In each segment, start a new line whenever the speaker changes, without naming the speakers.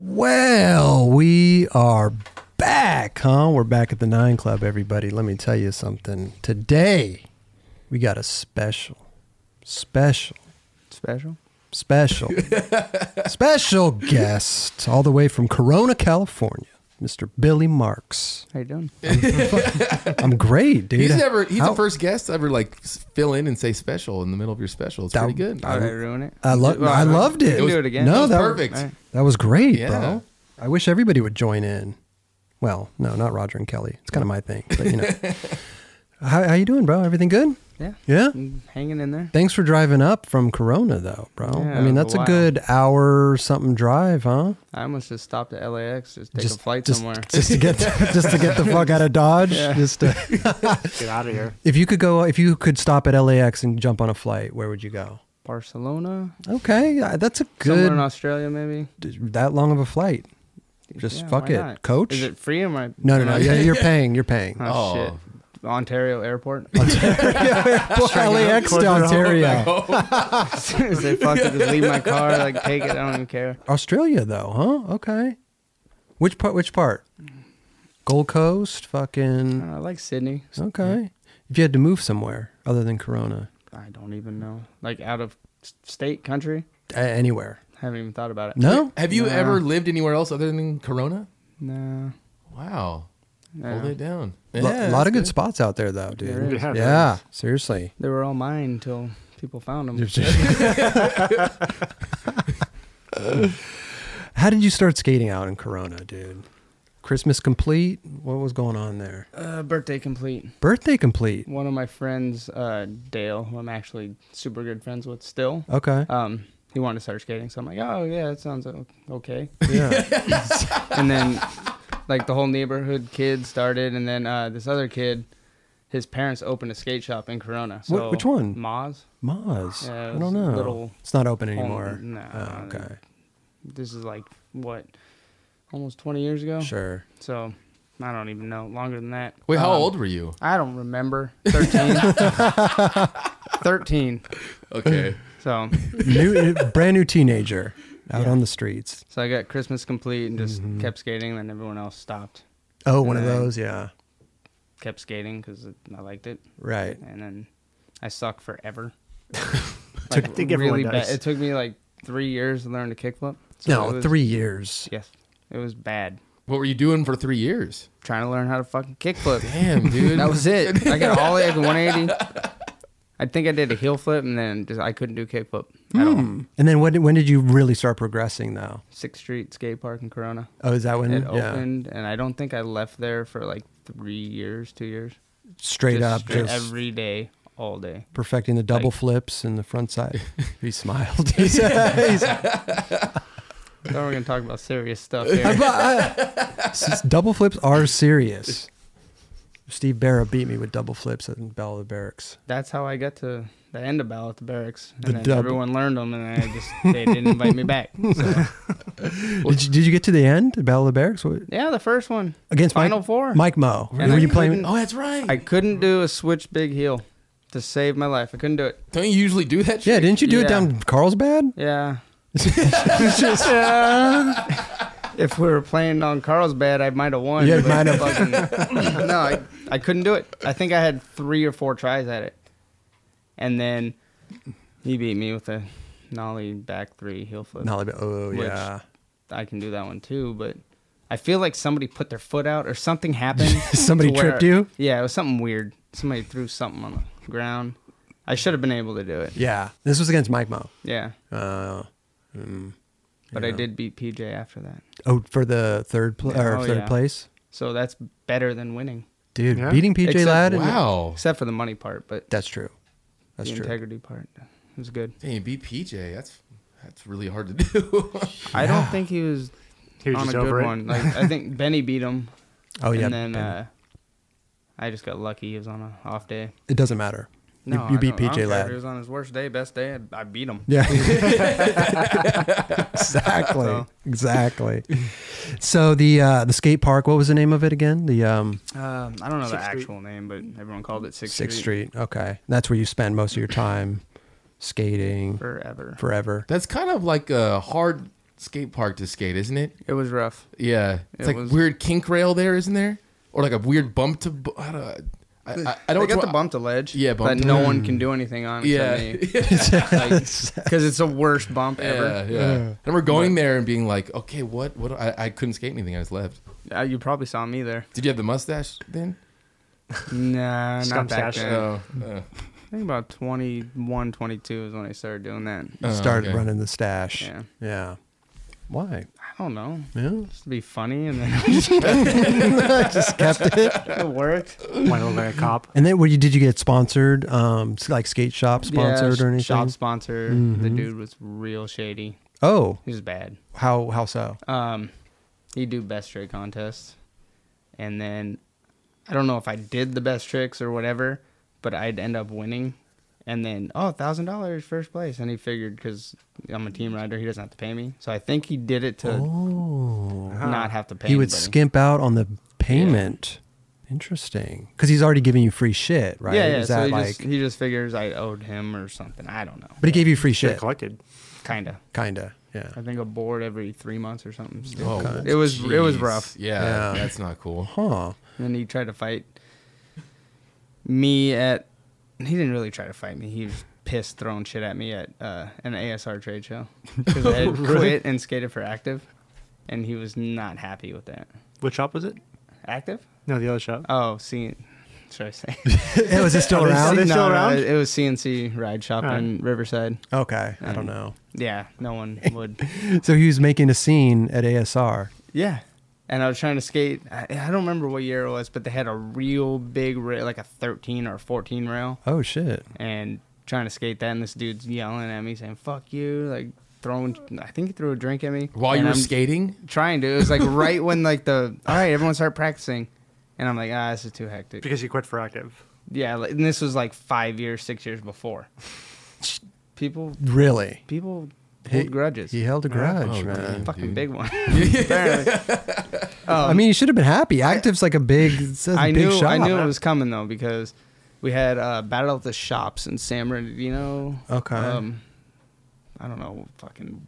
Well, we are back, huh? We're back at the Nine Club, everybody. Let me tell you something. Today, we got a special, special,
Special.
special, special guest all the way from Corona, California, Mr. Billy Marks.
How you doing?
I'm great, dude.
He's never. He's
How-
the first guest to ever like s- fill in and say special in the middle of your special. It's
That-
pretty good.
Did I ruin it?
I, lo-
Well,
I loved
you
it.
can do it again.
No,
That was
that
perfect.
All right.
That was great,
Yeah.
bro. I wish everybody would join in. Well, no, not Roger and Kelly. It's kind of my thing, but you know. how, how you doing, bro? Everything good?
Yeah.
Yeah.
I'm hanging in there.
Thanks for driving up from Corona, though, bro.
Yeah,
I mean, that's a
wow.
good hour something drive, huh?
I almost just stopped at LAX, just take a flight
just,
somewhere.
just to get just to get the fuck out of Dodge.
Yeah.
Just to,
Get out of here.
if you could go, if you could stop at LAX and jump on a flight, where would you go?
Barcelona,
Okay, uh, that's a
somewhere in
good
Australia, maybe.
that long of a flight. Just
Yeah,
fuck
why
it,
not?
coach.
Is it free or am I?
no, no, no. Yeah, you're paying. You're paying.
Oh,
Oh.
shit. Ontario Airport.
Well, LAX to Ontario.
As soon as they fuck it, just leave my car, like take it. I don't even care.
Australia though, huh? Okay. Which part which part? Gold Coast,
I,
fucking
don't know, I like Sydney.
Okay. If you had to move somewhere other than Corona,
I don't even know. Like out of s- state, country.
a- anywhere.
haven't even thought about it.
No?
Have you
Nah.
ever lived anywhere else other than Corona?
No.
Wow. Hold
no.
it down.
A
Yeah,
lot of
that's
good spots out there though, dude.
There is.
yeah,
Yeah,
seriously.
They were all mine until people found them.
How did you start skating out in Corona, dude? Christmas complete? What was going on there?
Uh, birthday complete.
Birthday complete.
one of my friends, uh, Dale, who I'm actually super good friends with still,
Okay.
um, he wanted to start skating. So I'm like, oh, yeah, that sounds o- okay.
Yeah.
and then, like, the whole neighborhood kid started. And then uh, this other kid, his parents opened a skate shop in Corona. So
which one?
Moz.
Moz.
Yeah, it
I don't
was
know.
little
it's not open anymore.
no,
Oh, okay.
This is like, what, almost 20 years ago?
Sure.
So I don't even know. Longer than that.
Wait, how
Um,
old were you?
I don't remember. 13. 13.
Okay.
So.
new brand new teenager out on the streets.
So I got Christmas complete and just kept skating. Then everyone else stopped,
Oh, one of
Right.
those, yeah.
kept skating because I liked it.
Right.
And then I sucked forever.
I think everyone does.
It took me like three years to learn to kickflip. So
No,
it was-
three years.
Yes, it was bad.
What were you doing for three years?
Trying to learn how to fucking kickflip.
Damn, dude.
That was it. I got all the way up to 180. I think I did a heel flip and then just I couldn't do kickflip at all.
And then when, when did you really start progressing though?
Sixth Street Skate Park in Corona.
Oh, is that when
It
yeah.
opened and I don't think I left there for like three years, two years.
straight
Just
up
straight
just
every day, all day.
perfecting the double
like-
flips and the front side? he smiled. He said- he said-
I thought we were gonna talk about serious stuff here.
But I- s- double flips are serious. Steve Barra beat me with double flips at Battle of the Barracks.
That's how I got to the end of Bell at the barracks, and
The
then
dub-
everyone learned them, and I just they didn't invite me back. So,
Did you, did you get to the end, at Battle of the Barracks? What-
yeah, the first one,
Against
final
Mike,
four.
Mike Moe.
And
Were
I
you playing?
couldn't-
oh, that's right.
I couldn't do a switch big heel to save my life. I couldn't do it.
Don't you usually do that?
Yeah,
shit?
didn't you do it
Yeah.
down Carlsbad?
Yeah.
It's just-
If we were playing on Carlsbad, I might have won.
Yeah,
but
might have.
fucking- no, I, I couldn't do it. I think I had three or four tries at it, and then he beat me with a nollie back three heel flip.
Nolly Ba- Oh
Which-
yeah.
I can do that one too, but I feel like somebody put their foot out or something happened.
Somebody
to where-
tripped you?
Yeah, it was something weird. Somebody threw something on the ground. I should have been able to do it.
Yeah. This was against Mike Mo.
Yeah.
Uh,
But I
Yeah.
did beat PJ after that.
oh, for the third pl- or
Oh,
third
yeah.
place,
So that's better than winning.
dude.
Yeah.
Beating PJ
Except-
Ladd. and-
Wow.
Except for the money part, but
That's true. That's
the
true.
integrity part. It was good.
Damn, beat PJ. That's that's really hard to do.
I don't think he was,
He was
on a
just
good
over it.
one. Like I think Benny beat him.
oh yeah.
And then
Ben.
uh, I just got lucky. He was on a off day.
it doesn't matter. You-
No,
you,
I
beat
don't- I don't care
PJ
if
Ladd.
He was on his worst day, best day. I- I beat him.
Yeah. exactly.
So-
Exactly. So the uh, the skate park. What was the name of it again? The um,
Um, I don't know the
Sixth Street.
actual name, but everyone called it Sixth,
Sixth
Street,
Street. Okay. That's where you spend most of your time skating
forever.
forever.
that's kind of like a hard skate park to skate, isn't it?
It was rough.
Yeah, it's
It
like
was-
weird kink rail there, isn't there? Or like a weird bump to. bu- I don't. I, I, I know
They
which
got the
one-
bump to ledge.
Yeah, bump
but
to
no
ledge.
one can do anything on it.
Yeah,
Yeah, oh,
yeah,
because it's the worst bump
yeah,
ever.
yeah. And we're going there and being like, okay, what? What? I, I couldn't skate anything. I was left.
Uh, you probably saw me there.
Did you have the mustache then?
Nah, not
Scum
back
stash.
then.
Oh, uh,
I think about 21, 22 is when I started doing that.
oh,
Started
okay.
running the stash.
Yeah.
Yeah. Why?
I don't know.
Yeah.
Just to be funny and then
Just kept it.
it worked.
Went over a cop.
And then, were you? Did you get sponsored? Um, s- like skate shop sponsored
Yeah,
or anything?
Shop sponsored. The
Mhm.
dude was real shady.
Oh,
He was bad.
how how so?
Um, he'd do best trick contests, and then I don't know if I did the best tricks or whatever, but I'd end up winning, and then oh, thousand dollars first place, and he figured because I'm a team rider, he doesn't have to pay me, so I think he did it to
Oh,
not have to pay.
he would
anybody.
skimp out on the payment. Interesting, because he's already giving you free shit, right?
Yeah, yeah.
Is
so
that
he,
like?
just, he just figures I owed him or something. I don't know.
but he gave you free
Should
shit,
have collected.
Kinda.
kinda. Yeah.
I think a board every three months or something. Still.
Oh,
Okay.
It was it was
jeez.
rough.
Yeah,
Yeah.
that's not cool.
Huh.
And he tried to fight me at. He didn't really try to fight me. He was pissed throwing shit at me at uh, an ASR trade show because I had quit and skated for Active, and he was not happy with that.
Which shop was it?
Active?
No, the other shop.
Oh, C. Should I say?
It was it still
Are they
around?
still-
No, no,
around?
it- it was CNC Ride Shop
All right.
in Riverside.
Okay, I
Mm.
don't know.
Yeah, no one would.
So he was making a scene at ASR.
Yeah. And I was trying to skate. I, I don't remember what year it was, but they had a real big rail, like a 13 or 14 rail,
Oh shit.
and trying to skate that. And this dude's yelling at me, saying, fuck you, like throwing, I think he threw a drink at me.
While
And
you were
I'm
skating,
Trying to. It was like right when, like, the, all right, everyone start practicing. And I'm like, ah, this is too hectic.
Because you quit for active.
yeah. Like, and this was like five years, six years before. People,
Really?
people
He-
hold grudges.
He held a grudge,
Oh,
man.
dude.
Fucking
Dude.
big one. Apparently.
I mean, you should have been happy. Active's like a big, it's a
Um, I
big
knew
shot.
I knew it was coming though because we had uh, Battle of the Shops in San Bernardino.
Okay.
Um, I don't know, fucking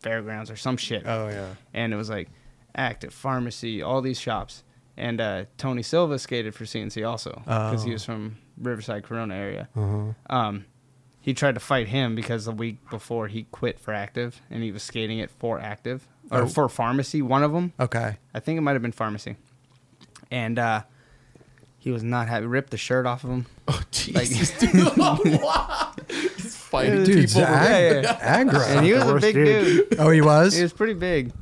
fairgrounds or some shit.
Oh yeah.
and it was like Active Pharmacy, all these shops, and uh, Tony Silva skated for CNC also because he
Oh.
was from Riverside Corona area.
Mhm.
Um, he tried to fight him because the week before he quit for Active and he was skating it for Active or
Oh.
for Pharmacy, one of them.
Okay.
I think it might have been pharmacy. And uh, he was not happy. Ripped the shirt off of him.
oh Jesus, dude! Wow. He's fighting
Dude,
people.
ag-
yeah.
aggro.
And he was a
worst
big
dude.
dude.
oh, he was.
He was pretty big.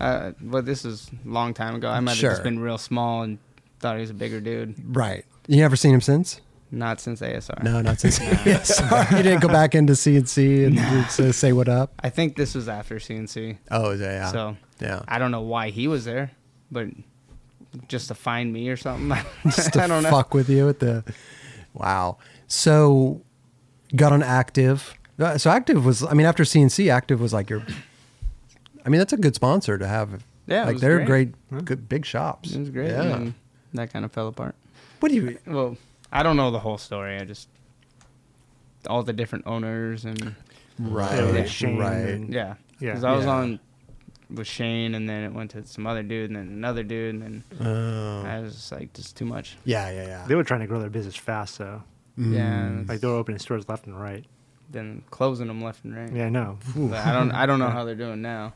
Uh, but this is a long time ago. I might have
Sure.
just been real small and thought he was a bigger dude.
right. You never seen him since?
Not since ASR.
No, not since. yeah, sorry, you didn't go back into CNC and say, say what up.
I think this was after CNC.
Oh yeah. yeah.
So
yeah.
I don't know why he was there, but just to find me or something.
Just to
I don't know.
fuck with you at the. Wow. So, got on active. Uh, So active was. I mean, after CNC, active was like your. I mean, that's a good sponsor to have.
Yeah, it
like
was
they're great,
great.
good big shops.
It was great.
Yeah.
And that kind of fell apart.
What do you?
Well, I don't know the whole story. I just all the different owners and
Right.
Yeah, like Shane
Right.
and-
yeah,
Yeah.
because I was
Yeah.
on with Shane, and then it went to some other dude, and then another dude, and then
Oh.
I was just like, just too much.
Yeah. Yeah.
They were trying to grow their business fast, so
Mm.
Yeah,
like they were opening stores left and right.
then closing them left and right.
Yeah, I know.
But I don't, I don't know how they're doing now.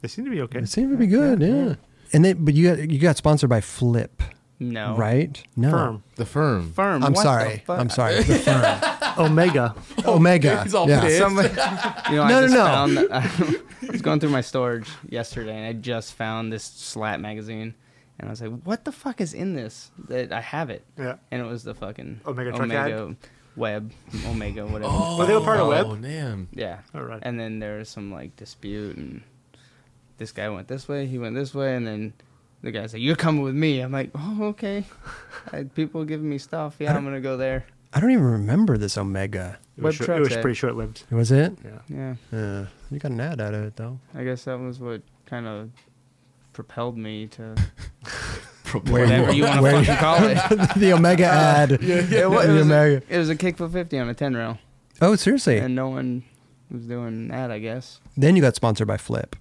They seem to be okay.
It seemed to be good. Yeah. And then, but you got, you got sponsored by Flip,
No,
right? No.
Firm.
The firm.
Firm.
I'm
what the
sorry.
fuck? Oh,
I'm sorry. The firm.
Omega.
Omega.
He's all
yeah.
pissed.
Somebody, you
No,
know, I
no,
just
no.
found that- I was going through my storage yesterday, and I just found this Slat magazine, and I was like, "What the fuck is in this? That I have it."
Yeah.
and it was the fucking
Omega truck
Omega web, Omega whatever.
Were they a part of Web?
Oh damn!
Yeah.
All right.
And then there was some like dispute, and this guy went this way, he went this way, and then the guy's like, "You're coming with me." I'm like, "Oh, okay." I had people giving me stuff. Yeah, I'm gonna go there.
I don't even remember this Omega.
It was,
Web
short, it was
Truck Day.
pretty short lived.
Was it?
Yeah.
Yeah,
Yeah. You got an ad out of it though.
I guess that was what kind of propelled me to
Prepare.
whatever you want to fucking call it.
the Omega ad.
It was,
The
it was a,
Omega.
it was a kick for 50 on a 10 rail,
Oh, seriously?
and no one was doing that, I guess.
Then you got sponsored by Flip.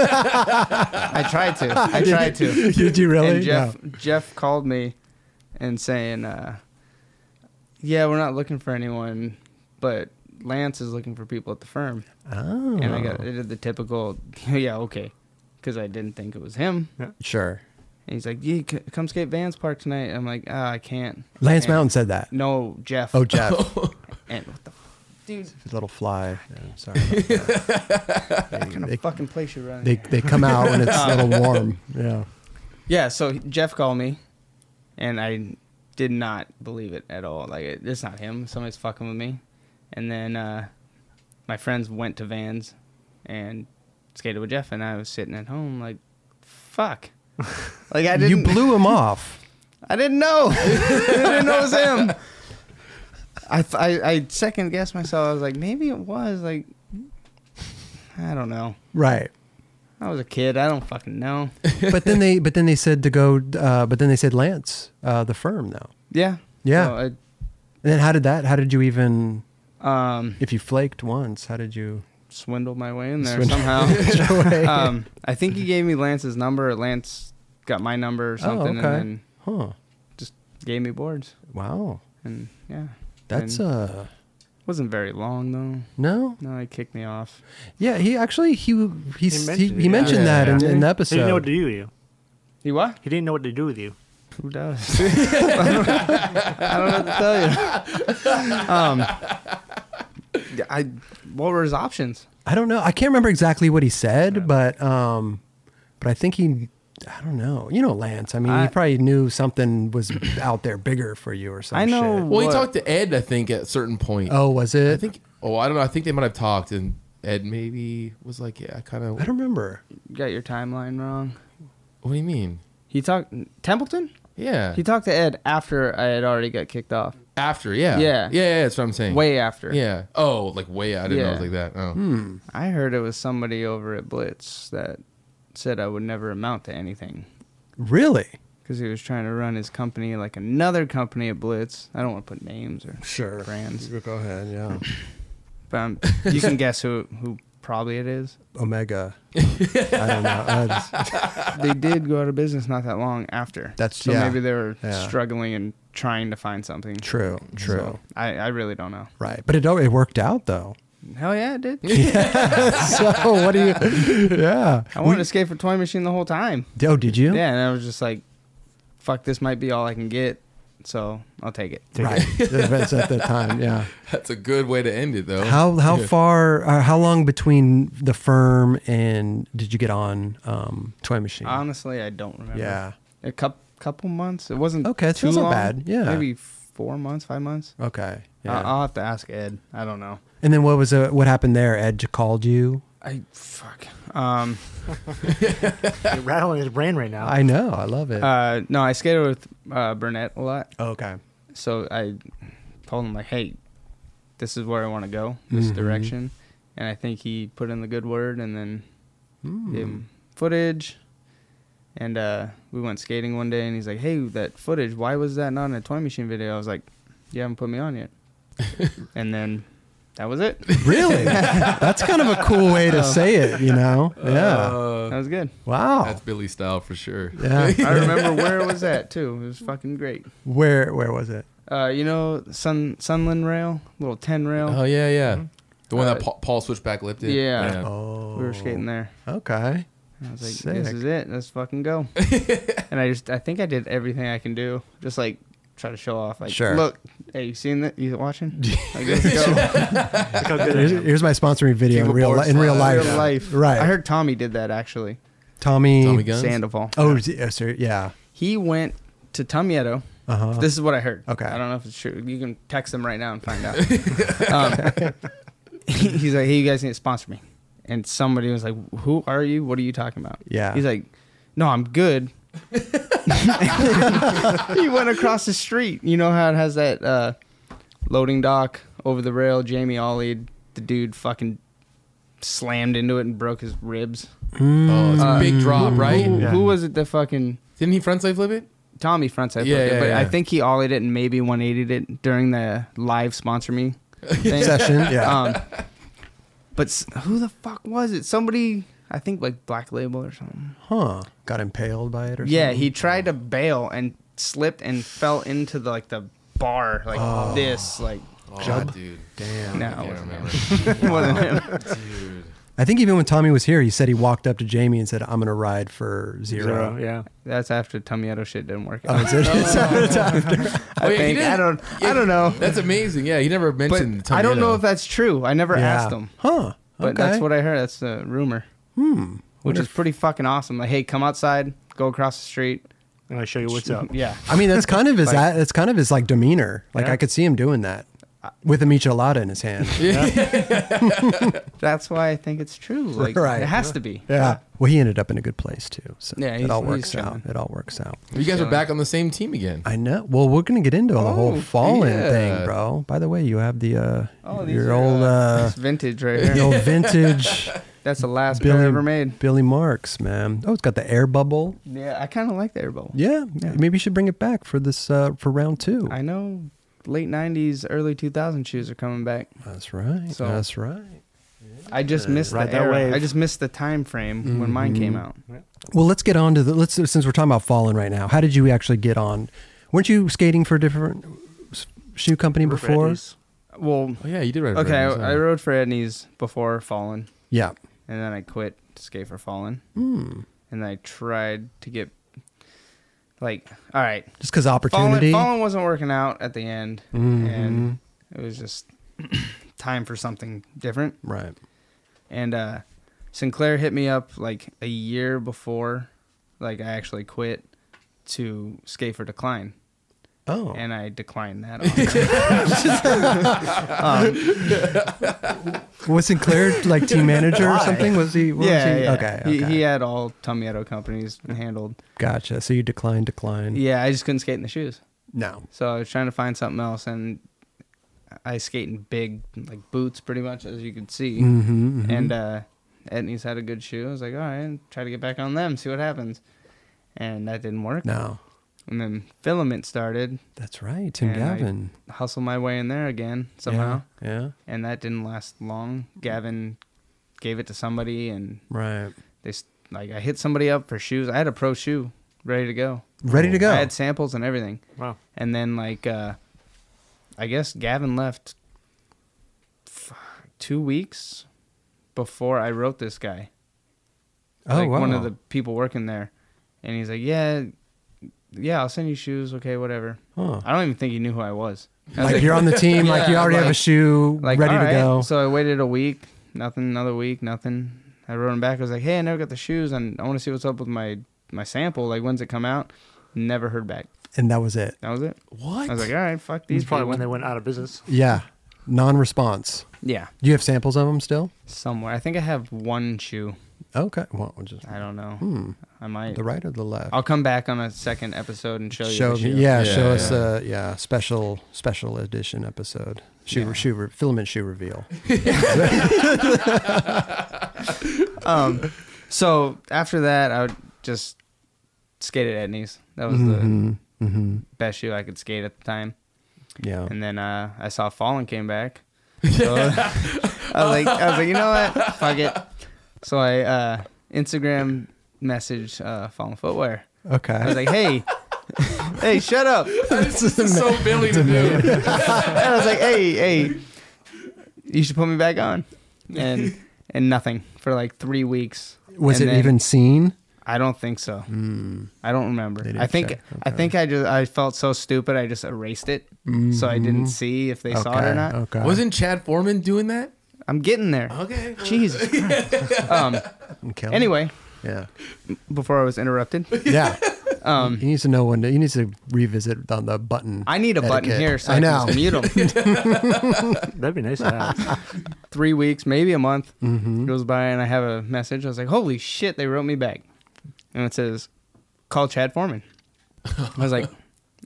I tried to. I tried to.
Did you really?
And Jeff
No.
Jeff called me and saying, uh, "Yeah, we're not looking for anyone, but Lance is looking for people at the firm."
Oh.
And I got I did the typical, "Yeah, okay," because I didn't think it was him.
Sure.
And he's like, "Yeah, c- come skate Vans Park tonight." I'm like, "Ah, I can't."
Lance
And-
Mountain said that.
No, Jeff.
Oh, Jeff.
And what the f- dude?
His little fly. Yeah, sorry. About that. They-
Kind
they-
of fucking place you running.
They, they come out when it's a little warm. Yeah.
Yeah, so Jeff called me, and I did not believe it at all. Like, it- it's not him. Somebody's fucking with me. And then uh, my friends went to Vans and skated with Jeff, and I was sitting at home like, fuck. Like I didn't,
You blew him off.
I didn't know. I didn't know it was him. I, th- I I second guessed myself. I was like, maybe it was. Like, I don't know.
Right.
I was a kid. I don't fucking know.
But then they but then they said to go uh, but then they said Lance, uh, the firm though.
Yeah.
Yeah.
So it-
And then how did that how did you even
um.
if you flaked once, how did you
swindle my way in there
Swindle-
somehow.
No way.
um, I think he gave me Lance's number. or Lance got my number or something,
okay.
and then
Huh.
just gave me boards.
Wow.
And yeah,
That's
And-
uh
wasn't very long though.
no.
No, he kicked me off.
Yeah, he actually he he he
mentioned
mentioned, he,
it,
he
yeah.
mentioned
Yeah.
that in,
Did
in
he?
the
He didn't know
episode.
what to do with you.
He what?
He didn't know what to do with you.
Who does? I, don't, I don't know what to tell you. Um, yeah, I what were his options?
I don't know. I can't remember exactly what he said, but um but I think he I don't know. You know Lance. I mean,
I-
he probably knew something was out there bigger for you or something.
I know
Shit.
Well, he
What?
talked to Ed, I think, at a certain point.
Oh, was it?
I think. Oh, I don't know. I think they might have talked, and Ed maybe was like, "Yeah, I kind
I
of."
don't remember.
You got your timeline wrong.
What do you mean?
He talked Templeton.
Yeah.
He talked to Ed after I had already got kicked off.
after, yeah.
Yeah.
yeah. Yeah, that's what I'm saying.
Way after.
Yeah. Oh, like way. I didn't know it was
Yeah. Hmm.
like that. Oh.
I heard it was somebody over at Blitz that said I would never amount to anything
Really?
because he was trying to run his company like another company at Blitz. I don't want to put names or
Sure.
brands,
Go ahead. Yeah.
but um, you can guess who who probably it is.
Omega. I don't know. Uh, I just-
They did go out of business not that long after.
That's-
so
yeah.
maybe they were
Yeah.
struggling and trying to find something.
true. True.
So, I, I really don't know.
Right. But it al- it worked out though.
Hell yeah, it did.
so what do you? Yeah.
I wanted to skate for Toy Machine the whole time.
Oh, did you?
Yeah, and I was just like, fuck, this might be all I can get, so I'll take it.
Right. That's at the time. Yeah.
That's a good way to end it, though.
How how far? Uh, how long between the firm and did you get on um, Toy Machine?
Honestly, I don't remember.
yeah.
a couple couple months. It wasn't
Okay, it
Too
feels not
long.
bad. Yeah.
maybe four months, five months.
Okay.
Yeah.
Yeah.
I'll have to ask Ed. I don't know.
and then what was uh, what happened there? Ed called you.
I fuck. Um.
You're rattling his brain right now.
I know. I love it. Oh,
Uh. No, I skated with uh, Burnett a lot,
okay.
so I told him like, hey, this is where I want to go, this
Mhm.
direction, and I think he put in the good word, and then gave him footage. And uh, we went skating one day, and he's like, "Hey, that footage. Why was that not in a toy machine video?" I was like, "You haven't put me on yet." and then that was it.
Really? That's kind of a cool way
Oh.
to say it, you know? Yeah.
That
Uh,
was good.
Wow.
that's
Oh.
Billy style for sure.
Yeah.
I remember where it was at too. It was fucking great.
Where where was it?
Uh, you know, Sun Sunland Rail, little ten rail.
Oh yeah, yeah. The one
Uh,
that Paul, Paul Switchback lifted.
yeah.
Oh.
We were skating there.
Okay.
And I was like,
Sick.
"This is it. Let's fucking go." and I just, I think I did everything I can do. Just like try to show off. Like,
Sure.
look, hey, you seen that? You watching? Like, let's go.
Look how good
Here's,
it is.
here's my sponsoring video
King
in
of
real,
boards,
li- in real
uh,
life.
Real life.
Right.
I heard Tommy did that actually.
Tommy.
Tommy Guns.
Sandoval.
Oh, is he- oh, sir, yeah.
He went to Tumieto.
Uh-huh.
This is what I heard.
Okay.
I don't know if it's true. You can text them right now and find out. um, he's like, hey, you guys need to sponsor me. And somebody was like, who are you? What are you talking about?
Yeah.
He's like, no, I'm good. he went across the street. You know how it has that uh, loading dock over the rail? Jamie Ollie, the dude fucking slammed into it and broke his ribs.
Oh, it's a
Uh,
big drop, right?
Who,
Yeah.
who was it that fucking.
Didn't he frontside flip it?
Tommy Frontside
Yeah,
yeah,
yeah,
but I
yeah.
think he ollied it and maybe 180'd it during the live sponsor me thing.
Session. Yeah.
Um, But s- who the fuck was it? Somebody, I think like Black Label or something.
Huh. Got impaled by it or
Yeah,
something?
he tried to bail and slipped and fell into the like the bar like this like
Oh,
Jub?
dude.
Damn.
no.
I can't remember.
it wasn't him.
dude.
I think even when Tommy was here, he said he walked up to Jamie and said, I'm going to ride for zero.
Zero, yeah.
That's after Tomiyato shit didn't work
Oh,
out.
is it?
I
Oh, yeah, he
think
did.
I don't I
Yeah,
don't know.
That's amazing. Yeah, he never
But
mentioned.
I don't know
Tomato.
if that's true. I never asked him.
Huh.
But
okay.
that's what I heard. That's a rumor.
Hmm.
Which is pretty fucking awesome. Like, hey, come outside, go across the street.
I'm gonna show you what's up.
Yeah.
I mean, that's kind of his. that, that's kind of his like demeanor. Like
Yeah.
I could see him doing that with a michelada in his hand.
That's why I think it's true. Like
Right.
it has to be.
yeah. Well, he ended up in a good place too. So
Yeah,
it
he's-
all
he's
works out.
chilling.
It all works out.
You guys are back on the same team again.
I know. Well, we're gonna get into the whole
Oh,
fallen
yeah.
thing, bro. By the way, you have the uh,
Oh, these
your
are,
old uh,
It's vintage right
your
here.
old vintage
That's the last pair I
Billy
ever made.
Billy Marks, man. Oh, it's got the air bubble.
Yeah, I kind of like the air bubble.
Yeah,
Yeah.
maybe you should bring it back for this uh, for round two.
I know late 90s, early 2000 shoes are coming back.
that's right.
So-
that's right.
I just
Uh,
missed
Ride
the
that
era.
wave.
I just missed the time frame when mine came out.
Mm-hmm. Well, let's get on to the let's since we're talking about Fallen right now. How did you actually get on? Weren't you skating for a different s- shoe company before?
Reddies.
Well,
Oh yeah, you did write.
okay, I,
Vernon, yeah.
I rode for Edney's before Fallen,
Yeah.
and then I quit to skate for Fallen,
Hmm.
and I tried to get like, all right,
Just because
Fallen,
opportunity.
Fallen wasn't working out at the end,
Mhm.
and it was just time for something different.
Right.
And uh, Sinclair hit me up like a year before, like I actually quit to skate for Decline,
Oh.
and I declined that. offer. um,
was Sinclair like team manager or something? Was he? What was
yeah,
he?
yeah.
Okay.
He,
okay. Mm-hmm.
he uh, had all Tomiyato companies handled.
gotcha. So you declined, declined.
Yeah, I just couldn't skate in the shoes,
No.
so I was trying to find something else, and I skate in big like boots, pretty much as you can see.
Mm-hmm,
and uh Etnies had a good shoe. I was like, all right, try to get back on them, see what happens. And that didn't work.
no,
And then filament started,
that's right. Tim
And I-
Gavin.
hustle my way in there again somehow.
Yeah. yeah.
And that didn't last long. Gavin gave it to somebody and
Right.
they s- like I hit somebody up for shoes. I had a pro shoe ready to go.
Ready to go.
I had samples and everything.
Wow.
And then like uh I guess Gavin left f- 2 weeks before I wrote this guy.
oh
like
wow.
one of the people working there and he's like yeah yeah i'll send you shoes okay whatever
Huh.
i don't even think he knew who i was I was
Oh. Like you're on the team. like you
Yeah,
already have a
like-
shoe
like,
ready
"All
to
right."
go.
so i waited a week nothing another week nothing i wrote him back i was like hey i never got the shoes and i want to see what's up with my my sample like when's it come out never heard back
and that was it.
that was it
what?
i was like all right fuck
These
these
probably
people.
when they went out of business.
Yeah. Non-response.
yeah
Do you have samples of them still?
somewhere i think i have one shoe
Okay. Well, we'll just
i don't know
hmm.
i might
the right or the left.
i'll come back on a second episode and show, you the shoe.
me- yeah,
Yeah,
Show
yeah.
us a yeah special special edition episode. Shoe
Yeah.
shoe re- filament shoe reveal.
um, so after that, I would just skated at Etnies. That was the
Mhm, mhm.
best shoe I could skate at the time.
Yeah.
And then uh, I saw Fallen came back. So I was like, I was like, you know what? Fuck it. So I uh, Instagram messaged uh, Fallen Footwear.
Okay.
I was like, hey, hey, shut up.
this is so Billy to do.
And I was like, hey, hey, you should put me back on. And and nothing for like three weeks.
was
And
it
then-
even seen?
I don't think so. I don't remember.
They didn't
I think
check.
I think I just I felt so stupid I just erased it, so I didn't see if they saw it or not.
Hmm. Okay.
Wasn't Chad Foreman doing that?
I'm getting there.
Okay.
Jesus. Christ. um.
Okay.
Anyway,
Yeah.
before I was interrupted,
Yeah.
um,
he needs to know when. To, he needs to revisit on the button.
I need a button
etiquette.
here so
I
I,
know.
can just mute 'em.
That'd be nice to have.
Three weeks, maybe a month
Mhm.
goes by, and I have a message. I was like, "Holy shit!" They wrote me back, and it says, "Call Chad Foreman." I was like,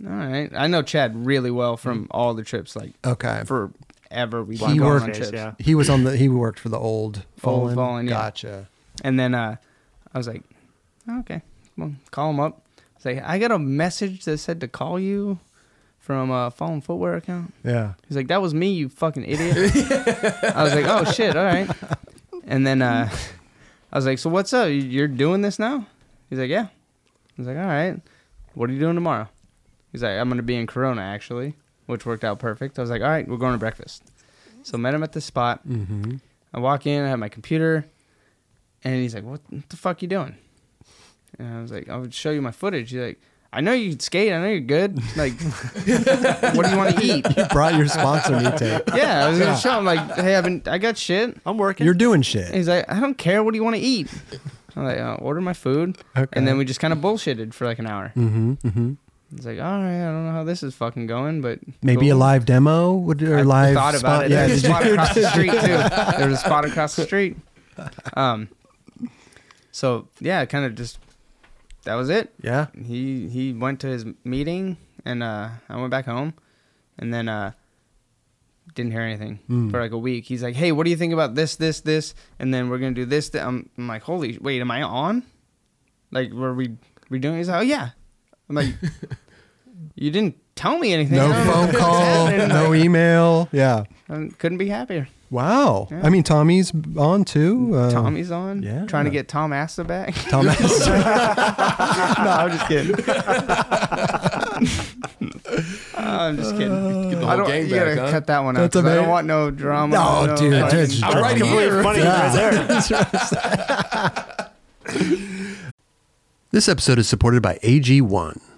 "All right." I know Chad really well from all the trips, like
Okay.
forever. We
He
gone on
worked-
trips.
Yeah.
he was on the. He worked for the old fallen.
Fallen, yeah.
Gotcha.
And then uh, I was like, okay, well, call him up. I was like, I got a message that said to call you from a Fallen Footwear account.
Yeah.
He's like, "That was me, you fucking idiot." I was like, "Oh shit, all right." And then uh, I was like, "So what's up? You- You're doing this now?" He's like, "Yeah." I was like, "All right. What are you doing tomorrow?" He's like, "I'm gonna be in Corona actually," which worked out perfect. I was like, "All right, we're going to breakfast." So met him at the spot.
Mm-hmm.
I walk in, I have my computer, and he's like, "What the fuck you doing?" And I was like, "I would show you my footage." He's like, "I know you skate. I know you're good. Like, what do you want to eat?"
You brought your sponsor meat tape.
Yeah, I was gonna show him like, "Hey, I've been, I got shit."
I'm working.
You're doing
And
shit.
he's like, "I don't care. What do you want to eat?" I'm like, uh, "Order my food,"
Okay.
and then we just kind of bullshitted for like an hour.
Mm-hmm. Mm-hmm.
It's like, "All right, I don't know how this is fucking going, but
Maybe a
cool."
live demo would or
I
live.
thought
spot-
about it.
Yeah.
There's
did you-
a spot across the street too. There's a spot across the street. Um, so yeah, kind of just that was it.
yeah.
He he went to his meeting, and uh, I went back home, and then uh, didn't hear anything
Mm.
for like a week. He's like, "Hey, what do you think about this, this, this?" And then we're gonna do this. Th-. I'm, I'm like, "Holy wait, am I on?" Like, were we we doing? He's like, "Oh yeah." I'm like, "You didn't tell me anything."
No
I don't know
phone
what's
call.
happening."
No email. Yeah.
I couldn't be happier.
Wow.
Yeah.
I mean, Tommy's on too. Uh,
Tommy's on.
yeah.
Trying to get Tom Assa back.
Tom has-
no, I'm just kidding. I'm just kidding.
Get the
I
whole
don't,
gang
you gotta
back, huh?
cut that one out.
That's
'cause I don't
amazing.
want no drama.
No, Oh, dude,
fucking-
that's-
I'm right
Completely
here.
funny right there.
This episode is supported by AG1.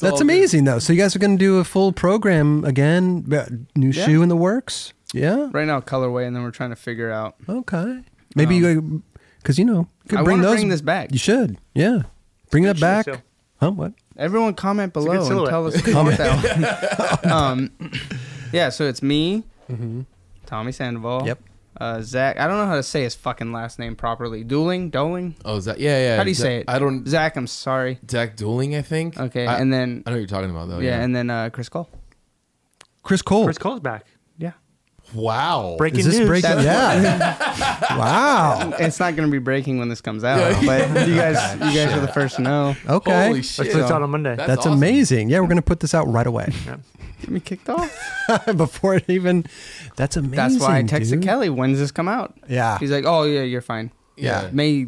That's
all good.
amazing, though. So you guys are going to do a full program again, but new
Yeah.
shoe in the works. Yeah.
Right now, colorway, and then we're trying to figure out.
Okay. Maybe you, because you know, you could
Um, I
bring
wanna
those.
bring this back.
You should. Yeah. Bring that
shoe,
back.
so.
Huh? What?
Everyone comment
a good
below and
silhouette.
tell us if you want that one. um, yeah, so it's me, Tommy Sandoval.
Yep.
Uh, Zach, I don't know how to say his fucking last name properly. Dueling, Doling.
Oh, is that? Yeah, yeah.
How do you
Zach-
say it?
I don't.
Zach, I'm sorry.
Zach Dueling, I think.
Okay,
I,
and then
I know what you're talking about though.
yeah, and then uh, Chris Cole.
Chris Cole.
Chris Cole's back.
Yeah.
wow.
Breaking
Is this
news.
breaking? Yeah. wow.
It's not going to be breaking when this comes out, but you guys, you guys are the first to know.
Okay.
Holy
That's,
shit.
That's out on Monday.
That's awesome.
amazing. Yeah, we're going to put this out right away
Get me kicked off.
before it even. That's amazing.
That's why I texted
dude.
Kelly. When's this come out?
Yeah.
He's like, oh yeah, you're fine.
Yeah.
May.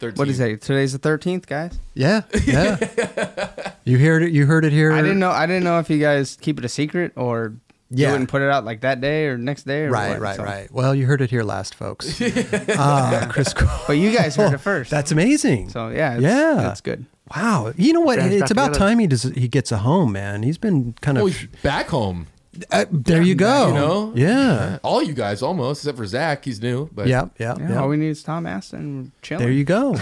What is
13.
it? Today's the thirteenth, guys.
Yeah. Yeah. you heard it. You heard it here.
I didn't know. I didn't know if you guys keep it a secret or
Yeah.
do it and put it out like that day or next day. Or
Right,
what,
right,
so.
right. Well, you heard it here last, folks. Ah, Chris Cole.
But you guys heard it first.
Oh, That's amazing.
So yeah, it's,
Yeah.
it's good.
wow. You know what?
Guys
it's
back
about
together.
time he does. He gets a home, man. He's been kind of.
Oh, he's back home.
uh, there you go.
You know?
Yeah.
All you guys almost, except for Zach. He's new. But
Yeah. Yeah.
Yeah,
yeah.
All we need is Tom Aston. We're chilling.
There you go.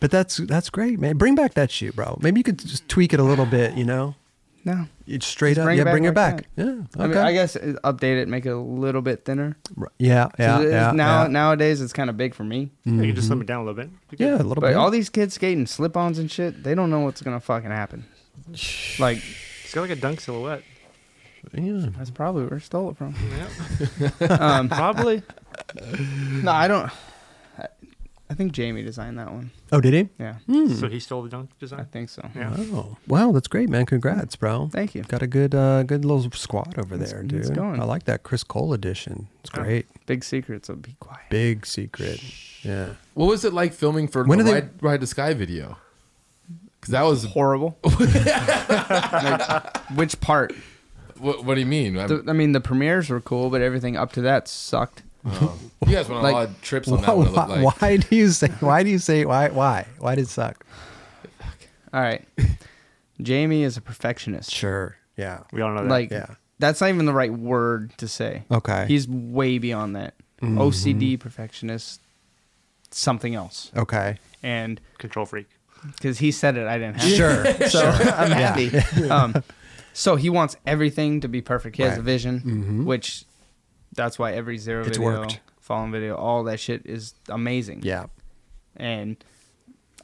but that's that's great, man. Bring back that shoe, bro. Maybe you could just tweak it a little bit. You know,
No.
it's straight
Just
up.
bring it
yeah,
back
bring it
like
back.
that.
Yeah. Okay.
I mean, I guess uh, update it, make it a little bit thinner.
R- Yeah.
'Cause
Yeah.
it-
yeah
now
Yeah.
nowadays it's kind of big for me.
You can
Mm-hmm.
just let me down a little bit. You
yeah, a
can-
little
But
bit.
all these kids skating slip-ons and shit, they don't know what's gonna fucking happen. Like
It's got like a dunk silhouette.
yeah.
that's probably where I stole it from.
Yeah.
Um,
Probably.
no, I don't. I, I think Jamie designed that one.
Oh, did he?
Yeah,
So he stole the dunk
Hmm. I
design.
think so.
Yeah.
Oh, wow, that's great, man! Congrats, bro.
Thank you.
Got a good, uh, good little squad over
It's-
there, dude.
it's going.
I like that Chris Cole edition. It's
Yeah.
great.
Big secret, so be quiet.
Big secret. Yeah.
What was it like filming for
When
the
did they-
Ride, Ride to Sky video? Because that was
Horrible. Like, which part?
what, what do you mean? I'm-
The, I mean, the premieres were cool, but everything up to that sucked.
um, you guys went on
Like-
a lot of trips on
Why,
that one. It looked
why,
like
why do you say? Why do you say? Why? Why? Why did it suck?
All right, Jamie is a perfectionist.
Sure. Yeah.
We all know that.
Like,
Yeah.
that's not even the right word to say.
Okay.
He's way beyond that. OCD perfectionist, something else.
okay.
And
control freak.
because he said it, I didn't have
Sure.
it. So I'm happy. um, so he wants everything to be perfect. He has a
Right. Mm-hmm.
vision, which that's why every zero
It's
video,
worked.
fallen video, all that shit is amazing.
Yeah.
And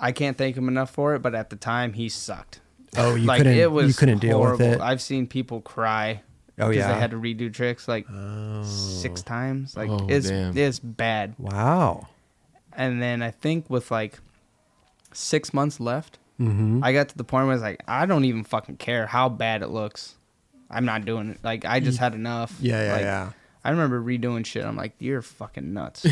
I can't thank him enough for it, but at the time he sucked.
Oh, you couldn't. you couldn't deal with it.
I've seen people cry.
Oh,
'cause
yeah?
they had to redo tricks like six times. Like
Oh,
it's
damn.
it's bad.
wow.
And then I think with like six months left,
Mm-hmm.
I got to the point where I was like, I don't even fucking care how bad it looks. I'm not doing it. Like I just had enough.
Mm. Yeah, yeah,
Like,
yeah.
I remember redoing shit. I'm like, you're fucking nuts.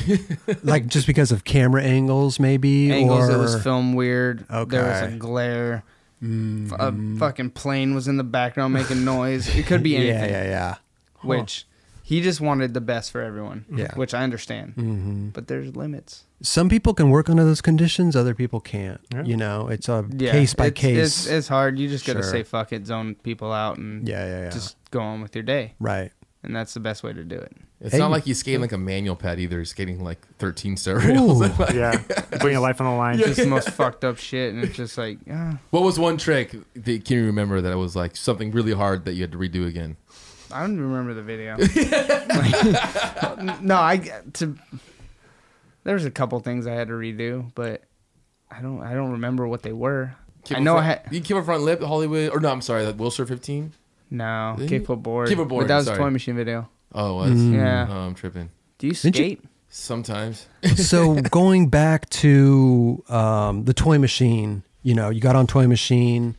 Like just because of camera angles, maybe.
Angles
or...
it was filmed weird. There was
Okay. Mm-hmm.
a glare. F- A fucking plane was in the background making noise. It could be anything.
Yeah, yeah, yeah.
Which he just wanted the best for everyone.
Yeah. Mm-hmm.
Which I understand. But there's limits.
Some people can work under those conditions, other people can't.
Yeah.
You know, it's a case by
it's,
case.
It's, it's hard. You just got to
Sure.
say fuck it, zone people out, and
Yeah, yeah, yeah.
just go on with your day.
right.
And that's the best way to do it.
it's
Hey.
not like he's skating like a manual pad either. He's skating like 13 serials.
Ooh.
Like,
Yeah. Putting your life on the line.
It's just the most fucked up shit, and it's just like, ah,
what was one trick that can you remember that was like something really hard that you had to redo again?
I don't even remember the video. Like, no, I to. There's a couple things I had to redo, but I don't. I don't remember what they were. I
a
know I
front,
had
you keep a front lip Hollywood or no? I'm sorry, that Wilshire 15.
no
Didn't you?
kickflip board.
Kickflip board,
But that was
sorry.
toy machine video.
Oh, it was?
Mm. Yeah.
Oh, I'm tripping.
Do you
Didn't you-
skate?
Sometimes.
so going back to um, the toy machine, you know, you got on toy machine.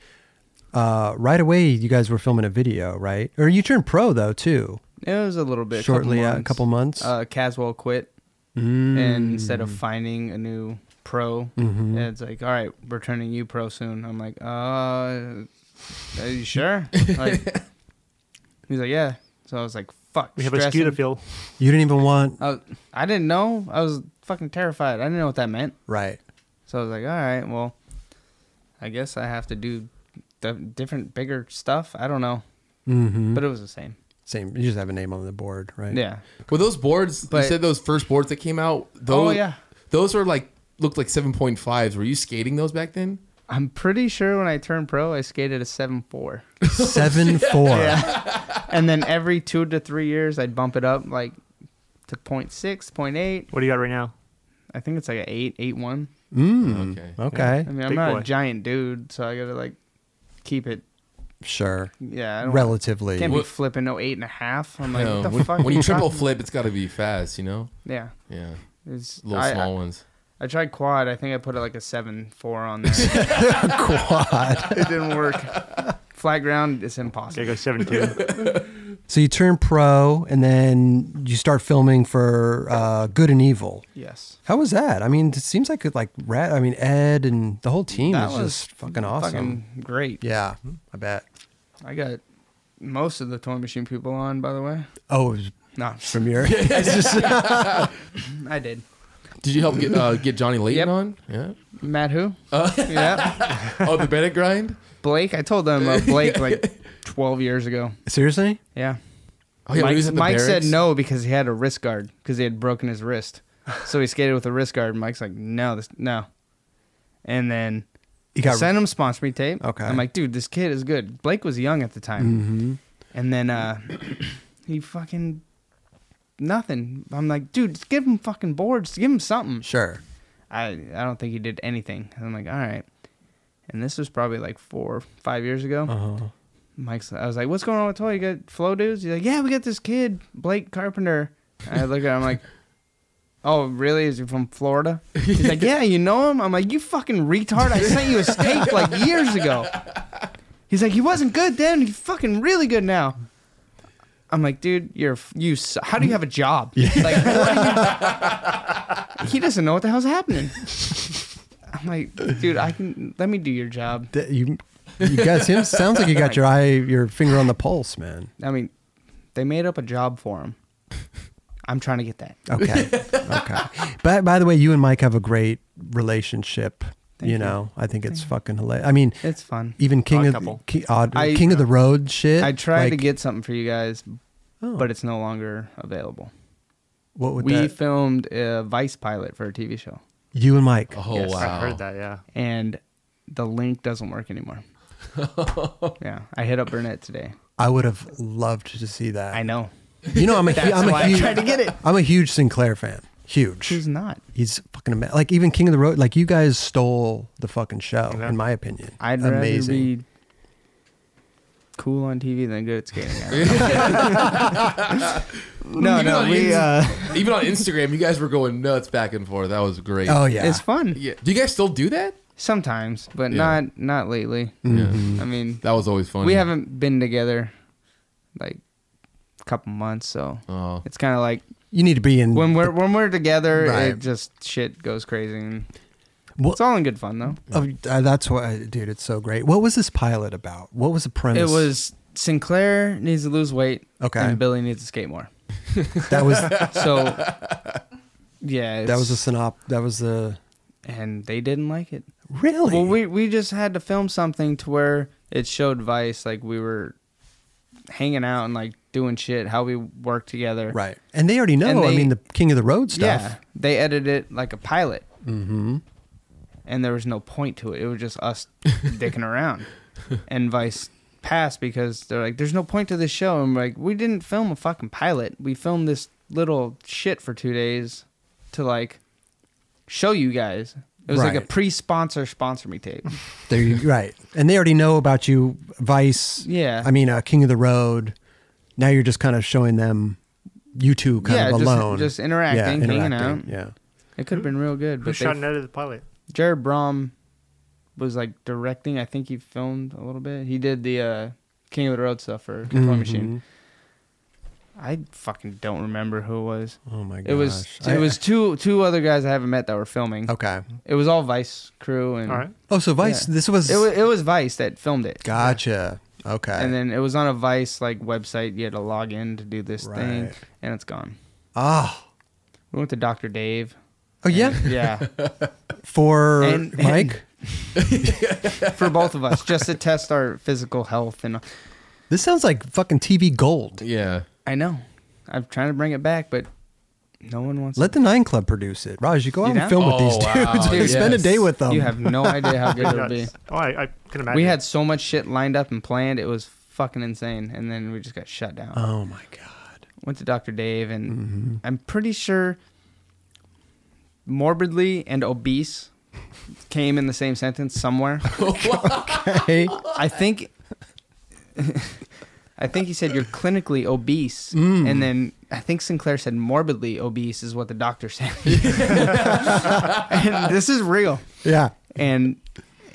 Uh, right away, you guys were filming a video, right? Or you turned pro though too.
It was a little bit.
Shortly,
couple
uh, a
months.
couple months. Mm.
Uh, Caswell quit, and instead
Mm.
of finding a new pro,
Mm-hmm.
it's like, all right, we're turning you pro soon. I'm like, uh, are you sure? like, he's like, yeah. So I was like, fuck.
We have a
stressing.
skew to feel.
You didn't even want
I, was- I didn't know. I was fucking terrified. I didn't know what that meant.
right.
So I was like, all right, well, I guess I have to do d- different, bigger stuff. I don't know,
Mm-hmm.
but it was the same.
Same. You just have a name on the board, right?
Yeah.
Were those boards?
But-
you said those first boards that came out. Those,
Oh, yeah.
Those were like looked like 7.5s. Were you skating those back then?
I'm pretty sure when I turned pro, I skated a seven four.
Seven four.
and then every two to three years I'd bump it up like to 0.6, 0.8.
What do you got right now?
I think it's like an eight, eight one.
Mm.
Okay.
Okay.
I mean, I'm
Big
not
boy.
a giant dude, so I gotta like keep it.
Sure.
Yeah, I don't,
Relatively.
can't be
What-
flipping no eight and a half. I'm like,
No,
what the
when,
fuck?
when
are
you triple
talking-
flip, it's got to be fast. You know.
yeah,
Yeah.
it's
Little
I,
small
I,
ones.
I tried quad. I think I put it like a seven four on there.
quad.
it didn't work. Flat ground, it's
Okay,
impossible.
go seven two.
So you turn pro, and then you start filming for uh, Good and Evil.
Yes.
How was that? I mean, it seems like it, like rat. I mean, Ed and the whole team
That
is
was
just fucking awesome.
Fucking great.
Yeah, I bet.
I got most of the toy machine people on, by the way.
Oh, it was
No,
from your it's just-
I did.
Did you help get uh, get Johnny Layton
Yep.
on? Yeah.
Matt who? yeah.
Oh, the Bennett grind.
Blake. I told them about Blake like 12 years ago.
seriously.
Yeah.
Oh yeah. when he
Mike,
was at the
Mike said
barracks?
no because he had a wrist guard because he had broken his wrist. So he skated with a wrist guard. Mike's like, no, this, no. And then
You got
sent him sponsor me tape.
Okay.
I'm like, dude, this kid is good. Blake was young at the time.
Mm.
Mm-hmm.
And then uh, he fucking nothing. I'm like, dude, just give him fucking boards. Give him something.
sure.
I I don't think he did anything. And I'm like, all right. And this was probably like four, five years ago.
Uh-huh.
Mike's, I was like, what's going on with Toy? You got flow dudes? He's like, yeah, we got this kid, Blake Carpenter. And I look at him, I'm like, Oh, really? Is he from Florida? He's like, yeah, you know him? I'm like, you fucking retard. I sent you a steak like years ago. He's like, he wasn't good then. He's fucking really good now. I'm like, dude, you're f- you. su- How do you have a job? Like, what are you- he doesn't know what the hell's happening. I'm like, dude, I can let me do your job.
That- you, you guys, him sounds like you got your eye, your finger on the pulse, man.
I mean, they made up a job for him. I'm trying to get that.
Okay, okay. But by the way, you and Mike have a great relationship. you know, I think it's fucking hilarious. I mean,
It's fun.
even King
Odd
of
couple.
Ki- odd,
I-
King of the Road shit.
I tried to
like,
get something for you guys,
Oh.
but it's no longer available.
what would
we
that,
filmed a Vice pilot for a TV show,
you and Mike?
Oh
Yes.
wow!
I heard that. Yeah.
and the link doesn't work anymore. yeah, I hit up Burnett today.
I would have loved to see that.
I know.
You know, I'm a, hu-
That's
I'm
why
a
I
huge,
tried to get it.
I'm a huge Sinclair fan. Huge.
Who's not?
He's fucking amazing. Like even King of the Road, like you guys stole the fucking show,
Yeah.
in my opinion.
I'd rather
amazing.
be cool on TV than good at skating. I don't know. no,
Even
no,
on
we.
Inst-
Uh,
even on Instagram, you guys were going nuts back and forth. That was great.
Oh yeah.
It's fun
yeah. Do you guys still do that?
sometimes, but
Yeah.
not not lately.
Mm-hmm.
Yeah,
I mean,
that was always fun.
we haven't been together like a couple months, so
Oh.
it's kind of like
you need to be in.
when we're when we're together,
Right.
it just shit goes crazy. And
Well-
it's all in good fun though.
Oh, uh, that's why, dude. It's so great. What was this pilot about? What was the premise?
It was Sinclair needs to lose weight,
Okay.
and Billy needs to skate more.
that was
So yeah,
that was the
it's-
synop. That was the
and they didn't like it.
really.
Well, we we just had to film something to where it showed Vice like we were hanging out and like doing shit, how we work together.
right, and they already know.
And
I
they-
mean, the King of the Road
Yeah,
stuff.
they edited it like a pilot. Mm-hmm. And there was no point to it. It was just us dicking around. And Vice passed because they're like, "There's no point to this show." And we're like, "We didn't film a fucking pilot. We filmed this little shit for two days to like show you guys." It was like a
Right.
pre-sponsor sponsor me tape.
They right, and they already know about you, Vice.
Yeah.
I mean, uh, King of the Road. Now you're just kind of showing them you two kind
Yeah,
of
just-
alone,
just interacting,
yeah,
hanging
interacting.
out.
Yeah,
It could have been real good,
Who
but
shot
they,
and edited the pilot?
Jared Brom was like directing. I think he filmed a little bit. He did the uh, King of the Road stuff for Control
Mm-hmm.
Machine. I fucking don't remember who it was.
Oh my god,
It was it was two two other guys I haven't met that were filming.
okay.
It was all Vice crew and
All right.
Oh, so Vice.
Yeah.
This was,
it was it was Vice that filmed it.
gotcha. Okay,
And then it was on a Vice like website. You had to log in to do this thing,
Right.
and it's gone.
ah,
We went to Doctor Dave.
oh yeah,
Yeah,
for
And-
Mike.
for both of us, just to test our physical health and
this sounds like fucking TV gold.
Yeah.
I know. I'm trying to bring it back, but no one wants.
Let the Nine Club produce it. Raj, you go out
You
and
know?
film with these
Oh, wow,
dudes. dude. Spend a
yes.
day with them.
you have no idea how good it'll be.
Nuts. Oh, I, I can imagine.
We had so much shit lined up and planned; it was fucking insane. And then we just got shut down.
oh my god.
Went to Dr. Dave, and I'm pretty sure morbidly and obese came in the same sentence somewhere.
Hey,
I think. I think he said you're clinically obese, and then I think Sinclair said morbidly obese is what the doctor said. and this is real,
yeah.
and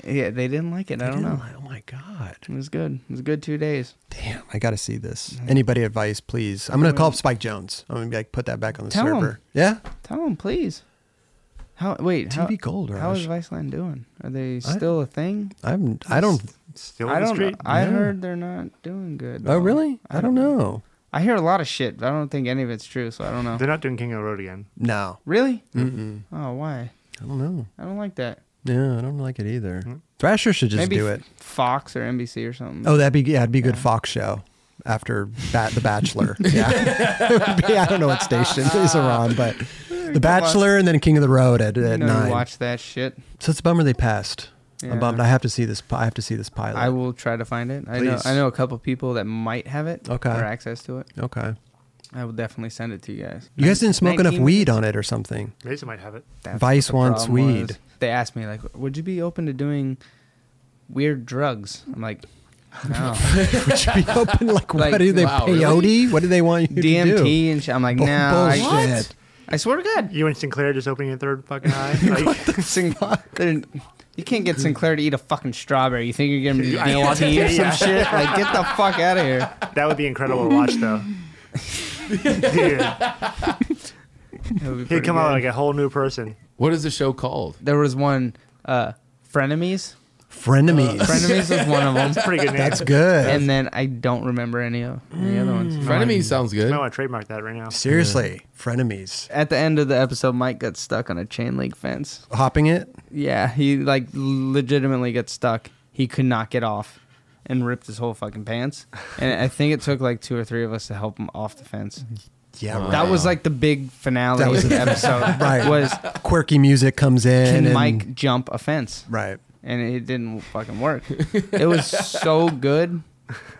yeah, they didn't like it. I don't know.
Oh my god.
It was good. It was a good two days.
Damn, I got to see this.
Mm-hmm.
Anybody advice, please? I'm gonna call up Spike Jones. I'm gonna be like, put that back on the
Tell him.
server. Yeah.
Tell them, please. How wait? how,
TV Gold,
How is
Raj.
Viceland doing? Are they still a thing?
I'm. I don't. oh,
still
I
in the
don't. Know.
street.
I
Yeah.
heard they're not doing good.
Oh
though.
really? I don't know.
I hear a lot of shit. But I don't think any of it's true, so I don't know.
They're not doing King of the Road again.
No.
Really? Mm-mm. Oh, why?
I don't know.
I don't like that.
Yeah, I don't like it either. Thrasher should just
Mm-hmm. Maybe
do it.
F- Fox or NBC or something.
Oh, that'd be yeah, it'd be a good Fox show after Bat the Bachelor. yeah, It would be- I don't know what station these are on, but the Bachelor and then King of the Road at,
you
at
know, you
nine.
watch that shit.
So it's a bummer they passed.
Yeah.
I'm bummed. I have to see this. pi- I have to see this pilot.
I will try to find it. I know.
Please.
I know a couple people that might have it
Okay.
or access to it.
Okay.
I will definitely send it to you guys.
You guys didn't smoke enough
19
weed on it or something.
Mason might have it.
That's what
Vice
the
wants
problem
weed.
was. They asked me like, "Would you be open to doing weird drugs?" I'm like, "No."
Which would be open like, what
Like,
do they
wow,
peyote?
really?
What do they want you to do?
DMT and shit. I'm like,
Bull-
"No." I,
bullshit.
I swear to God,
You and Sinclair just opening your third fucking eye. Like,
Sing- they didn't- you can't get Sinclair to eat a fucking strawberry. You think you're gonna
I know, I
DMT or
think-
some
yeah.
shit? Like, get the fuck out of here.
that would be incredible to watch, though. Dude, he'd come out like a whole new person.
What is the show called?
There was one, uh, frenemies.
Frenemies.
Frenemies was one of them,
Pretty good name.
That's good.
and then I don't remember any of any other ones.
Frenemy sounds good.
I want to trademark that right now.
Seriously, frenemies.
At the end of the episode, Mike got stuck on a chain link fence.
Hopping it.
Yeah, he like legitimately got stuck. He could not get off, and ripped his whole fucking pants. And I think it took like two or three of us to help him off the fence.
Yeah, right.
That was like the big finale
That was
of the
it.
episode.
Right.
Was
quirky music comes in.
can
and-
Mike jump a fence?
Right.
And it didn't fucking work. it was so good.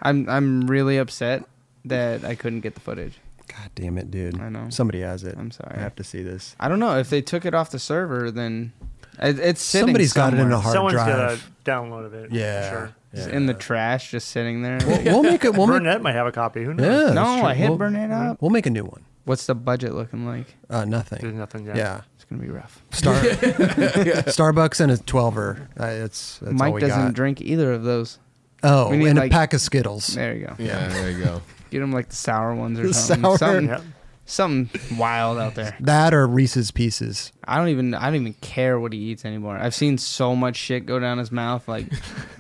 I'm I'm really upset that I couldn't get the footage.
God damn it, dude.
I know.
Somebody has it.
I'm sorry.
I have to see this.
I don't know if they took it off the server. Then it, it's sitting
Somebody's got it in a
somewhere.
hard
Someone's got
drive.
a download of it. for
yeah.
Sure.
It's
yeah.
in the trash, just sitting there.
We'll, we'll make it. We'll make,
Burnett might have a copy. Who knows?
yeah, that's
no,
true.
I hit
We'll-
burn it up.
We'll make a new one.
What's the budget looking like?
Uh,
There's
nothing.
nothing yet.
Yeah.
It's gonna be rough.
Star, Starbucks and a twelver. Uh, it's that's all
Mike
we
doesn't
got.
drink either of those.
Oh,
we need,
and
like-
a pack of Skittles.
There you go.
Yeah, there you go.
Get him like the sour ones or
The sour-
something. Something,
Yep.
something wild out there.
That or Reese's Pieces.
I don't even I don't even care what he eats anymore. I've seen so much shit go down his mouth. Like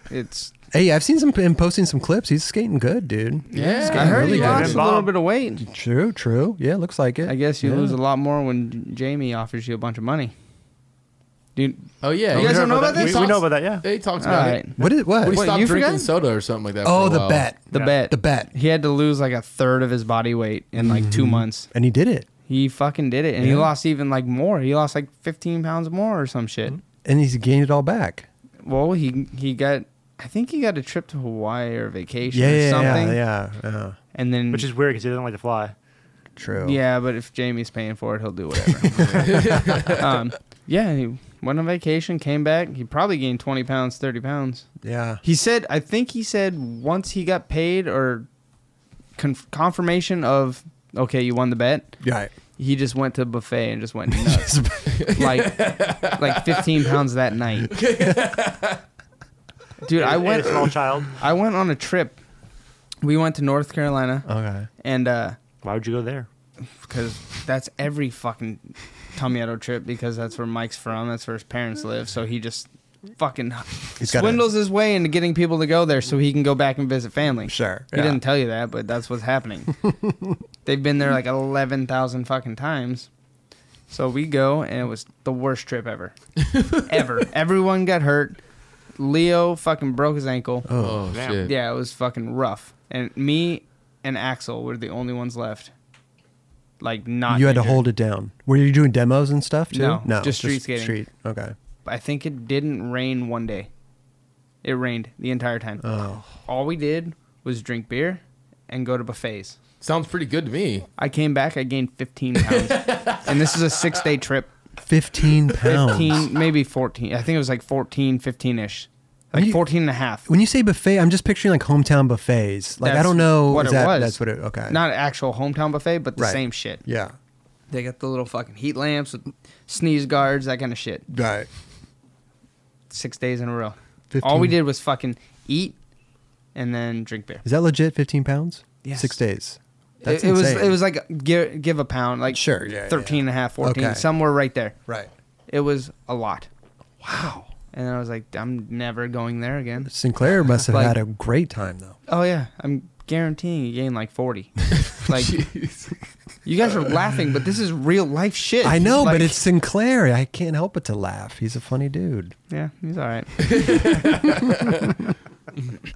it's
Hey, I've seen some him posting some clips. He's skating good, dude.
Yeah,
I heard
really
he
good.
lost a
Bob.
little bit of weight.
True, true. Yeah, looks like it.
I guess you
Yeah.
lose a lot more when Jamie offers you a bunch of money. Dude,
Oh yeah,
You
he
guys don't know about
that?
this?
We, we know about that, yeah.
He talks
all
about
right.
it.
What is what?
But he
Wait,
stopped
you
drinking
forgot?
soda or something like that.
oh,
for a
the
while.
bet.
The
Yeah.
bet.
The bet.
He had to lose like a third of his body weight in like two months.
And he did it.
He fucking did it, and he
Yeah.
lost even like more. He lost like 15 pounds more or some shit.
And he's gained it all back.
Well, he he got, I think he got a trip to Hawaii or vacation
Yeah,
or
yeah,
something,
yeah, yeah, yeah.
and then
Which is weird because he doesn't like to fly.
True.
yeah. But if Jamie's paying for it, he'll do whatever. um, yeah, he went on vacation, came back. He probably gained 20 pounds, 30 pounds.
Yeah.
He said, I think he said once he got paid or conf- confirmation of okay, you won the bet.
Right.
He just went to buffet and just went nuts. like like 15 pounds that night. Dude, I
And
went
a small child.
I went on a trip. We went to North Carolina
okay.
and uh
Why would you go there?
because that's every fucking Tomiato trip because that's where Mike's from, that's where his parents live, so he just fucking
He's got a-
swindles his way into getting people to go there so he can go back and visit family.
Sure.
He
yeah.
didn't tell you that, but that's what's happening. They've been there like 11,000 fucking times. So we go, and it was the worst trip ever. ever. Everyone got hurt. Leo fucking broke his ankle.
Oh
Damn.
shit.
Yeah, it was fucking rough. And me and Axel were the only ones left. Like, not.
you had to
injured.
hold it down. Were you doing demos and stuff too?
No, just street skating.
Street. Okay.
I think it didn't rain one day. It rained the entire time.
Oh.
All we did was drink beer and go to buffets.
Sounds pretty good to me.
I came back, I gained 15 pounds. and this is a six day trip.
15 pounds.
15, maybe 14. I think it was like 14, 15 ish. Like
You-
14 and a half.
When you say buffet, I'm just picturing like hometown buffets. Like I
That's
don't know
what
is
it
that-
was.
That's what it. Okay.
Not actual hometown buffet, but the
Right.
same shit.
Yeah.
They got the little fucking heat lamps with sneeze guards, that kind of shit.
Right.
Six days in a row. All we
15.
did was fucking eat and then drink beer.
Is that legit? 15 pounds.
Yes.
Six days.
It,
That's
it was
insane.
it was like give, give a pound, like
Sure, yeah, yeah,
13 and a half, 14,
Okay.
somewhere right there.
right.
It was a lot.
Wow.
And I was like, I'm never going there again.
Sinclair must have
Like-
had a great time though.
Oh yeah, I'm guaranteeing you gain like forty. like you guys are laughing, but this is real life shit.
I know,
Like-
but it's Sinclair. I can't help but to laugh. He's a funny dude.
yeah, he's all right.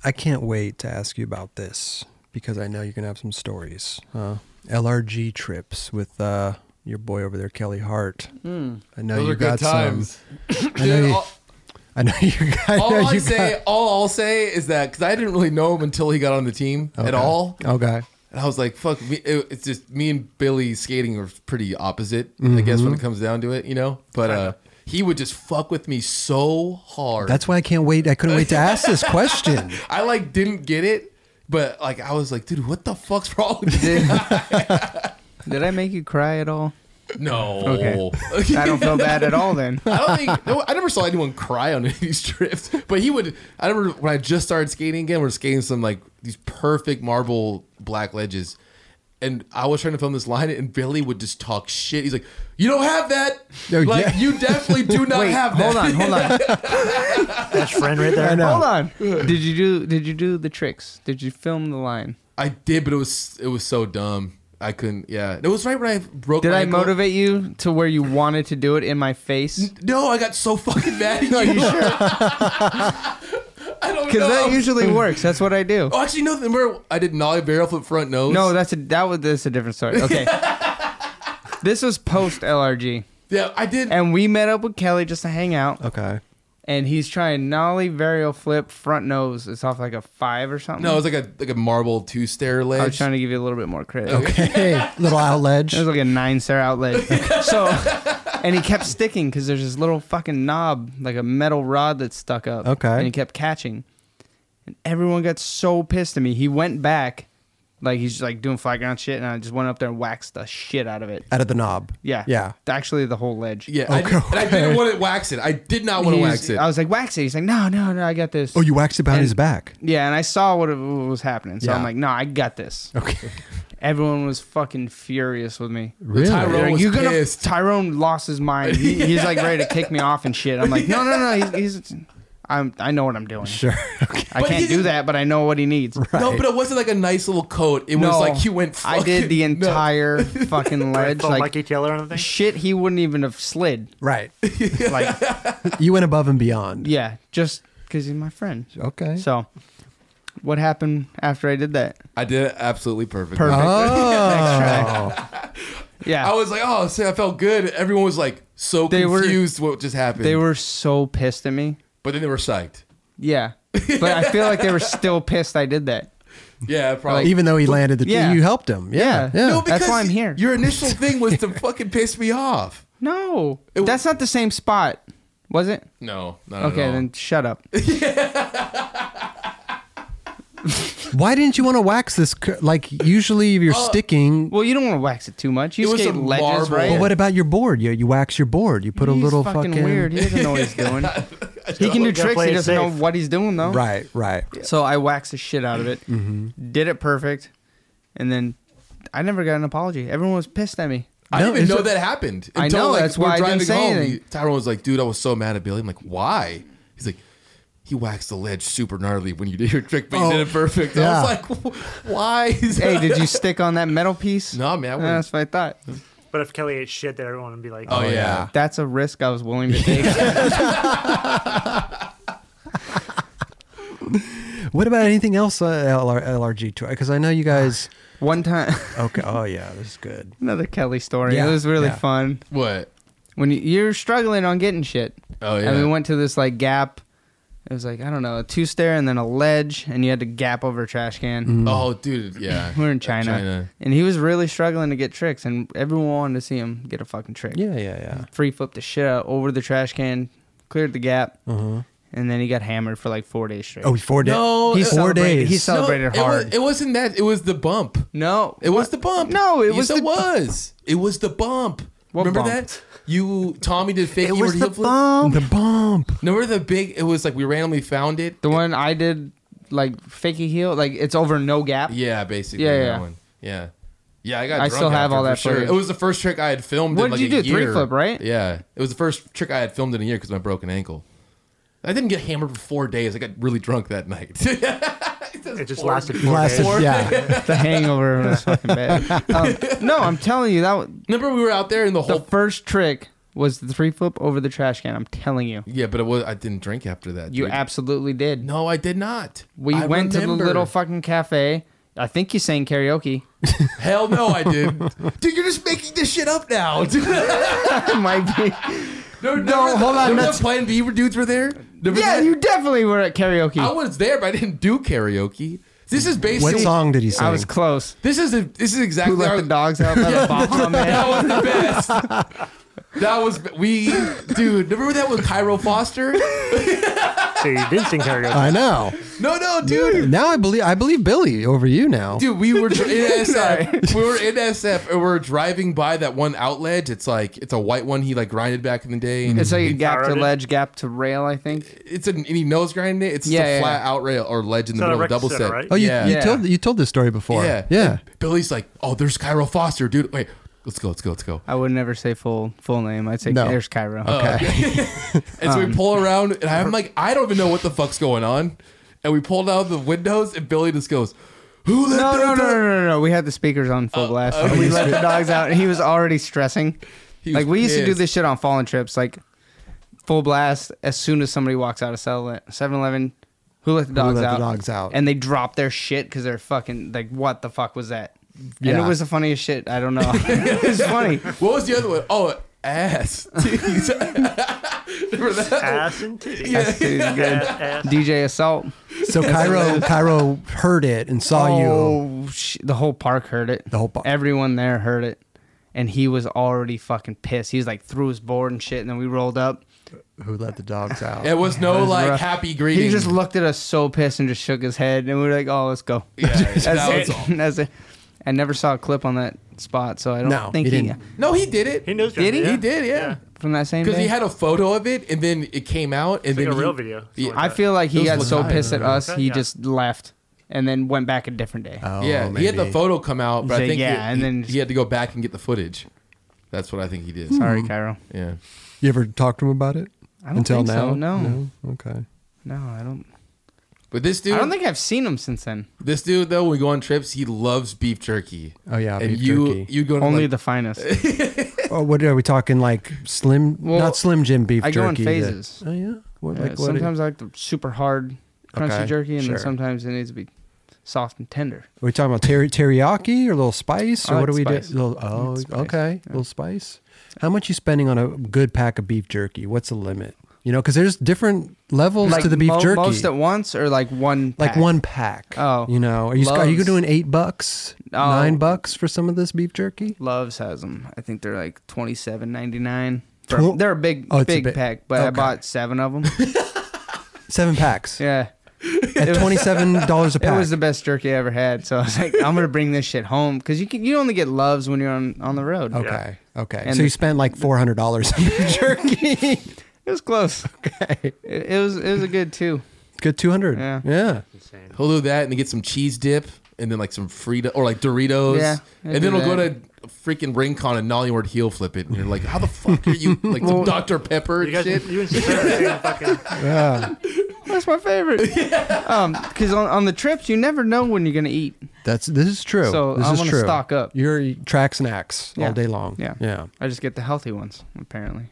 I can't wait to ask you about this because I know you can have some stories. Uh, LRG trips with uh, your boy over there, Kelly Hart. I know
Those
you
are
got
good times.
some. I know
Dude,
you.
all-
I know you. I know
all I
you
say,
got-
all I'll say is that because I didn't really know him until he got on the team at
Okay.
all,
Okay.
and I was like, "Fuck!" Me, it, it's just me and Billy skating are pretty opposite, I guess,
Mm-hmm.
when it comes down to it, you know. But uh, he would just fuck with me so hard.
That's why I can't wait. I couldn't wait to ask this question.
I like didn't get it, but like I was like, "Dude, what the fuck's wrong?" with you?"
Did I make you cry at all?
No.
Okay. I don't feel bad at all then.
I don't think. No, I never saw anyone cry on any of these trips. But he would. I remember when I just started skating again. We're skating some like these perfect marble black ledges, and I was trying to film this line, and Billy would just talk shit. He's like, "You don't have that.
No,
like,
yeah."
you definitely do not
Wait,
have that."
hold on, hold on,
Best friend right there.
hold on. Did you do? Did you do the tricks? Did you film the line?
I did, but it was it was so dumb. I couldn't. Yeah, it was right when I broke.
Did
my
I
ankle.
motivate you to where you wanted to do it in my face?
No, I got so fucking mad at you. I don't know.
Because that usually works. That's what I do.
oh, actually, no. Remember, I did nollie barrel flip front nose.
No, that's a that was this a different story. Okay. this was post LRG,
yeah, I did.
and we met up with Kelly just to hang out,
Oh.
Okay.
and he's trying nollie varial flip front nose. It's off like a five or something.
no, it was like a like a marble two stair
I was
ledge.
trying to give you a little bit more credit.
Hey, little out ledge.
It was like a nine star outlet. so, and he kept sticking because there's this little fucking knob, like a metal rod that's stuck up.
Okay.
And he kept catching. And everyone got so pissed at me. He went back, like he's just like doing flat ground shit, and I just went up there and waxed the shit out of it.
Out of the knob.
Yeah.
Yeah.
Actually, the whole ledge.
yeah, I did, and I didn't want to wax it. I did not want to
He's-
wax it.
I was like, wax it. He's like, no, no, no, I got this.
Oh, you waxed it behind
And-
his back.
yeah, and I saw what, it, what was happening. So
Yeah.
I'm like, no, I got this.
Okay.
Everyone was fucking furious with me.
Really?
Tyrone-
They're like,
was
"You're gonna-
pissed."
Tyrone lost his mind. He, He's like ready to kick me off and shit. I'm like, no, no, no. He's, he's I'm, I know what I'm doing.
Sure. Okay.
I
But
can't
he
do
didn't-
that, but I know what he needs.
No, but it wasn't like a nice little coat. It was like you went.
I did the
fucking nuts.
entire fucking ledge.
Phone
Like
like each other or anything.
shit, he wouldn't even have slid.
Right.
Like
You went above and beyond.
yeah, just because he's my friend.
Okay.
So, what happened after I did that?
I did it absolutely perfect.
Perfect.
Uh-huh. Oh.
Yeah,
I was like, oh, see, I felt good. Everyone was like so
They were-
confused what just happened.
they were so pissed at me.
but then they were psyched.
Yeah, but I feel like they were still pissed I did that.
Yeah, probably.
Even though he landed the,
Yeah.
you helped him. Yeah.
Yeah.
Yeah.
no,
that's
because
why I'm here.
Your initial thing was to fucking piss me off.
No,
It-
that's not the same spot, was it?
No, not
Okay,
at all.
then shut up.
Why didn't you want to wax this? cur- Like usually, if you're
Oh.
sticking.
Well, you don't want to wax it too much.
It
You
was
skate
a
ledges,
marble.
right?
But what about your board? You, you wax your board. You put a
He's
little
fucking,
fucking,
weird. He doesn't know what he's doing. he can do
gotta
tricks.
play
He
it
doesn't know
safe.
what he's doing though.
Right. Mm-hmm. Right.
So I waxed the shit out of it. Did it perfect, and then I never got an apology. Everyone was pissed at me.
I
No,
didn't even
it's
know
a-
that happened.
I know, that's why I didn't say anything.
he- Tyrone was like, dude, I was so mad at Billy. I'm like, why? He's like, he waxed the ledge super gnarly when you did your trick, but you
Oh,
did it perfect.
yeah.
I was like, why? Is
Hey,
that?
did you stick on that metal piece?
No, man. I
Yeah,
wouldn't-
that's what I thought.
But if Kelly ate shit, then everyone would be like,
oh, yeah.
yeah.
That's a risk I was willing to take.
What about anything else? Uh, LR, LRG tour? Because I know you guys.
One time,
Okay. Oh yeah, this is good.
another Kelly story.
Yeah,
it was really
yeah.
fun.
What?
when you, you're struggling on getting shit.
Oh, yeah.
And we went to this like gap. It was like I don't know, a two stair and then a ledge, and you had to gap over a trash can.
Oh, dude. Yeah.
We We're in China, and he was really struggling to get tricks, and everyone wanted to see him get a fucking trick.
Yeah. Yeah. Yeah.
Free flipped the shit out over the trash can, cleared the gap,
Uh-huh.
and then he got hammered for like four days straight.
Oh, four days.
No,
He's
it-
four
celebrated-
days.
he cel- Celebrated
it wa-
hard.
it wasn't that. It was the bump.
no,
It was the bump.
No, it
Yes,
was
It
the-
was. It was the bump.
What
Remember
bump?
that? You, Tommy, did fake.
It
you
was
were
the
heel flip?
bump.
the bump.
Remember the big? It was like we randomly found it.
The one I did like fakey heel, like it's over no gap.
Yeah, basically.
Yeah,
that
yeah.
one. Yeah. Yeah, I got.
I
drunk
still have
after,
all
for
that
Sure.
footage.
It was the first trick I had filmed.
What
in
did
like
you
a
do? Three
year.
flip, right?
Yeah, it was the first trick I had filmed in a year because of my broken ankle. I didn't get hammered for four days. I got really drunk that night.
It just lasted four
Lasted,
days.
yeah.
The hangover was fucking bad. Um, no, I'm telling you that wa-
Remember we were out there in the
the
whole.
first trick was the three flip over the trash can. I'm telling you,
yeah, but it was. I didn't drink after that.
you
dude.
absolutely did.
No, I did not.
we
I
went to
remember.
the little fucking cafe. I think you sang karaoke.
Hell no, I did. Dude, you're just making this shit up now. Dude.
Might be.
no,
hold on,
Remember
that's-
the Plan B dudes were there? Remember
Yeah,
that?
you definitely were at karaoke.
I
I was,
was there, but I didn't do karaoke. This is basically.
What song did he sing?
close.
This is the, this is exactly
Who let
our-
the dogs out? by the bomb man.
That was the best. that was we, dude. Remember that with Cairo Foster?
so you did sing karaoke.
I know.
No, no, dude.
Now I believe I believe Billy over you now.
Dude, we were dr- in SF. we were in SF, and we are driving by that one outlet. It's like it's a white one. He like grinded back in the day. And
It's like a gap to
borrowed it?
ledge, gap to rail, I think.
it's an, and he nose grinded it. It's just
Yeah,
a
yeah,
flat out rail or ledge in the
not a
middle of a
rec
double
center,
set.
right?
Oh, you,
yeah.
you
Yeah.
told you told this story before.
yeah,
yeah.
And Billy's like, oh, there's Cairo Foster, dude. Wait, let's go, let's go, let's go.
I would never say full full name. I'd say
No.
there's Cairo.
And so
Um,
we pull around, and I'm like, I don't even know what the fuck's going on. And we pull down the windows, and Billy just goes, "Who let
No,
the
no, no,
dog-"
no, no, no. We had the speakers on full blast. and we let the dogs out, and he was already stressing.
He was
like we used to do
pissed.
this shit on fallen trips, like full blast. As soon as somebody walks out of 7-Eleven, who let the dogs
let the
out?
dogs out?
And they drop their shit because they're fucking like, what the fuck was that? And
Yeah.
it was the funniest shit. I don't know. it was funny.
What was the other one? Oh, ass. Jeez. Remember that?
Ass and titties.
That's dude, good.
Ass.
DJ assault.
So Cairo Cairo heard it and saw you.
Oh, sh- the whole park heard it.
The whole park.
Everyone there heard it, and he was already fucking pissed. He was like threw his board and shit, and then we rolled up.
Who let the dogs out?
It was no
was
like
rough.
happy greeting.
He just looked at us so pissed and just shook his head, and we were like, "Oh, let's go."
Yeah,
That's
that
it.
was all.
That's it. I never saw a clip on that spot, so I don't
No,
think
he
he,
didn't.
No, he did it.
He knows.
Did he?
Yeah.
He did, yeah.
from that same
Because
day.
he had a photo of it, and then it came out, and
Like
then
a
he-
real video. something
Yeah.
like
I
that.
feel like he
Those
got
look
so
high.
pissed at us,
Okay,
he
yeah.
just left and then went back a different day.
Oh,
yeah, he had the
maybe.
photo come out, but
So,
I think
yeah,
he,
and
he-
then- Hmm.
he had to go back and get the footage. That's what I think he did.
Sorry,
Hmm.
Cairo.
Yeah.
You ever talked to him about it?
I don't
Until
think
now?
so. No. no,
Okay.
I don't.
But this dude,
I don't think I've seen him since then.
this dude though, when we go on trips, he loves beef jerky.
Oh yeah,
and
beef
you,
jerky.
you go to
Only
like,
the finest.
Oh, what are we talking? Like slim,
Well,
not slim Jim beef
I
jerky.
go in
that-
phases.
oh yeah, what,
Yeah,
like what?
Uh, sometimes I like the super hard, crunchy
Okay,
jerky, and
sure.
then sometimes it needs to be soft and tender.
are we talking about ter- teriyaki or a little spice or
I
what are
like
we
spice.
doing? Little,
I
oh,
like spice,
okay, little spice. How much you spending on a good pack of beef jerky? What's the limit? You know, because there's different levels to the beef
mo-
jerky.
most at once, or like one,
like
pack?
one pack.
Oh,
you know, are you are you
loves.
doing eight bucks,
Oh.
nine bucks for some of this beef jerky?
Loves has them. I think they're like twenty seven ninety nine.
Tw-
They're a big,
Oh, it's a
big
bit-
pack, but I
okay.
bought seven of them.
Seven packs
yeah,
at twenty seven dollars a
it
pack.
was the best jerky I ever had. So I was like, I'm gonna bring this shit home because you can, you only get loves when you're on on the road.
okay, okay.
And
so you
the-
spent like four hundred dollars on beef jerky.
It was close.
okay.
It, it was it was a good two.
Good 200.
Yeah.
Yeah.
Insane.
he'll do that, and then get some cheese dip, and then like some Frito or like Doritos,
Yeah, I
and
do
then he'll go to
that.
freaking Rincon and Nollywood heel flip it, and you're like, how the fuck are you like some Dr Pepper
You
and
guys,
shit?
you and Sincere are the same fucking.
That's my favorite. Um, because on, on the trips you never know when you're gonna eat.
That's this is true.
So,
this
I
is
wanna
true.
stock up.
Your track snacks
Yeah.
all day long.
Yeah.
Yeah.
I just get the healthy ones apparently.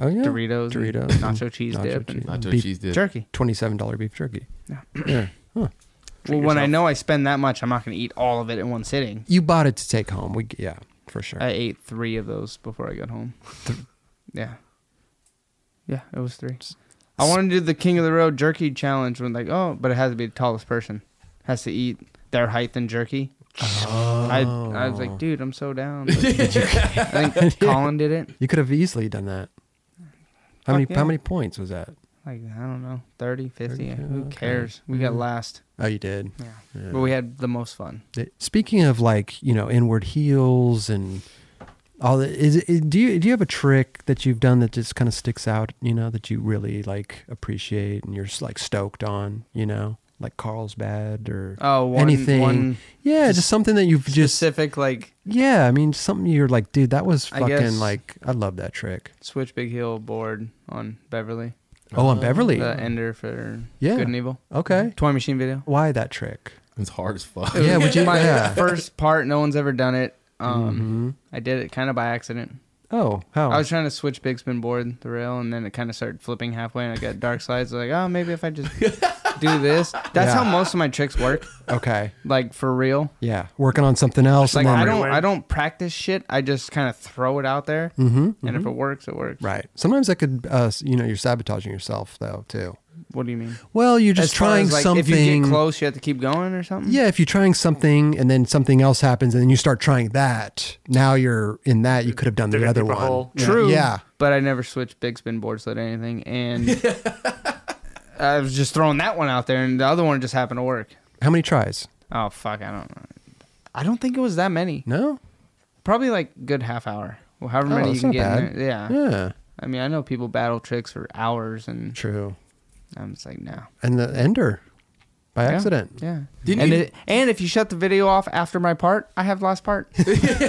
Oh yeah.
Doritos, and
Doritos,
nacho cheese
nacho
dip, and
cheese.
Nacho
Beef
cheese dip.
jerky.
Twenty-seven dollar beef jerky.
Yeah.
yeah. Huh.
Well, when I know I spend that much, I'm not gonna eat all of it in one sitting.
You bought it to take home. We yeah, for sure.
I ate three of those before I got home. yeah. Yeah, it was three. I wanted to do the King of the Road jerky challenge when like, oh, but it has to be the tallest person. Has to eat their height than jerky.
Oh.
I I was like, dude, I'm so down. but- I think Colin did it.
you could have easily done that. How
Fuck
many how
yeah.
many points was that?
Like, I don't know, 30, 50.
30,
who
okay.
cares? We got last.
Oh, you did.
Yeah. But we had the most fun.
Th- Speaking of like you know inward heels and all that, is it, do you do you have a trick that you've done that just kind of sticks out? You know that you really like appreciate and you're just, like stoked on. You know, like Carlsbad or
Oh, one-
anything.
one
yeah, just, something that you've just
Specific, like,
yeah. I mean, something you're like, dude, that was
I
fucking
guess-
like I love that trick.
switch big heel board on Beverly.
Oh, on Beverly.
Uh, The ender for
Yeah.
Good and Evil.
okay,
Toy Machine video.
why that trick?
It's hard as fuck.
Yeah, would you?
My
Yeah. Mm-hmm.
first part, no one's ever done it. Um, I did it kind of by accident.
Oh, how?
I was trying to switch big spin board the rail, and then it kind of started flipping halfway, and I got dark slides. Like, oh, maybe if I just do this. That's
Yeah.
how most of my tricks work.
okay,
Like for real.
yeah, working on something else.
Like
and then
I don't,
Right.
I don't practice shit. I just kind of throw it out there, and if it works, it works.
Mm-hmm, Right. Sometimes that could, uh, s- you know, you're sabotaging yourself though too.
What do you mean?
Well, you're just
As far
trying
as, like,
something.
If you get close, you have to keep going or something.
Yeah, if you're trying something and then something else happens and then you start trying that, now you're in that. You could have done the
Digging
other
deeper
one.
hole.
Yeah.
True.
Yeah.
But I never switched big spin board sled anything, and I was just throwing that one out there, and the other one just happened to work.
How many tries?
Oh fuck, I don't. I don't think it was that many.
No.
Probably like good half hour. Well, however
Oh,
many
that's
you can
not
get.
bad.
In there. Yeah.
Yeah.
I mean, I know people battle tricks for hours, and
True.
I'm just like, no.
And the ender, by
Yeah.
accident.
Yeah.
Didn't
and,
you-
it- and if you shut the video off after my part, I have last part.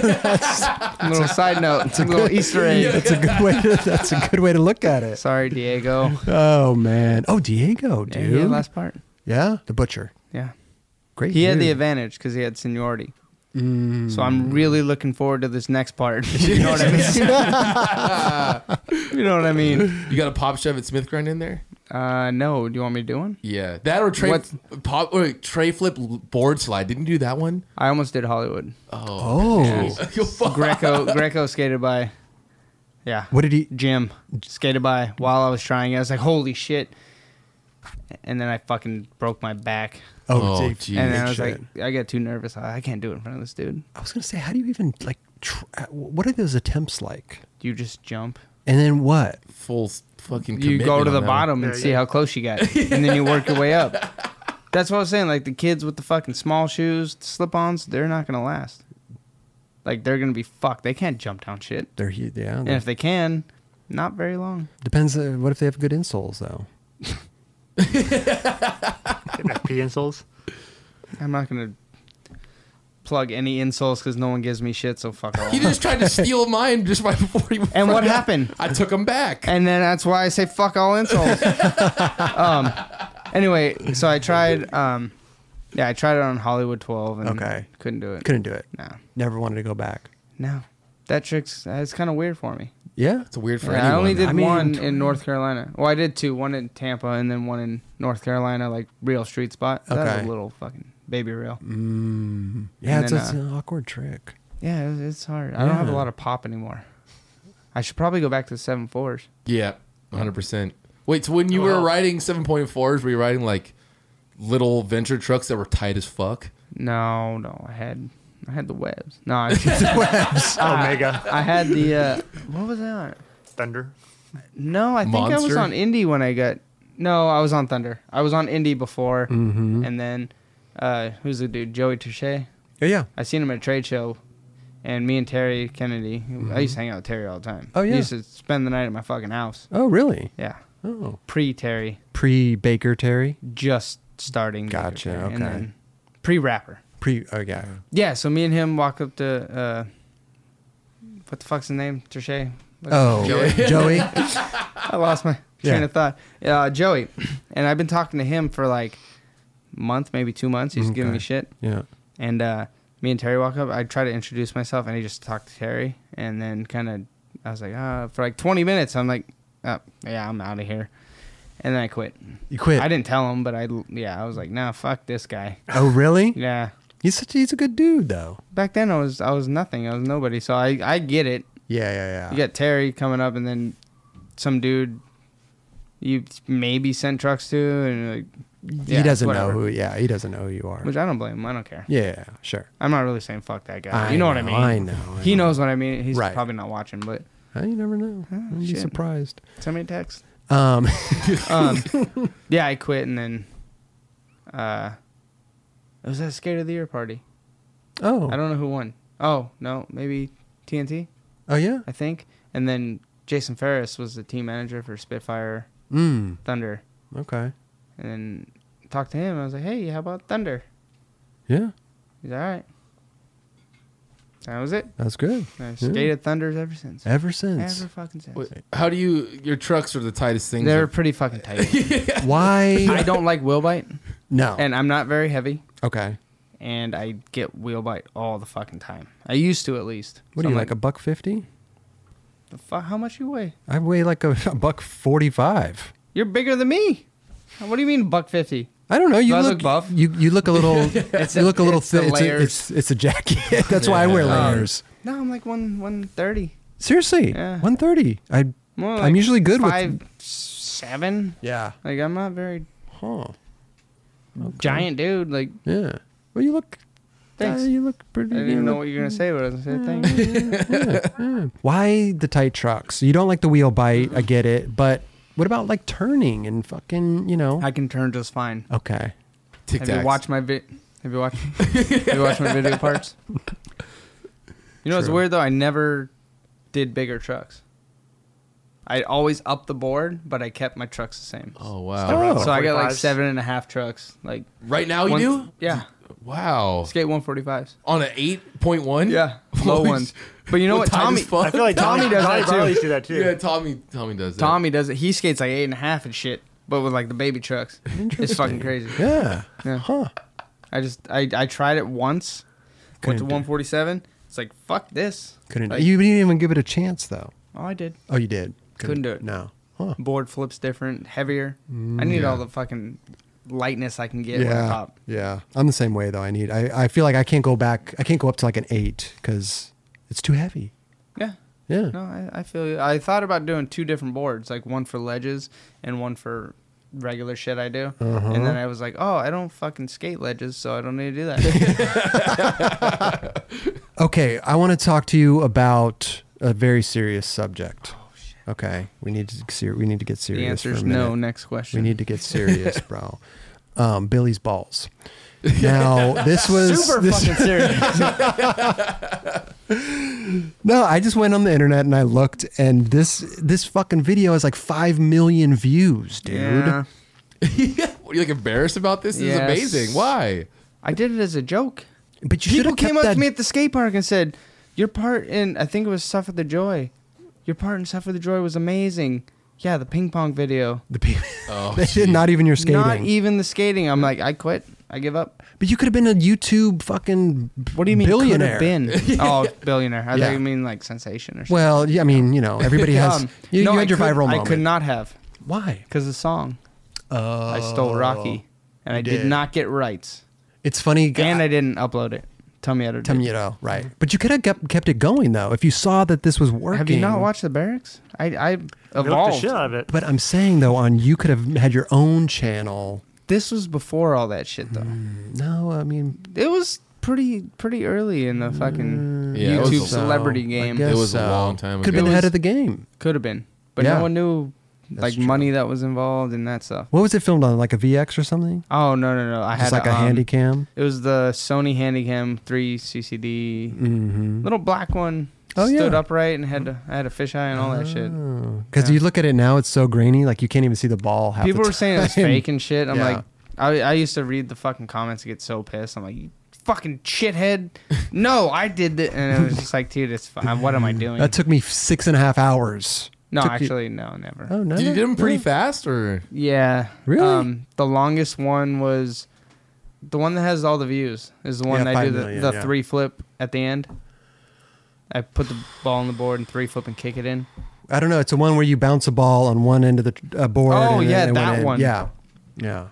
little side note. It's a little Easter egg.
That's a good way. To, that's a good way to look at it.
Sorry, Diego.
Oh man. Oh Diego,
Yeah, he
dude. Yeah,
had last part.
the butcher.
Yeah.
Great.
He had the
dude. Mm.
advantage because he had seniority. So I'm really looking forward to this next part. you know what I mean? you know what I mean?
You got a pop shove at Smith grind in there?
Uh, no, do you want me to do one?
Yeah, that or tray
What-
pop or tray flip board slide. Didn't you do that one?
I almost did Hollywood.
Oh.
Yo, fuck.
Greco Greco skated by. Yeah.
What did he?
Jim skated by while I was trying. it. I was like, holy shit. And then I fucking broke my back.
Oh,
Oh,
dude,
geez.
And
big
then I was
shit.
like, I got too nervous. I I can't do it in front of this dude.
I was gonna say, how do you even like? Tr- uh, what are those attempts like?
You just jump.
And then what?
Full s- fucking.
You go
commitment
to
on
the
that
bottom
There
and
you
see
go.
how close you got. And then you work your way up. That's what I was saying. Like the kids with the fucking small shoes, slip ons, they're not going to last. Like they're going to be fucked. They can't jump down shit.
They're hu- yeah.
And if they can, not very long.
Depends. Uh, what if they have good insoles though?
FP insoles.
I'm not going to plug any insoles because no one gives me shit. So fuck off.
One. He just tried to steal mine just right before he.
And what happened?
I took him back.
And then that's why I say fuck all insoles. um, anyway, so I tried. Um, yeah, I tried it on Hollywood 12 and
Okay.
couldn't do it.
Couldn't do it.
No,
Never wanted to go back.
no, that trick's uh, it's kind of weird for me.
Yeah.
It's weird for
Yeah,
anyone.
I only did
I mean,
one in North Carolina. Well, I did two. One in Tampa and then one in North Carolina, like real street spot. That was
Okay. Mm.
a little fucking baby rail.
Yeah.
And
It's,
then,
it's
uh,
an awkward trick.
Yeah, it's, it's hard. I don't have a
Yeah.
lot of pop anymore. I should probably go back to the seven fours.
Yeah, hundred percent. Wait, so when you were
Wow.
riding seven point fours, were you riding like little venture trucks that were tight as fuck?
No, no, I had I had the webs. No, I,
Oh, Omega
I had the uh, what was that? on?
Thunder.
No, I think I was
Monster?
on Indy when I got. No, I was on Thunder. I was on Indy before,
Mm-hmm.
and then uh, who's the dude? Joey Touche.
Yeah. Oh, Yeah.
I seen him at a trade show, and me and Terry Kennedy. I used to hang out with Terry all the time.
Mm-hmm. Oh,
He
yeah.
used to spend the night at my fucking house.
Oh really?
Yeah,
Oh.
pre Terry,
Pre Baker Terry.
just starting. Baker
Gotcha,
Terry,
okay.
And then pre rapper.
Pre. Oh yeah.
Yeah. So me and him walk up to uh, what the fuck's his name? Touche.
Oh.
Joey.
Joey.
I lost my
Yeah.
train of thought. Uh, Joey, and I've been talking to him for like a month, maybe two months. He's giving me
Okay.
shit,
Yeah.
and uh, me and Terry walk up. I try to introduce myself, and he just talked to Terry, and then kind of I was like, uh, for like twenty minutes, I'm like, uh yeah, I'm out of here, and then I quit.
You quit.
I didn't tell him, but I yeah, I was like, nah, fuck this guy.
Oh really?
Yeah,
He's such. He's a good dude though.
back then I was I was nothing, I was nobody, so I I get it.
Yeah. Yeah. Yeah.
You got Terry coming up, and then some dude you maybe sent trucks to, and like,
he
yeah,
doesn't
whatever.
know who. Yeah. He doesn't know who you are.
Which I don't blame him. I don't care.
yeah. Sure.
I'm not really saying fuck that guy.
I
you know, what I
know,
mean?
I know, I
he
know.
knows what I mean. He's
Right.
probably not watching, but
Uh, You never know. I'd be
Ah, shit.
surprised.
send me a text.
Um.
Um, yeah, I quit, and then uh, it was that Skate of the Year party.
Oh.
I don't know who won. Oh no, maybe TNT,
Oh yeah.
I think. And then Jason Ferris was the team manager for Spitfire
Mm.
Thunder,
Okay.
and then talked to him. I was like, hey, how about Thunder?
Yeah.
He's all right. That was it.
That's good.
I've
Yeah.
skated Thunders ever since.
Ever since.
Ever fucking since.
Wait, how do you? Your trucks are the tightest things.
They're pretty fucking tight.
Why?
I don't like wheel bite,
no.
and I'm not very heavy,
okay.
and I get wheel bite all the fucking time. I used to at least.
What do
So
you
I'm
like a buck fifty?
the fuck? How much you weigh?
I weigh like a, a buck forty-five.
You're bigger than me. What do you mean buck fifty?
I don't know. You
Do I
look,
look buff?
You you look a little. you look a little
it's the
thin. It's, a-
layers. Um,
it's it's a jacket. That's why I wear
Yeah.
layers.
No, I'm like one one thirty.
Seriously,
Yeah.
one thirty. I
More
I'm
like
usually good with-
five seven.
yeah.
Like I'm not very
Huh.
giant dude. Like
Yeah. Well, you look.
Thanks.
uh, you look pretty.
I didn't
you
even know
look-
what you were gonna say, but I was gonna say thanks.
Why the tight trucks? You don't like the wheel bite. I get it, but What about like turning and fucking, you know?
I can turn just fine.
okay.
Tic
Have you
tacs.
watched my vi- Have you watched? have you watched my video parts? You know what's
True.
weird though? I never did bigger trucks. I always upped the board, but I kept my trucks the same.
Oh wow!
Oh.
so I got like
145s?
seven and a half trucks. Like
Right now Oh, you
one-
do?
Yeah,
Wow.
skate 145s.
On an eight point one?
Yeah, low ones. But you know
Well,
what,
tight
Tommy?
as fuck.
I feel like Tommy,
Tommy does
Tommy
that too.
Barley's do that too.
Yeah, Tommy. Tommy does that.
Tommy does it. He skates like eight and a half and shit, but with like the baby trucks. It's fucking crazy.
Yeah.
Yeah.
Huh.
I just I, I tried it once.
Couldn't
went to
do it.
147. It's like fuck this.
Couldn't.
Like-
Uh, you didn't even give it a chance though.
Oh, I did.
Oh, you did.
Couldn't do it.
No. Huh.
Board flips different, heavier. I need all the fucking lightness I can get. Yeah.
Yeah.
Top.
Yeah. I'm the same way though. I need. I, I feel like I can't go back. I can't go up to like an eight because it's too heavy.
Yeah.
Yeah.
No, I, I feel you. I thought about doing two different boards, like one for ledges and one for regular shit I do.
Uh-huh.
And then I was like, oh, I don't fucking skate ledges, so I don't need to do that.
Okay. I want to talk to you about a very serious subject. Okay. We need to ser- we need to get serious.
Oh, the answer is
for a minute.
no. Next
We
question.
need to get serious, bro. Um, Billy's balls. Now this was
Super
this-
fucking serious.
no. I just went on the internet and I looked, and this this fucking video has like five million views, dude.
yeah.
What, you like embarrassed about this? This
Yes.
is amazing. Why?
I did it as a joke.
But you should
People
have
came
kept
up
that.
to me at the skate park and said, "Your part in I think it was Suffer the Joy. Your part in Suffer the Joy was amazing. Yeah, the ping pong video.
the people,
Oh,
They did
geez.
not even your skating.
Not e- even the skating. I'm like, I quit. I give up.
but you could have been a YouTube fucking.
What do you mean?
Billionaire.
Could have been. oh, billionaire. I
Yeah.
thought you mean like sensation or something.
Well, yeah, I mean, you know, everybody has. you,
um, no,
you
I
had your
could-
viral
I
moment.
could not have
Why?
because the song I stole Rocky, and I did
Oh, did.
not get rights,
It's funny.
and I didn't upload it. Tell me how to do. it.
Temuro, right? But you could have kept, kept it going though if you saw that this was working.
Have you not watched the barracks? I I
Milked the
evolved.
shit out of it.
But I'm saying though, on you could have had your own channel.
This was before all that shit though.
No, I mean,
It was pretty pretty early in the
Mm.
fucking
Yeah, it was
YouTube
a-
celebrity
I
game.
guess
It was
so.
a long time
Could have
ago.
been
It
ahead
was-
of the game.
Could have been, but
Yeah.
no one knew
That's
like
true.
money that was involved and that stuff.
What was it filmed on? Like a VX or something?
Oh no no no! I
Just
had
like a,
um,
handy cam.
It was the Sony Handycam 3 CCD
Mm-hmm.
little black one.
Oh,
stood
yeah. Oh.
upright and had I had a fisheye and all that shit.
Because
Yeah.
you look at it now, it's so grainy, like you can't even see the ball. Half
People
the
were saying it was
time.
fake and shit. I'm
Yeah.
like, I, I used to read the fucking comments and get so pissed. I'm like, you fucking shithead. No, I did that, and it was just like, dude, it's fine. What am I doing?
That took me six and a half hours.
no,
took you-
actually, no, never.
Oh no!
Did you do them pretty fast or?
Yeah. um,
Really?
the longest one was the one that has all the views is the one
Yeah,
that I
five
do the,
million,
the
yeah.
three flip at the end. I put the ball on the board and three flip and kick it in.
I don't know. It's the one where you bounce a ball on one end of the tr- uh, board.
Oh,
and then
yeah,
it went
that
in.
one.
Yeah, yeah.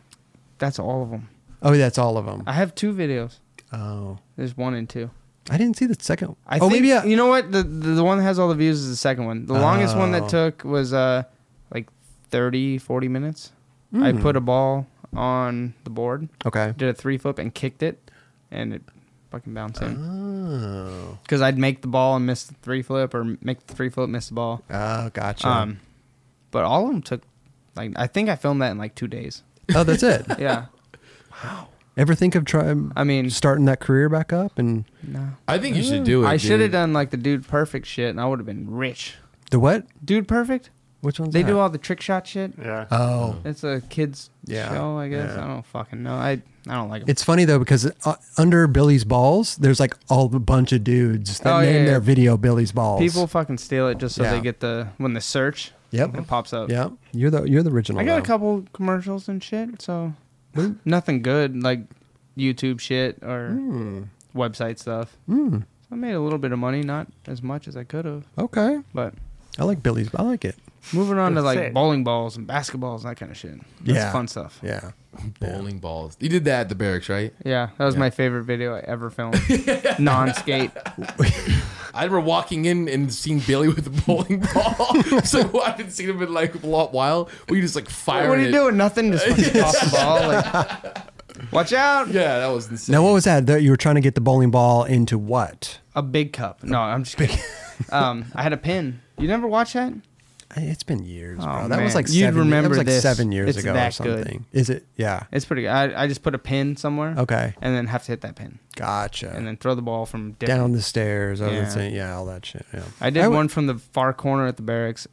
That's all of them.
Oh, that's all of them.
I have two videos.
Oh,
There's one and two.
I didn't see the second.
I
oh,
think,
maybe I,
you know what the, the the one that has all the views is the second one. The longest one
Oh.
that took was uh like 30 40 minutes. I
Hmm.
put a ball on the board,
okay.
did a three flip and kicked it and it fucking bounced in.
Oh,
because I'd make the ball and miss the three flip, or make the three flip, miss the ball.
oh, gotcha.
Um, but all of them took, like, I think I filmed that in like two days.
oh, that's it.
Yeah,
Ever think of try,
I mean,
starting that career back up and
no,
I think you should do it.
Mm, I should have
dude.
done like the dude perfect shit, and I would have been rich.
the what?
Dude perfect,
Which one's
they
that?
do all the trick shot shit.
Yeah.
Oh,
It's a kids
Yeah,
show, I guess.
yeah.
I don't fucking know. I I don't like 'em.
it's funny though because uh, under Billy's balls, there's like all a bunch of dudes that
Oh, yeah,
name
yeah.
their video Billy's balls.
People fucking steal it just so
Yeah.
they get the when they search.
Yep.
it pops up.
Yeah, you're the you're the original.
I got a
though.
couple commercials and shit, so nothing good like YouTube shit or
Hmm.
website stuff.
Mm,
I made a little bit of money, not as much as I could have,
okay,
but
I like Billy's. I like it.
moving on to
That's
like
it.
bowling balls and basketballs and that kind of shit. That's
Yeah.
fun stuff. Yeah,
Yeah,
bowling balls. You did that at the barracks, right?
that was
Yeah.
my favorite video I ever filmed. non skate.
I remember walking in and seeing Billy with a bowling ball. so I haven't seen him in like a lot while. We just like firing.
What are you
it.
doing? Nothing. Just fucking toss the ball. Like, watch out.
Yeah, that was insane.
Now, what was that? That you were trying to get the bowling ball into what?
A big cup. No, I'm just kidding. um, I had a pin. You never watch that?
I- It's been years, bro.
Oh,
that was
man.
like
You'd
seven, that
remember
was like
this.
seven years
It's
ago or
that good.
something. Is it? Yeah.
It's pretty good. I, I just put a pin somewhere.
Okay.
And then have to hit that pin.
Gotcha.
And then throw the ball from different.
down the stairs. I
Yeah.
was saying, yeah, all that shit. Yeah.
I did
w-
one from the far corner at the barracks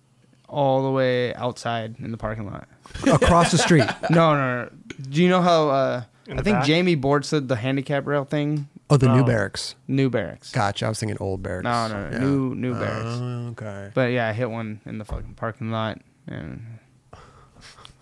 all the way outside in the parking lot.
across the street.
No, no, no. Do you know how uh,
In
I
the
think
back?
Jamie Board said the handicap rail thing?
Oh, the new
Oh.
barracks.
New barracks.
Gotcha. I was thinking old barracks.
No, no, no.
Yeah.
New new barracks.
Oh, okay.
But yeah, I hit one in the fucking parking lot and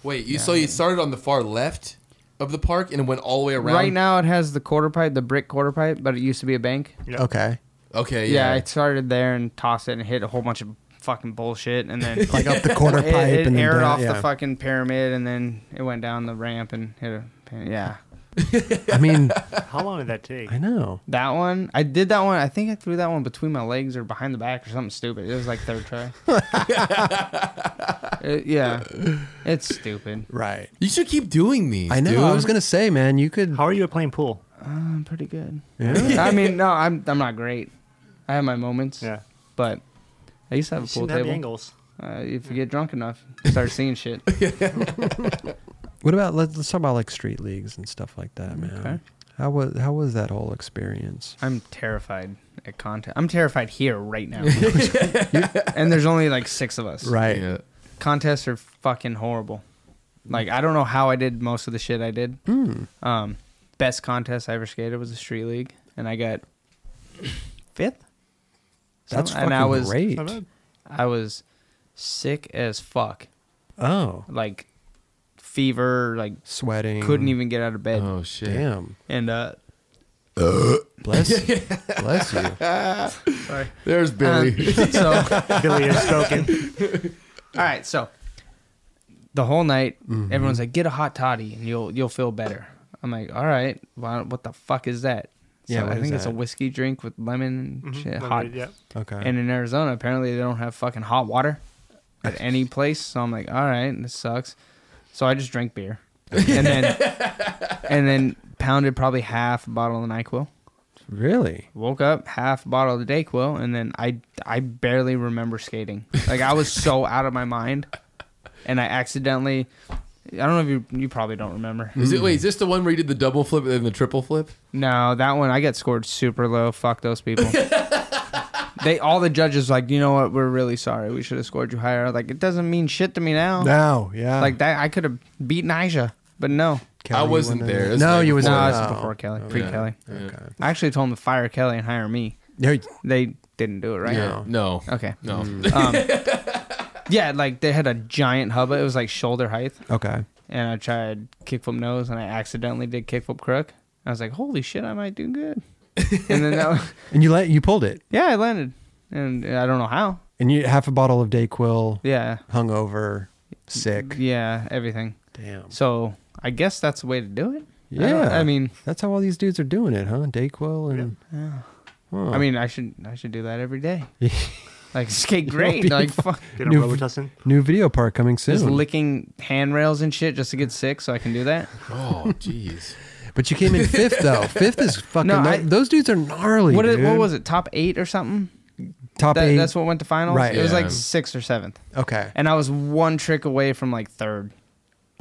Wait, you so you started on the far left of the park and it went all the way around.
Right now, it has the quarter pipe, the brick quarter pipe, but it used to be a bank.
Yeah.
Okay.
Okay.
Yeah,
Yeah.
I started there and tossed it and hit a whole bunch of fucking bullshit, and then
Like up the quarter
it,
pipe
it
and then
aired
down-
off
yeah.
the fucking pyramid, and then it went down the ramp and hit a pin. yeah.
I mean,
How long did that take?
I know.
That one, I did that one. I think I threw that one between my legs or behind the back or something stupid. It was like third try. It- yeah, it's stupid.
Right.
you should keep doing these.
I know.
Dude.
I was gonna say, man, you could.
How are you at playing pool?
Uh,
I'm pretty good.
Yeah.
I mean, no, I'm I'm not great. I have my moments.
Yeah.
but I used to have a pool
Shouldn't have the
table.
angles.
Uh, if you get drunk enough, you start seeing shit.
What about let's, let's talk about like street leagues and stuff like that, man.
Okay.
How was how was that whole experience?
I'm terrified at contest. I'm terrified here right now. and there's only like six of us.
Right.
Yeah.
Contests are fucking horrible. Like I don't know how I did most of the shit I did.
Hmm.
Um, best contest I ever skated was a street league, and I got fifth.
That's
Some-
fucking
and I was
great.
Not bad.
I was sick as fuck,
Oh,
like fever, like
sweating.
couldn't even get out of bed,
Oh shit.
Damn.
and uh,
Bless. bless you.
sorry.
There's Billy.
Um, so.
Billy has spoken.
All right, so the whole night,
Mm-hmm.
everyone's like, "Get a hot toddy, and you'll you'll feel better." I'm like, "All right, well, what the fuck is that?" So
Yeah, what
I
is
think it's a
that?
whiskey drink with lemon and shit, hot.
Yeah.
Okay.
And in Arizona, apparently they don't have fucking hot water at any place. So I'm like, "All right, this sucks." So I just drank beer, and then and then pounded probably half a bottle of Nyquil.
really?
Woke up half a bottle of Dayquil, and then I I barely remember skating. Like I was so out of my mind, and I accidentally. I don't know if you you probably don't remember.
Is it, wait, is this the one where you did the double flip and then the triple flip?
No, that one I got scored super low. Fuck those people. they all the judges like you know what we're really sorry we should have scored you higher. Like it doesn't mean shit to me now.
No. Yeah.
Like that I could have beaten Aisha, but no.
Kelly,
I
you
wasn't
wanna-
there. It's
No,
like
you was
before.
No,
not.
this is before Kelly, pre Kelly.
Okay.
I actually told them to fire Kelly and hire me.
Yeah.
They didn't do it right.
No.
No.
Okay. Mm.
No.
Yeah, like they had a giant hubba. It was like shoulder height,
Okay.
and I tried kickflip nose, and I accidentally did kickflip crook. I was like, "Holy shit, I might do good." and then that, was-
And you let you pulled it,
yeah, I landed, and I don't know how.
and you half a bottle of Dayquil,
Yeah,
hungover, sick.
yeah, everything.
Damn.
So I guess that's the way to do it. I
Yeah.
don't- I, mean,
That's how all these dudes are doing it, huh? Dayquil and
I mean, I should I should do that every day. like skate great,
be
like fuck,
Did a
New-
Robitussin.
new video park coming soon.
just licking handrails and shit just to get sick, so I can do that.
Oh, jeez.
But you came in fifth though. Fifth is fucking.
No,
gna-
I-
those dudes are gnarly.
What,
dude.
what was it? Top eight or something?
Top
That,
eight.
that's what went to finals.
Right.
It was
Yeah.
like sixth or seventh.
Okay.
and I was one trick away from like third.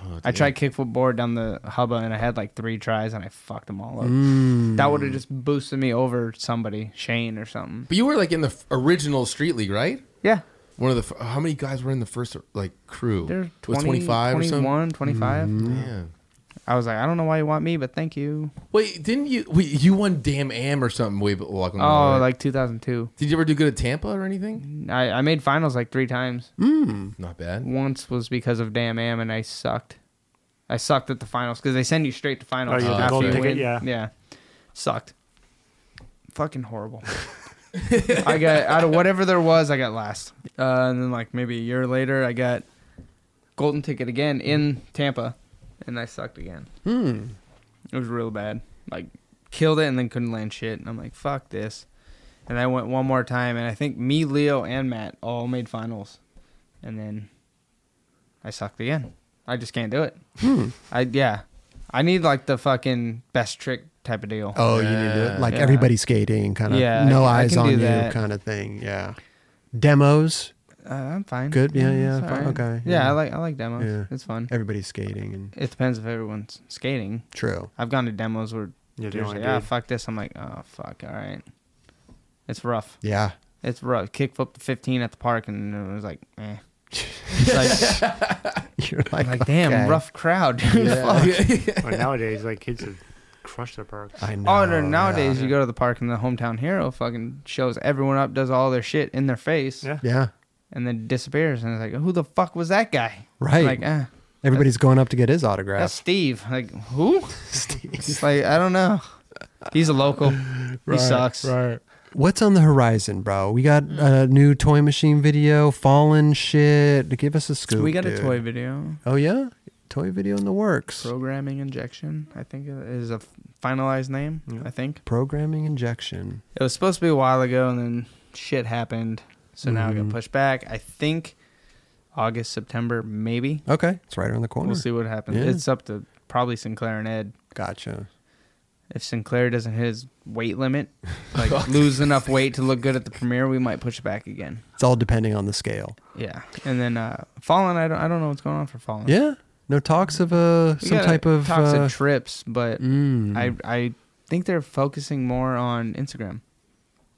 Oh,
I tried kickflip board down the hubba and I had like three tries and I fucked them all up.
Mm.
That would have just boosted me over somebody, Shane or something.
But you were like in the f- original street league, right?
Yeah,
One of the f- how many guys were in the first like crew?
they're
Was
20, 25
or something?
21,
Mm.
25.
Yeah.
I was like, I don't know why you want me, but thank you.
Wait, didn't you? Wait, you won damn am or something? Wait, but like,
Oh, like 2002.
did you ever do good at Tampa or anything?
I, I made finals like three times.
Not bad.
Once was because of Damn Am and I sucked. I sucked at the finals because they send you straight to
Oh,
finals.
yeah, the
after
golden
you
ticket,
win.
yeah.
Yeah. Sucked. Fucking horrible. I got out of whatever there was, I got last. Uh, and then like maybe a year later, I got golden ticket again in Tampa, and I sucked again. Hmm. It was real bad. Like killed it and then couldn't land shit. And I'm like, fuck this. And I went one more time, and I think me, Leo, and Matt all made finals, and then I sucked again. I just can't do it.
Hmm.
I yeah, I need like the fucking best trick type of deal.
Oh, you need to like
Yeah.
everybody skating, kind of
Yeah, I
no
can- I
eyes
can
on
do
you,
that.
kind of thing. Yeah. Demos.
uh, I'm fine. Mm,
Good? Yeah, yeah,
it's
fine.
alright.
Okay,
Yeah,
yeah.
I like I like demos.
Yeah.
It's fun.
Everybody's skating and
It depends if everyone's skating.
true.
I've gone to demos where
Yeah, they
they're
only
like, ah,
did.
fuck this. I'm like, oh fuck, all right. It's rough.
Yeah.
It's rough. Kick flip to 15 at the park, and it was like, eh. It's like,
You're like,
like, damn,
okay.
rough crowd. dude. Fuck.
Well, nowadays, like kids have crushed their parks.
I know.
Oh, no, nowadays
Yeah.
you go to the park and the hometown hero fucking shows everyone up, does all their shit in their face,
Yeah.
Yeah.
and then disappears. And it's like, who the fuck was that guy?
Right.
Like, ah,
Everybody's going up to get his
that's
autograph.
Steve. Like, who? It's like, I don't know. He's a local. he sucks.
Right. What's on the horizon, bro? We got
Mm.
a new toy machine video, fallen shit. Give us a scoop.
we got
dude.
a toy video.
Oh yeah, toy video in the works.
Programming injection, I think it is a finalized name. I think
Programming injection.
it was supposed to be a while ago, and then shit happened, so now it got
Mhm.
pushed back. I think August, September, maybe.
Okay, it's right around the corner.
We'll see what happens.
Yeah.
It's up to probably Sinclair and Ed.
Gotcha.
If Sinclair doesn't hit his weight limit, like lose enough weight to look good at the premiere, we might push it back again.
It's all depending on the scale.
Yeah, and then uh, Fallen, I don't, I don't know what's going on for Fallen.
Yeah. No talks of uh,
We
some
got
type of.
talks
uh,
of trips, but
mm.
I I think they're focusing more on Instagram,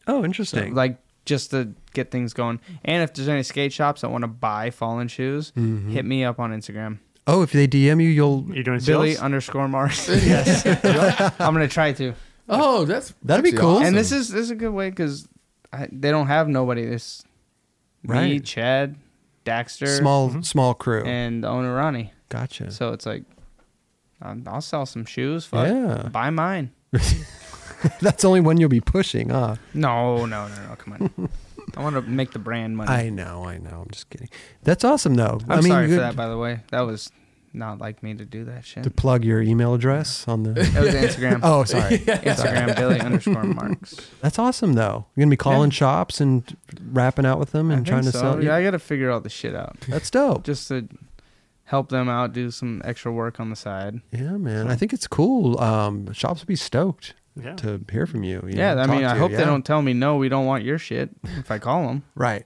oh,
so,
interesting.
like just to get things going. And if there's any skate shops that want to buy Fallen shoes,
Mhm.
hit me up on Instagram,
oh, if they DM you, you'll.
You doing
Billy
sales?
underscore Mars. yes, I'm gonna try to.
oh, that's
That'd be
actually
cool.
And this is this is a good way because they don't have nobody. This me,
Right.
Chad, Daxter,
Small, small crew.
Mm-hmm. and the owner Ronnie.
gotcha.
So it's like, um, I'll sell some shoes. Fuck,
Yeah.
buy mine.
That's the only one you'll be pushing, huh?
No, no, no, no. Come on. I want to make the brand money.
I know, I know. I'm just kidding. That's awesome, though.
I'm
I mean,
sorry
good
for that, by the way. That was not like me to do that shit.
to plug your email address on the.
That was Instagram.
oh, sorry.
Instagram Billy underscore Marks.
That's awesome, though. You're gonna be calling shops and rapping out with them
I
and
think
trying to
so.
sell.
Yeah, I gotta figure all the shit out
That's dope.
just to help them out, do some extra work on the side.
Yeah, man. I think it's cool. Um, shops will be stoked
Yeah.
to hear from you. you
Yeah,
know,
I
talk
mean,
to
I
you.
hope
Yeah.
they don't tell me no, we don't want your shit. If I call them,
Right.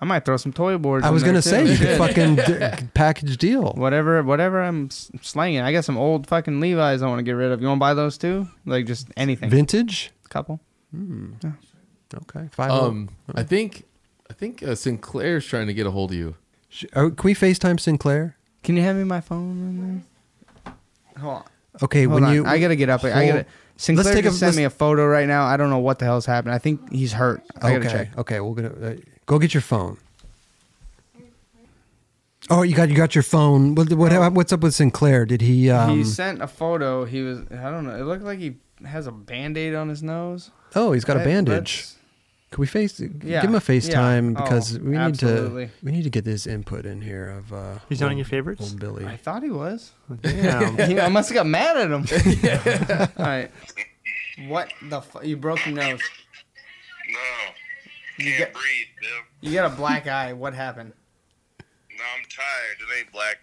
I might throw some toy boards.
I
in
was
there,
gonna
too.
say you could
Shit.
fucking d- package deal.
whatever, whatever I'm s- slanging. I got some old fucking Levi's I want to get rid of. You want to buy those too? Like just anything,
Vintage.
couple.
Hmm. Okay. Five. oh.
Um, I think I think uh, Sinclair's trying to get a hold of you.
Sh- oh, can we Facetime Sinclair?
Can you hand me my phone? in there? Hold on.
Okay.
Hold
when
on.
you.
I gotta get up. I
Hold-
gotta. Sinclair
take a-
just sent
let's-
me a photo right now. I don't know what the hell's happened. I think he's hurt. I gotta
okay.
check.
Okay. We're gonna uh, go get your phone. Oh, you got you got your phone. What,
Oh.
what what's up with Sinclair? Did he? Um,
he sent a photo. He was. I don't know. It looked like he has a band aid on his nose.
oh, he's got a
That-
bandage. Can we face?
Yeah,
Give him a
yeah.
FaceTime
Oh,
because we need
absolutely.
to. We need to get this input in here of. Uh,
He's not in
old-
your favorites?
Old Billy.
that's- I thought he was.
Damn.
He- I must have got mad at him. All right. What the fu- You broke your nose.
No,
You
can't
got,
breathe, Bill.
you got a black eye. What happened?
No, I'm tired. It ain't black.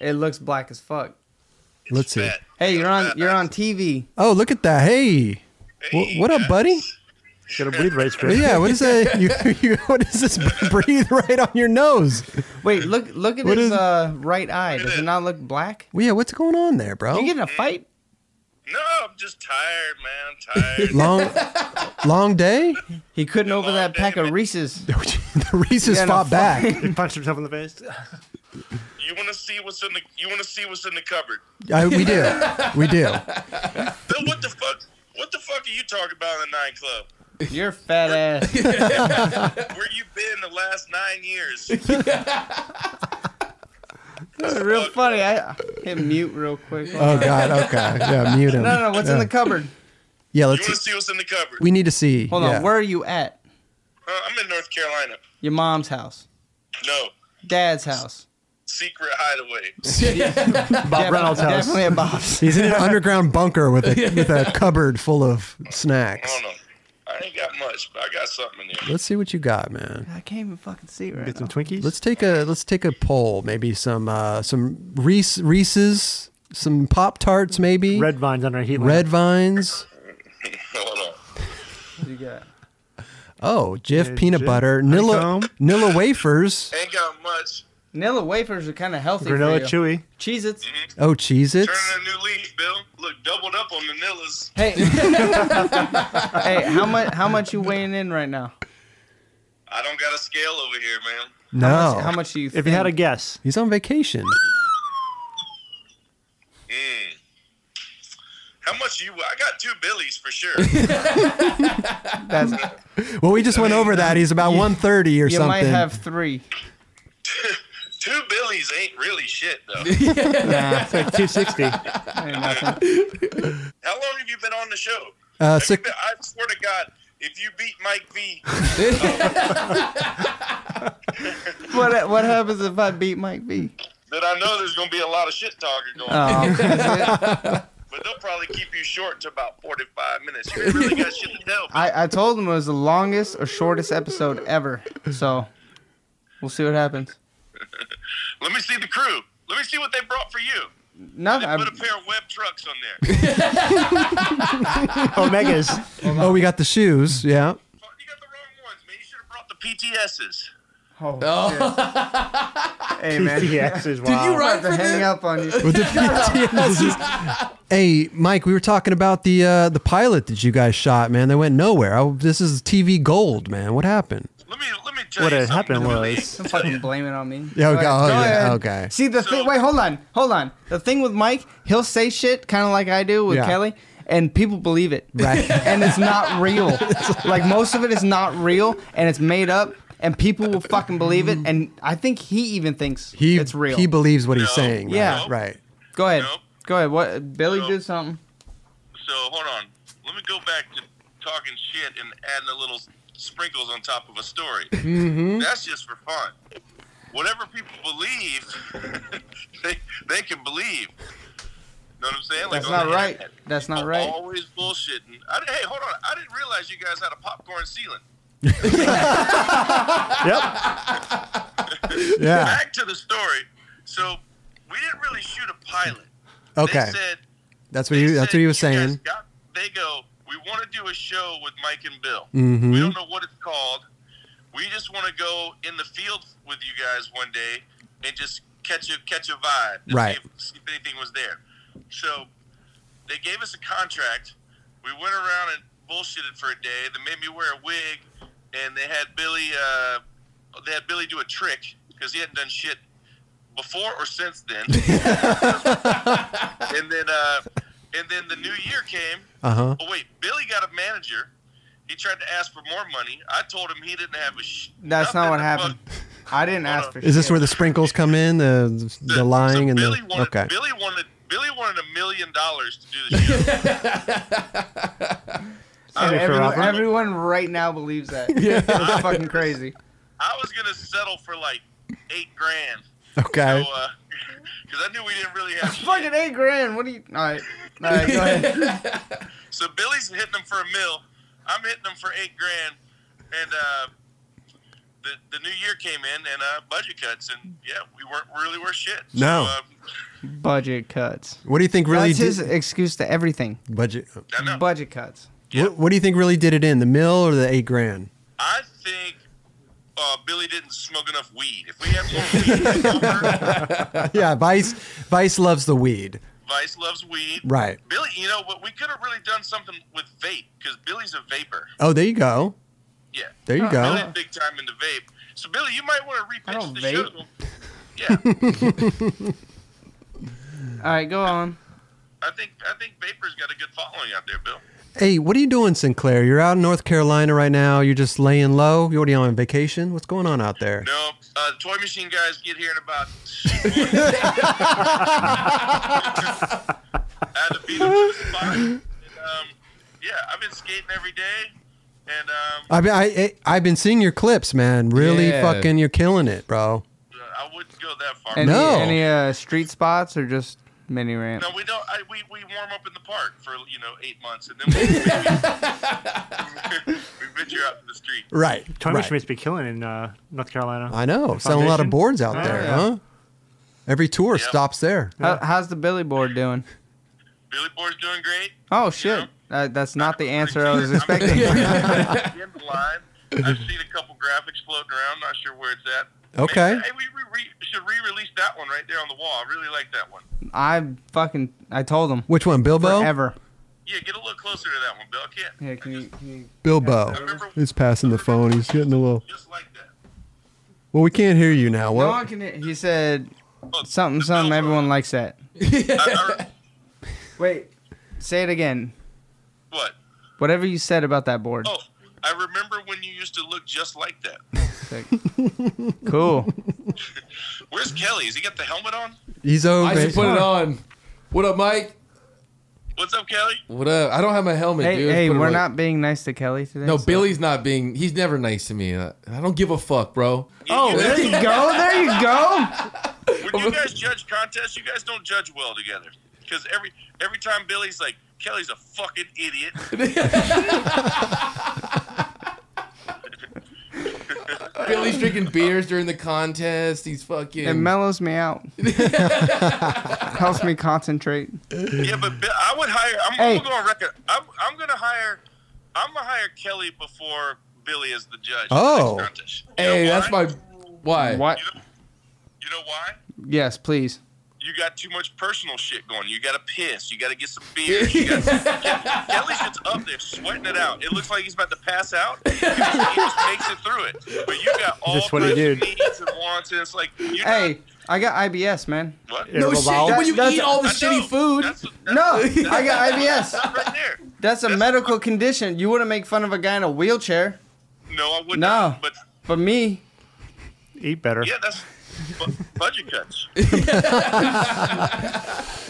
It looks black as fuck.
Let's see.
Fat.
Hey, you're on. You're on TV.
Oh, look at that! Hey,
Hey,
Wh- what up, buddy?
Gotta breathe right straight.
Yeah, what is that? You, you, what is this? Breathe right on your nose.
Wait, look. Look at
What is-
his uh, right eye. Does it not look black?
Well, yeah, what's going on there, bro?
You get in a fight?
No, I'm just tired, man. I'm tired.
long, long day.
He couldn't over that
day,
pack of
man.
Reese's.
the Reese's
Yeah, no,
fought
fuck.
back.
He punched himself in the face.
you want to see what's in the? You want to see what's in the cupboard?
I, we do, we do.
Bill, what the fuck? What the fuck are you talking about in the nightclub?
You're fat ass.
Where you been the last nine years?
That's real funny. I hit mute real quick.
Oh God. Okay. Yeah, mute him.
No, no, what's in the cupboard?
Yeah,
You
let's.
want to see what's in the cupboard?
We need to see.
Hold
yeah.
on. Where are you at?
Uh, I'm in North Carolina.
Your mom's house.
No,
Dad's house.
secret hideaway.
Bob Reynolds' house.
Definitely a Bob's.
He's in an underground bunker with a with a cupboard full of
I
snacks.
don't know. I ain't got much, but I got something in there.
Let's see what you got, man.
I can't even fucking see it right
Get
now.
some Twinkies.
Let's take a let's take a poll. Maybe some uh, some Reese Reese's, some Pop Tarts, maybe
Red vines on our heat lamp.
Red vines.
Hold on.
You got
Oh, Jif
Yeah,
peanut
Jif.
butter, Nilla,
Honeycomb.
Nilla wafers.
Ain't got much.
Vanilla wafers are kind of healthy.
Granola
for you.
chewy.
Cheez-Its.
Oh, Cheez Its.
Turning a new leaf, Bill. Look, doubled up on the Nillas.
Hey, Uh, hey, how much? How much you weighing in right now?
I don't got a scale over here, man.
No.
How much do you?
If you had a
think?
guess,
He's on vacation.
Mm. How much you? I got two billies for sure.
That's,
Well, we just went over that. He's about 130 or
you
something.
might have three.
two billies ain't really shit though.
it's like 260.
Ain't nothing.
How long have you been on the show?
uh,
Have you
six,
been- I swear to God, if you beat Mike V,
What What happens if I beat Mike V?
then I know there's gonna be a lot of shit talking going. on.
Oh,
But they'll probably keep you short to about 45 minutes. You ain't really got shit to tell.
I I told him it was the longest or shortest episode ever. So we'll see what happens.
Let me see the crew. Let me see what they brought for you.
No,
They
I'm,
put a pair of web trucks on there.
Omegas.
oh, we got the shoes. Yeah.
Fuck, you got the wrong ones, man. You should have brought the PTSs.
oh,
Oh,
shit. hey man,
PTXs. Wow.
you
I
ride
have to
for
hang
this?
up on you.
With the PTSs. hey, Mike, we were talking about the uh, the pilot that you guys shot, man. They went nowhere. I, this is TV gold, man. What happened?
Let me let me tell
What
you
had
something.
happened
Let me-
was
Don't fucking blame it on me.
Yeah, okay.
Go
Oh,
ahead. Go
yeah,
ahead.
okay.
See the thing. Wait, hold on, hold on. The thing with Mike, he'll say shit kind of like I do with
Yeah.
Kelly, and people believe it.
Right.
and it's not real. like most of it is not real, and it's made up, and people will fucking believe it. And I think he even thinks
He,
it's real.
He believes what he's
No.
saying. right?
Yeah.
Right.
Go ahead.
Nope.
Go ahead. What Billy
Nope.
did something.
So hold on. Let me go back to talking shit and adding a little sprinkles on top of a story.
Mm-hmm.
That's just for fun. Whatever people believe, they they can believe. Know what I'm saying?
That's
on
not
the
right.
internet,
That's not
people
right.
Always bullshitting. I didn't, hey, hold on. I didn't realize you guys had a popcorn ceiling.
yep.
Yeah.
Back to the story. So we didn't really shoot a pilot.
Okay.
They said
That's what he. That's what he was
They said, "You
saying.
guys got- they go, we want to do a show with Mike and Bill.
Mhm.
We don't know what it's called. We just want to go in the field with you guys one day and just catch a catch a vibe, to
Right.
See if, see if anything was there. So they gave us a contract. We went around and bullshitted for a day. They made me wear a wig, and they had Billy. Uh, they had Billy do a trick because he hadn't done shit before or since then. and then, uh, and then the new year came.
Uh huh.
Oh wait, Billy got a manager. He tried to ask for more money. I told him he didn't have a. Sh-
That's not
nothing
what
to
happened.
fuck-
I didn't ask for.
Is this
shit.
where the sprinkles come in? The the,
So
lying and
Billy
the
wanted,
okay.
Billy wanted Billy wanted a million dollars to do the show.
And
Sorry for
Uh, everyone,
Robert.
everyone right now believes that. yeah, it's fucking crazy.
I was gonna settle for like eight grand. So,
Okay.
uh, because I knew we didn't really have. shit.
Fucking eight grand. What do you? All right, all right, go ahead.
So Billy's hitting them for a mil. I'm hitting them for eight grand. And uh, the the new year came in and uh, budget cuts and yeah, we weren't really worth shit. So,
No.
uh,
Budget cuts.
What do you think really
That's his
did
excuse to everything.
budget?
I know.
Budget cuts.
What, what do you think really did it in? The mill or the eight grand?
I think uh, Billy didn't smoke enough weed. If we had more weed, smoker,
yeah. Vice Vice loves the weed.
Vice loves weed.
Right.
Billy, you know what? We could have really done something with vape because Billy's a vapor.
Oh, there you go.
Yeah.
There you
Billy's
go.
big time into vape. So Billy, you might want to
I don't
repitch the
vape.
show. Yeah.
All right, go on.
I think I think vapor's got a good following out there, Bill.
Hey, what are you doing, Sinclair? You're out in North Carolina right now. You're just laying low. You're already on vacation. What's going on out there?
No, uh, the toy machine guys get here in about. I had to beat them to the spot. And, um, yeah, I've been skating every day, and um,
I've been, I, I I've been seeing your clips, man. Really
Yeah.
fucking, you're killing it, bro.
I wouldn't go that far.
Any,
No.
Any uh, street spots or just mini ramp?
No, we don't. I, we, we warm up in the park for you know eight months, and then we, we, we venture out to the street.
Right.
Toy
right.
machine must be killing in uh, North Carolina.
I know. Selling a lot of
Foundation?
boards out
Oh,
there,
yeah.
huh? Every tour
Yeah.
stops there.
How, how's the Billy board doing?
Billy Board's doing great.
Oh shit. Uh, that's not the answer I was expecting.
in the line. I've seen a couple graphics floating around. Not sure where it's at.
Okay.
Maybe- hey, we re- re- should re-release that one right there on the wall. I really like that one.
I fucking I told him
Which one, Bilbo?
forever.
Yeah, get a little closer to that one, Bill. I can't.
Yeah, can you, can you
Bilbo. He's passing the phone. He's getting a little.
Just like that.
Well, we can't hear you now.
No one
What?
can hear- He said
Oh,
something,
the
something.
Bilbo.
Everyone likes that.
I- I-
Wait, say it again.
what?
Whatever you said about that board.
Oh, I remember when you used to look just like that.
Sick. cool.
Where's Kelly? Has he got the helmet on?
He's over.
I should put it on. What up, Mike?
What's up, Kelly?
What up? I don't have my helmet,
Hey,
dude.
hey,
Put it
we're
on.
not being nice to Kelly today.
No,
so-
Billy's not being. He's never nice to me. I I don't give a fuck, bro.
Oh, there you go. There you go.
When you guys judge contests, you guys don't judge well together. Because every every time Billy's like, Kelly's a fucking idiot.
Billy's drinking beers during the contest. He's fucking.
It mellows me out. Helps me concentrate.
yeah, but Bill, I would hire. I'm,
Hey.
I'm going to record. I'm I'm gonna hire. I'm gonna hire Kelly before Billy is the judge. for
Oh.
the next contest. You know
hey, that's
why?
my. Why?
What?
You know, you know why?
Yes, please.
You got too much personal shit going. You got to piss. You got to get some beers. You got Ke- Kelly's just up there sweating it out. It looks like he's about to pass out. He just makes it through it. But you got all
a sweaty
the
dude.
needs and wants, and it's like you
Hey, I got IBS, man.
what?
No
shit, when you
That's-
eat all the
I
shitty
know.
food.
That's, that's,
No, I got IBS.
that's right there.
That's a medical condition. You wouldn't make fun of a guy in a wheelchair,
No, I wouldn't.
No.
but
but me,
Eat better.
yeah, that's bu- budget cuts.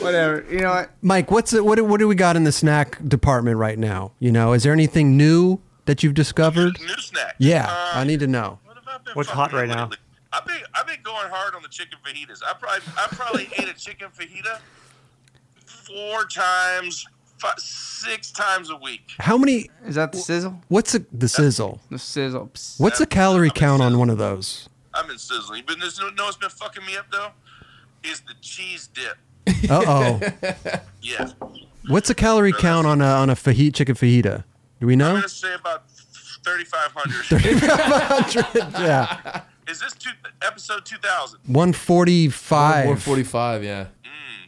whatever. You know what?
Mike, what's it, what, do- what do we got in the snack department right now? You know, is there anything new that you've discovered?
New snack.
Yeah,
Uh,
I need to know.
What have I been
What's
fucking
hot right
with
now?
lately? I've been I've been going hard on the chicken fajitas. I probably I probably ate a chicken fajita four times, five, six times a week.
How many?
Is that the sizzle?
What's a, the sizzle?
The sizzle. Psst.
What's the calorie count on one of those?
I've been sizzling. But there's no, no, it's been fucking me up though. Is the cheese dip?
Uh oh.
Yeah,
What's a calorie count on a on a fajita chicken fajita? Do we
I'm
know?
gonna say about thirty five hundred.
Yeah,
Is this two, episode two thousand?
one forty
One
five.
forty-five. Yeah.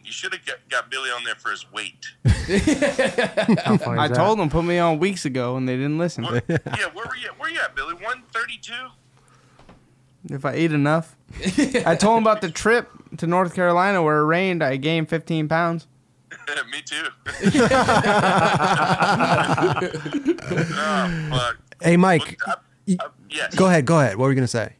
You should have got, got Billy on there for his weight.
How funny is
I
that?
told them put me on weeks ago and they didn't listen.
What- yeah, where were you? at? Where you at, Billy? One thirty two.
if I eat enough, I told them about the trip to North Carolina where it rained. I gained 15 pounds.
Me too. oh, fuck.
Hey, Mike.
I-
y-
I- yes.
Go ahead. Go ahead. What were you gonna say?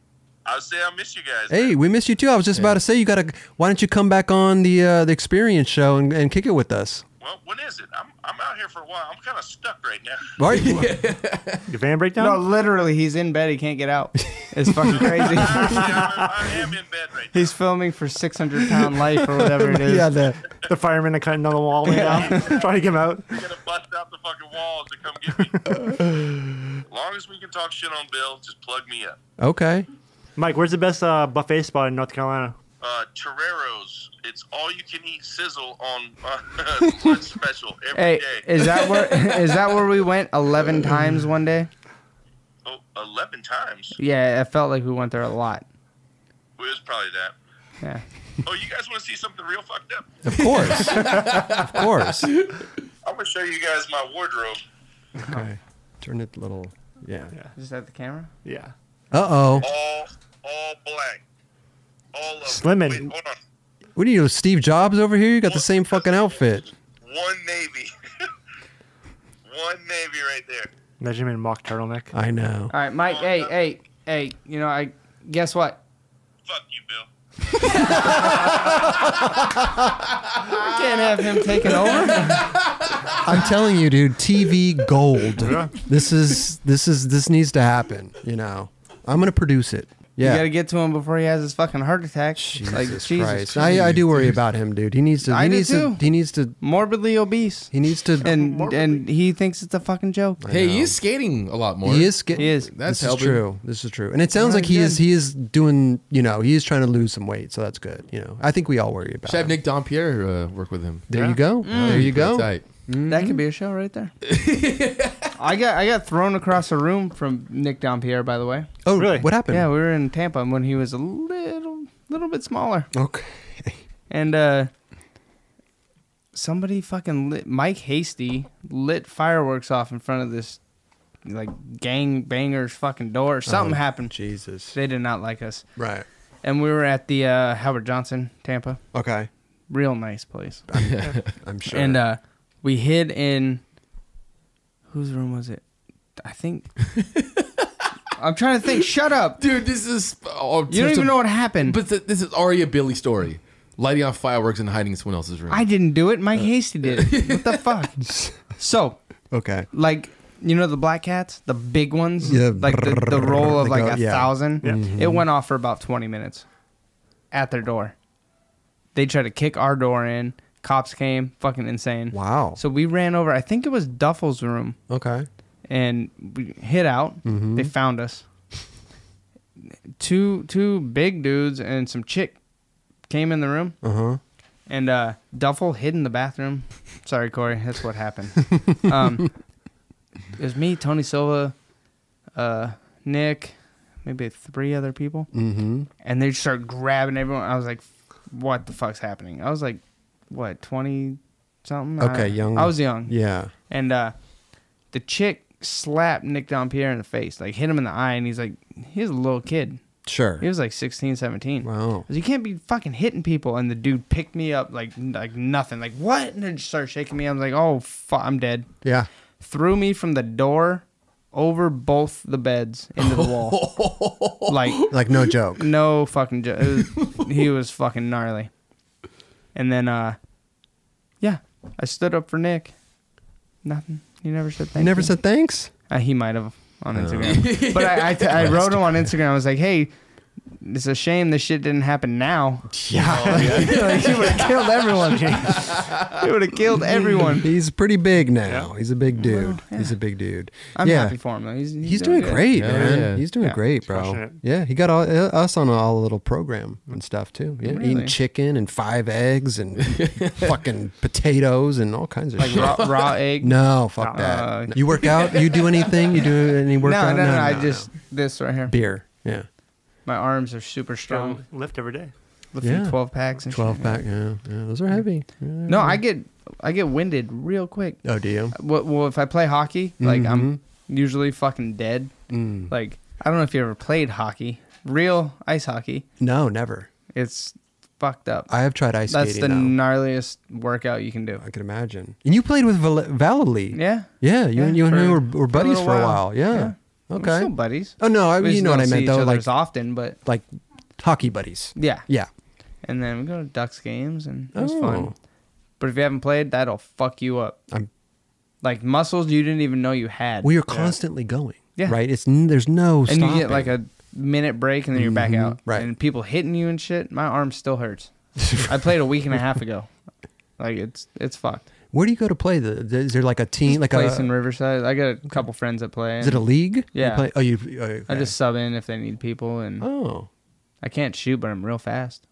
I'll say I miss you guys.
Hey, we missed you too. I was just about to say you gotta. Why don't you come back on the uh, the experience show and, and kick it with us?
Well, when is it? I'm, I'm out here for a while. I'm kind of stuck right now.
Are you-
Your van breakdown?
No, literally, he's in bed. He can't get out. It's fucking crazy.
Honestly, I'm, I am in bed right now.
He's filming for 600 pound life or whatever it is.
yeah, the,
The firemen are cutting down the wall right now. Trying to get him out.
I'm gonna bust out the fucking walls to come get me. as long as we can talk shit on Bill, just plug me up.
okay.
Mike, where's the best uh, buffet spot in North Carolina?
Uh, Toreros, it's all you can eat sizzle on uh, lunch special every
Hey,
day.
is that where is that where we went 11 times one day?
oh, 11 times.
Yeah, it felt like we went there a lot.
It was probably that.
Yeah.
Oh, you guys want to see something real fucked up?
Of course. of course.
I'm gonna show you guys my wardrobe.
Okay. Turn it a little. Yeah.
Is that the camera?
Yeah.
Uh oh.
All, all black. All of
Slim
it.
it.
Wait, hold on.
What are you, Steve Jobs over here? You got the same fucking outfit.
One navy. One navy right there.
Measurement mock turtleneck.
I know.
All right, Mike. Hey, hey, hey. You know, I guess what?
Fuck you, Bill.
I can't have him taking over.
I'm telling you, dude. TV gold. This is this is this needs to happen. You know. I'm gonna produce it.
You got
Yeah.
to get to him before he has his fucking heart attack.
Jesus
like Jesus,
Christ. I, I do worry about him, dude. He needs to. He
I do
needs
too.
to. He needs to.
morbidly obese,
He needs to.
and and he thinks it's a fucking joke.
Hey, he is skating a lot more.
he is. Getting,
He is.
That's
That's
this
helping.
is true. This is true. And it sounds
Yeah,
like he
he
is.
did.
He is doing. You know. He is trying to lose some weight. So that's good. You know. I think we all worry about.
Should I have
him.
Nick Dompierre uh, work with him?
Mm.
There you go. There you
Pretty
go.
tight.
That could be a show right there. I got I got thrown across the room from Nick Dompierre, by the way.
Oh,
Really?
what happened?
Yeah, we were in Tampa when he was a little little bit smaller.
Okay.
And uh somebody fucking lit Mike Hasty lit fireworks off in front of this like gang bangers fucking door.
Oh.
Something happened.
Jesus.
They did not like us.
Right.
And we were at the uh Howard Johnson, Tampa.
Okay.
Real nice place.
I'm sure.
And uh we hid in whose room was it? I think I'm trying to think. Shut up.
dude. This is oh,
You don't even know what happened.
But th- this is already a Billy story. Lighting off fireworks and hiding in someone else's room.
I didn't do it.
Uh,
Mike Hasty did. it. What the fuck? So,
okay.
like, you know the black cats, the big ones,
Yeah.
like the, the roll of
They
like
go-
a
yeah. Mm-hmm.
thousand.
Yeah.
It went off for about twenty minutes at their door. They tried to kick our door in. Cops came. Fucking insane.
Wow.
So we ran over. I think it was Duffel's room,
Okay.
and we hid out.
Mm-hmm.
They found us. two two big dudes and some chick came in the room.
Uh huh.
And uh, Duffel hid in the bathroom. Sorry, Corey. That's what happened. um, it was me, Tony Silva, uh, Nick, maybe three other people.
Mm-hmm.
And they just started grabbing everyone. I was like, what the fuck's happening? I was like, what, 20 something? I-
Okay, young.
I was young.
Yeah.
And uh, the chick slapped Nick Dompierre in the face, like hit him in the eye. And he's like, he's a little kid.
Sure.
He was like 16, 17.
Wow.
Cause you can't be fucking hitting people. And the dude picked me up like like nothing. Like what? And then just started shaking me. I was like, oh fuck, I'm dead.
Yeah.
Threw me from the door over both the beds into the wall. like
Like no joke.
no fucking. Jo- it was- he was fucking gnarly. And then uh, yeah, I stood up for Nick. Nothing. He never said
You
thank
never
you.
said thanks.
Uh, he might have on Instagram. but I, I, t- I wrote him on Instagram. I was like, hey, it's a shame this shit didn't happen now.
Yeah.
like, he would have killed everyone. he would have killed everyone.
He's pretty big now. He's a big dude. He's a big dude.
I'm
yeah.
happy for him though. He's, he's,
He's doing
good.
great,
Yeah,
man.
yeah.
He's doing
Yeah.
great,
Crushing
bro.
it.
Yeah, he got all, uh, us on all a little program and stuff too. Yeah, eating
Really?
chicken and five eggs and fucking potatoes and all kinds of
Like
shit.
raw, raw egg.
no, fuck that.
Uh,
No. you work out? You do anything? You do any
no, no,
workout?
no, I just this right here.
beer. Yeah,
My arms are super strong.
Strong lift every day.
Lifting
Yeah.
twelve packs and
twelve
shit.
pack. Yeah, yeah, those are heavy. Yeah.
No, I get I get winded real quick.
Oh, do you?
Well, well if I play hockey, like I'm
Mm-hmm.
usually fucking dead.
Mm.
Like I don't know if you ever played hockey, real ice hockey.
No, never. it's
It's fucked up.
I have tried ice
That's the
skating. now.
gnarliest workout you can do.
I can imagine. And you played with Val- Valley.
Yeah.
yeah. You,
Yeah,
and you and
for-
me were,
for
were
a
buddies
little
for a
while.
while. Yeah.
We're
Okay.
still buddies.
Oh no, I,
We
you
just
know what
don't
I
see
meant
each
though,
other
like
as often, but
like hockey buddies.
yeah.
Yeah.
And then we go to Ducks games and it's
Oh.
fun. But if you haven't played, that'll fuck you up.
I'm-
like muscles you didn't even know you had.
We are constantly going.
Yeah.
Right? It's n- there's no
and
stopping.
you get like a minute break and then you're
Mm-hmm.
back out.
right.
And people hitting you and shit. My arm still hurts. I played a week and a half ago. Like it's it's fucked.
Where do you go to play? The, the- is there like a team like
Place
a
in Riverside. I got a couple friends that play.
Is it a league?
Yeah.
You play, oh, you oh, okay.
I just sub in if they need people and
Oh.
I can't shoot, but I'm real fast.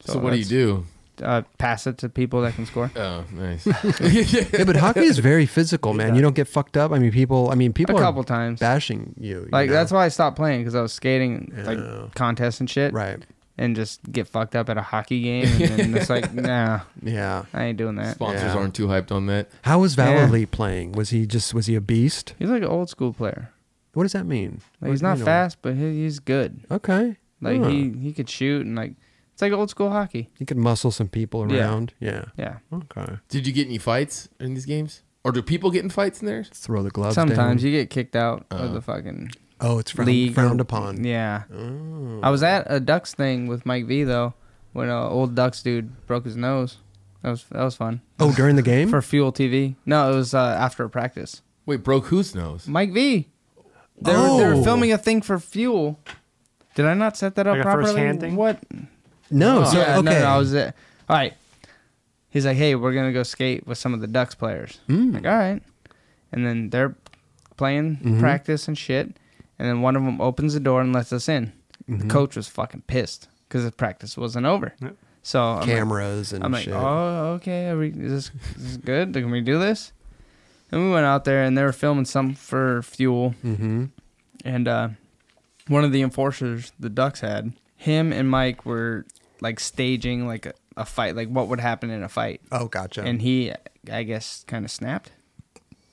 so what do you do?
do? Uh, pass it to people that can score.
Oh, nice.
Yeah, but hockey is very physical, man. You don't get fucked up. I mean, people I mean, people
a
are
couple times.
bashing you. you
Like
know?
that's why I stopped playing because I was skating
Yeah.
like contests and shit,
Right.
And just get fucked up at a hockey game, and then it's like, nah,
Yeah.
I ain't doing that.
Sponsors
Yeah.
aren't too hyped on that.
How was
Yeah.
Valley playing? Was he just was he a beast?
He's like an old school player.
What does that mean?
Like,
What
he's
do you
not
know?
fast, but he, he's good.
Okay.
Like
Huh.
he he could shoot, and like it's like old school hockey.
you could muscle some people
Yeah.
around. Yeah.
Yeah.
Okay.
Did you get any fights in these games, or do people get in fights in theirs?
Throw the gloves
Sometimes
down.
you get kicked out of the fucking
oh, it's frowned,
league. or-
frowned upon.
Yeah.
oh,
I was at a Ducks thing with Mike V though, when an old Ducks dude broke his nose. That was that was fun
Oh, during the game?
for Fuel TV. No, it was uh, after a practice.
Wait, broke whose nose?
Mike V. They were, they
Oh.
were filming a thing for Fuel. Did I not set that up
Like a
properly?
first-hand thing?
What?
no, Oh, so
Oh, yeah,
okay.
no, no, I was at, all right. He's like, hey, we're gonna go skate with some of the Ducks players.
Mm.
I'm Like, all right. And then they're playing
Mm-hmm.
practice and shit. And then one of
Mm-hmm.
them opens the door and lets us in. The coach was fucking pissed because the practice wasn't over. So I'm like-
cameras and
I'm like,
shit.
oh, okay. Are we, is this, is this good? Can we do this? And we went out there and they were filming something for fuel. Mm-hmm. And uh, one of the enforcers the Ducks had, him and Mike were like staging like a, a fight, like what would happen in a fight.
oh, gotcha.
And he, I guess, kind of snapped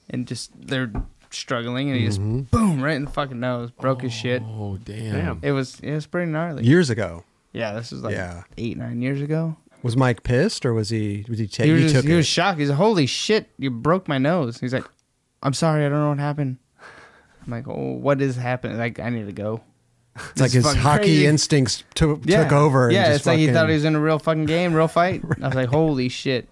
and just they're struggling and he
Mm-hmm.
just boom right in the fucking nose, broke his shit.
Oh damn.
Damn.
It was it was pretty gnarly.
Years ago,
yeah, this was like
Yeah.
eight nine years ago.
was Mike pissed or was he? Was he? Ta-
he
he
was, just-
took
he
it.
was shocked. He's like, "Holy shit, you broke my nose." He's like, "I'm sorry, I don't know what happened." I'm like, "Oh, what is happening? Like, I need to go."
it's like his
fucking
hockey
crazy.
instincts to- took over. And
Yeah,
just
it's like he thought he
fucking-
was in a real fucking game, real fight. I was like, "Holy shit."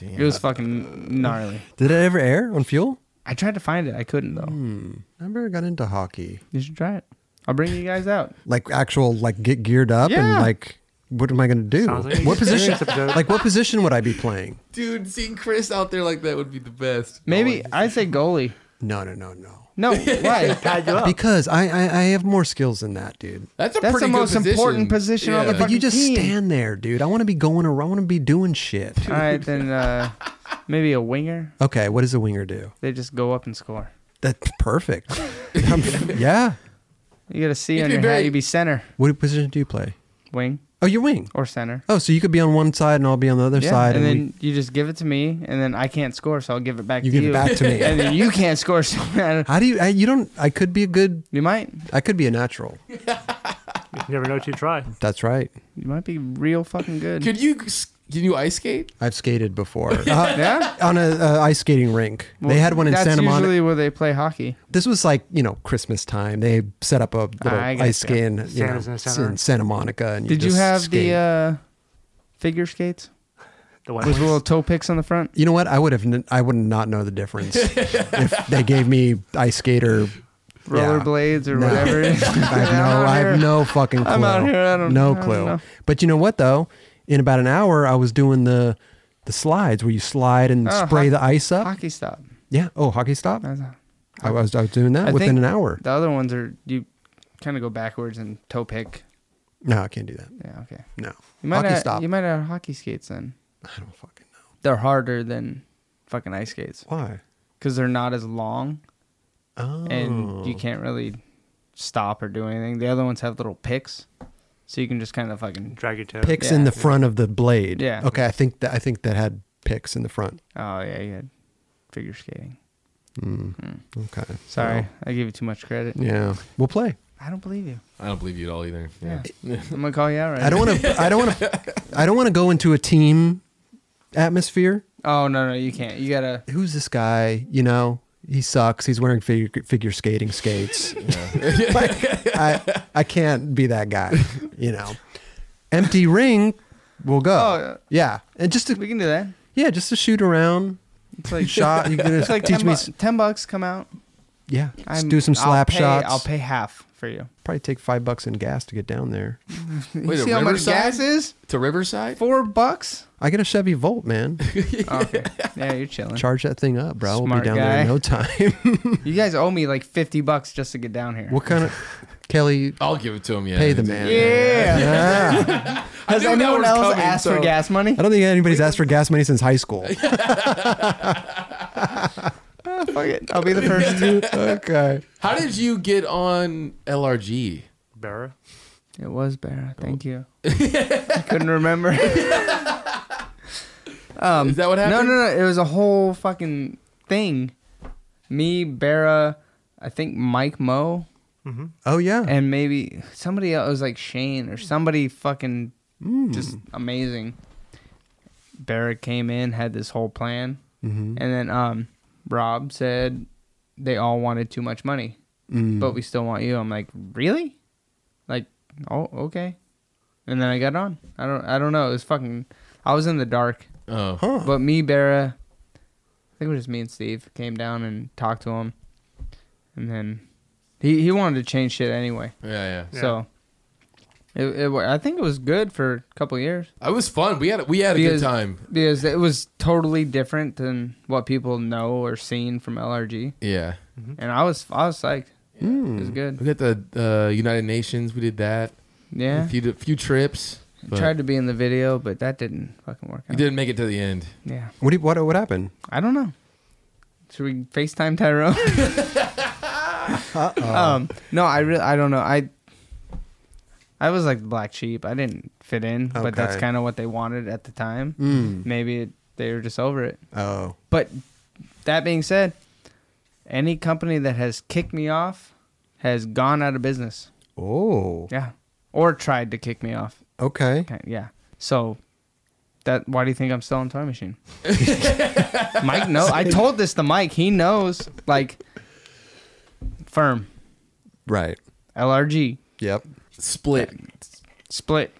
It was fucking gnarly.
Did it ever air on Fuel?
I tried to find it. I couldn't though.
Hmm. I never got into hockey.
You should try it. I'll bring you guys out.
Like actual, like get geared up and
Yeah.
like, what am I going to do?
Sounds like an
what position?
experience episode.
like what position would I be playing?
Dude, seeing Chris out there like that would be the best.
Maybe I'd say goalie.
No, no, no, no.
No, why?
Tied you up.
Because I, I, I have more skills than that, dude.
That's a
That's
pretty
the
good
most important position on the
But you
Fucking
just
team.
stand there, dude. I want to be going around. I want to be doing shit.
All right, then uh, maybe a winger.
Okay, what does a winger do?
They just go up and score.
That's perfect. I'm- yeah.
You got to see
You'd
on
be
your
very-
hat. You'd be center,
What position do you play?
wing,
Oh, you're wing.
or center.
Oh, so you could be on one side and I'll be on the other
Yeah,
side,
and
and,
then you just give it to me, and then I can't score, so I'll give it back
we, you
to
give
you.
it back to me.
and then you can't score, so I don't-
How do you? I, you don't. I could be a good.
you might
I could be a natural.
You never know till you try.
That's right.
you might be real fucking good.
Could you can you ice skate?
I've skated before uh,
yeah,
on a uh, ice skating rink.
Well,
they had one in
that's
Santa Monica.
usually where they play hockey.
This was like you know Christmas time. They set up a little
I
ice
gotcha.
skating you
Santa's
know,
in the center.
in Santa Monica. And
Did you
just
have
skate.
the uh, figure skates
The white
with
ones.
little toe picks on the front?
You know what? I would have. N- I would not know the difference if they gave me ice skater.
Rollerblades or
No.
whatever.
I have no. I have no fucking clue.
I'm out here, I don't-
no
I don't
clue.
know.
But you know what though? In about an hour, I was doing the the slides where you slide and
Oh,
spray
hoc-
the ice up.
Hockey stop.
Yeah. Oh, hockey stop.
That's a-
I was I was doing that
Uh, I
within
think
an hour.
The other ones are you kind of go backwards and toe pick.
No, I can't do that.
Yeah, okay.
No.
You might
hockey
have,
stop.
You might have hockey skates then.
I don't fucking know
They're harder than fucking ice skates
why.
because they're not as long
Oh.
and you can't really stop or do anything. The other ones have little picks, so you can just kind of fucking.
Drag your toe.
picks in
Yeah.
the front of the blade.
Yeah.
Okay, I think that I think that had picks in the front.
Oh yeah, you had figure skating.
Okay.
Sorry, I gave you too much credit.
Well, Oh. yeah. We'll play.
I don't believe you.
I don't believe you at all either.
Yeah, I'm gonna call you out right.
I don't want to. I don't want to. I don't want to go into a team atmosphere.
Oh no, no, you can't. You gotta.
Who's this guy? You know, he sucks. He's wearing figure, figure skating skates. Like, I I can't be that guy. You know, empty ring. We'll go.
Oh,
yeah. and just
We
to,
can do that.
yeah, just to shoot around.
It's like
Shot. You can
It's like
teach
10,
me.
bucks- 10 bucks. Come out.
Yeah, just
I'm-
do some
I'll
slap
pay-
shots.
I'll pay half for you.
Probably take five bucks in gas to get down there.
You
Wait, a
see how much
Riverside?
gas is?
To Riverside?
Four bucks. Oh,
I get a Chevy Volt, man.
okay. Yeah, you're chilling.
Charge that thing up, bro. we'll be
Smart
down there in
guy.
no time.
you guys owe me like fifty bucks just to get down here.
what kind of Kelly?
I'll give it to him. Yeah,
Pay the man.
Yeah.
Yeah.
Has
knew that
anyone
was
else
coming,
asked for
so-
gas money?
I don't think anybody's asked for gas money since high school.
Fuck it. I'll be the first to.
okay.
How did you get on LRG?
Barra.
It was Barra. Thank you. I couldn't remember.
Is that what
No,
happened?
Um, no, no. It was a whole fucking thing. Me, Barra, I think Mike Moe,
Oh yeah.
and maybe somebody else it was like Shane or somebody fucking just amazing. Barrett came in, had this whole plan, and then um, Rob said they all wanted too much money, but we still want you. I'm like, really? Like, oh, okay. And then I got on. I don't, I don't know. It was fucking. I was in the dark,
Oh.
but me, Barra, I think it was just me and Steve came down and talked to him, and then he he wanted to change shit anyway.
Yeah, yeah.
Yeah.
So it, it wa- I think it was good for a couple of years
It was fun. We had we had a
Because-
good time.
because it was totally different than what people know or seen from LRG,
Yeah.
and I was I was psyched. It was good.
We got the uh, United Nations. We did that.
Yeah,
A few, a few trips.
I tried to be in the video, but that didn't fucking work
You
out.
didn't make it to the end.
Yeah.
What do you, what what happened?
I don't know. Should we FaceTime Tyrone? um, no, I really, I don't know. I, I was like the black sheep. I didn't fit in, but that's
Okay.
kind of what they wanted at the time. Maybe it, they were just over it.
Oh,
But that being said, any company that has kicked me off has gone out of business.
oh,
Yeah, or tried to kick me off.
okay.
Okay, yeah. So that why do you think I'm still on Toy Machine? Mike no I told this to Mike. He knows. Like firm.
Right.
LRG.
Yep.
Split.
Split.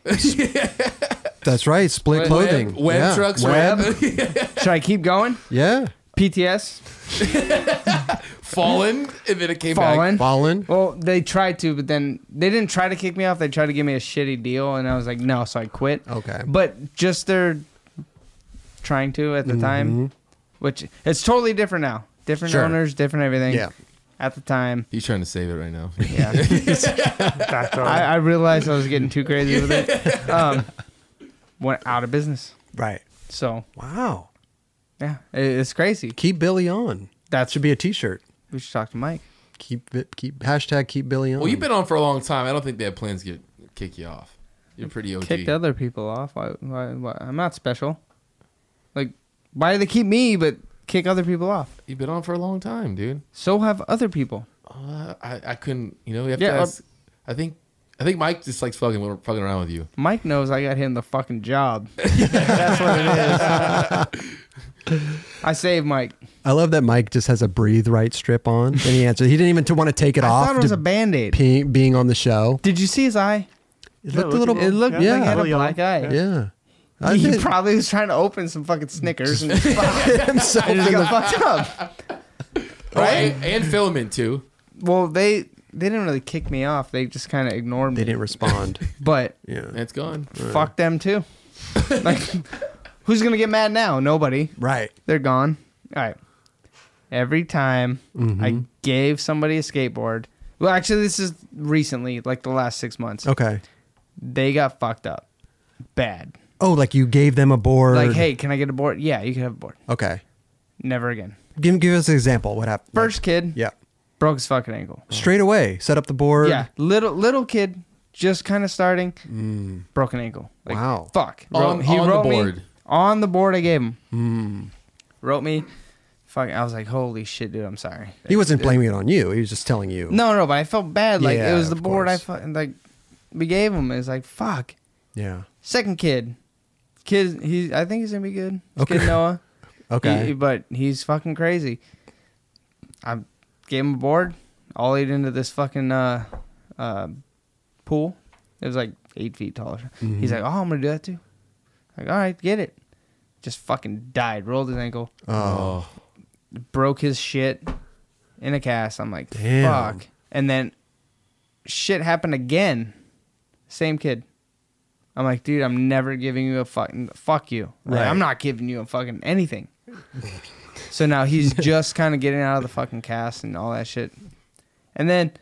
That's right. Split
Web-
clothing.
Web
yeah.
trucks.
Web.
Web.
Should I keep going?
Yeah.
PTS.
Fallen. And then it came back.
Fallen.
Fallen.
Well, they tried to, but then they didn't try to kick me off. They tried to give me a shitty deal, and I was like, no, so I quit.
Okay.
But just their trying to at the
Mm-hmm.
time, which it's totally different now. Different
Sure.
owners, different everything.
Yeah.
At the time,
He's trying to save it right now.
yeah.
That's all.
I, I realized I was getting too crazy with it. Um, went out of business.
Right.
So
Wow.
yeah, it, it's crazy.
Keep Billy on.
That
Should be a T-shirt.
we should talk to Mike.
Keep it- keep hashtag keep Billy on.
Well, you've been on for a long time. I don't think they have plans to get, kick you off. You're pretty
Oh,
OG.
Kicked other people off. Why, why, why? I'm not special. Like, why do they keep me but kick other people off?
You've been on for a long time, dude.
So have other people.
Uh, I, I couldn't. You know, you have
Yeah, uh,
to
I'm-
ask, I think I think Mike just likes fucking fucking around with you.
Mike knows I got him the fucking job.
That's what it
I saved Mike.
I love that Mike just has a breathe right strip on, and he answered. He didn't even want to take it
I
off.
thought it was
to
a band aid.
pe- being on the show.
Did you see his eye?
It
Yeah,
looked
it
a little.
looked-
It looked
yeah.
like he had a
Little
black
yellow.
eye.
yeah. I
He
think-
probably was trying to open some fucking Snickers and
himself
I
in
just
the-
got fucked up.
Right? and, and filament too.
Well, they they didn't really kick me off. They just kind of ignored
they
me.
didn't respond.
But
Yeah.
That's gone.
fuck them too. like, who's gonna get mad now? Nobody.
Right.
They're gone. All right. Every time
Mm-hmm.
I gave somebody a skateboard. Well, actually, this is recently, like the last six months.
Okay.
They got fucked up, bad.
Oh, like you gave them a board.
Like, hey, can I get a board? Yeah, you can have a board.
Okay.
Never again.
Give give us an example. What happened?
First kid,
Like, yeah.
broke his fucking ankle.
Straight away, set up the board.
Yeah, little little kid, just kind of starting, broken ankle. Like,
Mm. Wow.
fuck.
On- on the board.
me on the board. I gave him.
Mm.
Wrote me, fucking. I was like, holy shit, dude. I'm sorry.
He wasn't blaming it on you. He was just telling you.
No, no, but I felt bad. Like
Yeah,
it was the
of
board. I
course.
fucking like we gave him. It's like fuck.
Yeah.
Second kid, kid. He's. I think he's gonna be good. It's
Okay.
Kid Noah.
Okay.
He- but he's fucking crazy. I gave him a board, ollied into this fucking uh, uh, pool. It was like eight feet tall. He's
Mm-hmm.
like, oh, I'm gonna do that too. Like, all right, get it. Just fucking died. Rolled his ankle,
Oh,
broke his shit in a cast. I'm like,
Damn.
fuck. And then shit happened again. Same kid. I'm like, dude, I'm never giving you a fucking fuck you. Like,
Right.
I'm not giving you a fucking anything. so now he's just kind of getting out of the fucking cast and all that shit. And then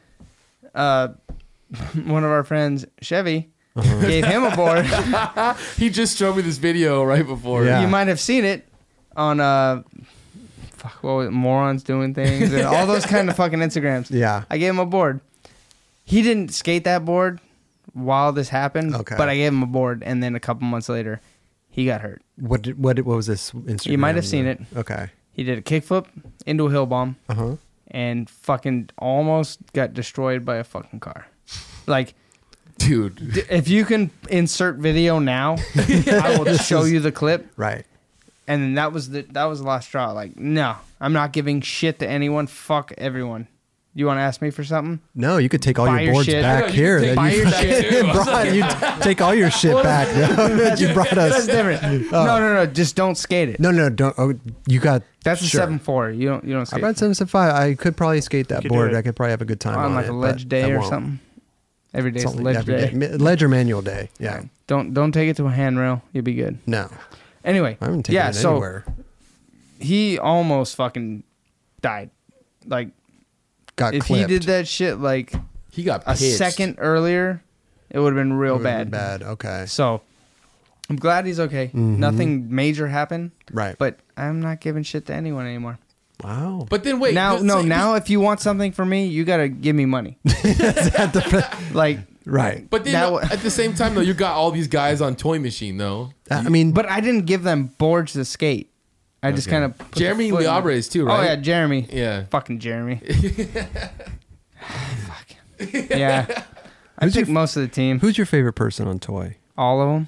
uh one of our friends, Chevy,
Uh-huh.
gave him a board.
he just showed me this video right before.
Yeah.
You might have seen it on uh fuck what was it, morons doing things and all those kind of fucking Instagrams.
Yeah.
I gave him a board. He didn't skate that board while this happened,
Okay.
but I gave him a board and then a couple months later he got hurt.
What did, what did- what was this Instagram?
You might have seen it.
Okay.
He did a kickflip into a hill bomb
Uh huh.
and fucking almost got destroyed by a fucking car. Like
dude.
d- if you can insert video now, I will show you the clip.
Right.
and then that was the that was the last straw. Like, no, I'm not giving shit to anyone. Fuck everyone. You want to ask me for something?
No, you could take all
Buy
your
your
boards
shit.
back
Yeah, you
here.
could take-
that
buy
you
your shit too.
brought. You t- take all your shit back. that you brought
That's
us.
different. No, no, no. Just don't skate it.
Oh. No, no, don't. Oh, you got.
That's
sure.
a seven four. You don't you don't
I
skate
brought seven seven five. I could probably skate that
could do
board.
it.
I could probably have a good time
on
on
like
it,
a
but
ledge
I
day or
won't.
something. Every day's
It's only
ledge
every
day.
day. Mi- Ledge or manual day. Yeah.
Don't don't take it to a handrail. You'll be good.
No,
Anyway,
I haven't taken
yeah.
it
so
anywhere.
he almost fucking died. Like
Got
if
clipped.
he did that shit like
He got
a
pissed.
second earlier, It would have been real
It would've been
bad.
Bad. Okay.
So I'm glad he's okay. Nothing major happened.
Mm-hmm. Right.
But I'm not giving shit to anyone anymore.
Wow.
But then wait.
now,
let's
no,
say-
now if you want something from me, you gotta give me money. like,
right.
But then
Now-
at the same time though, you got all these guys on Toy Machine though.
I I mean,
but I didn't give them boards to skate. I just kind of
Jeremy Liabres too, right?
Oh yeah, Jeremy.
Yeah.
Fucking Jeremy. Fuck. Yeah. I
Who's your
picked most of the team.
who's your favorite person on Toy?
All of them.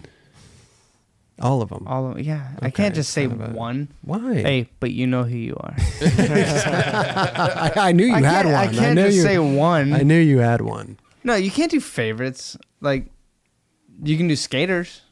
All of them.
All of Yeah. I can't just say
about it.
one.
Why?
Hey, but you know who you are.
I, I knew you
I
had
can't-
one.
I can't
knew
just
you,
say one.
I knew you had one.
No, you can't do favorites. Like you can do skaters,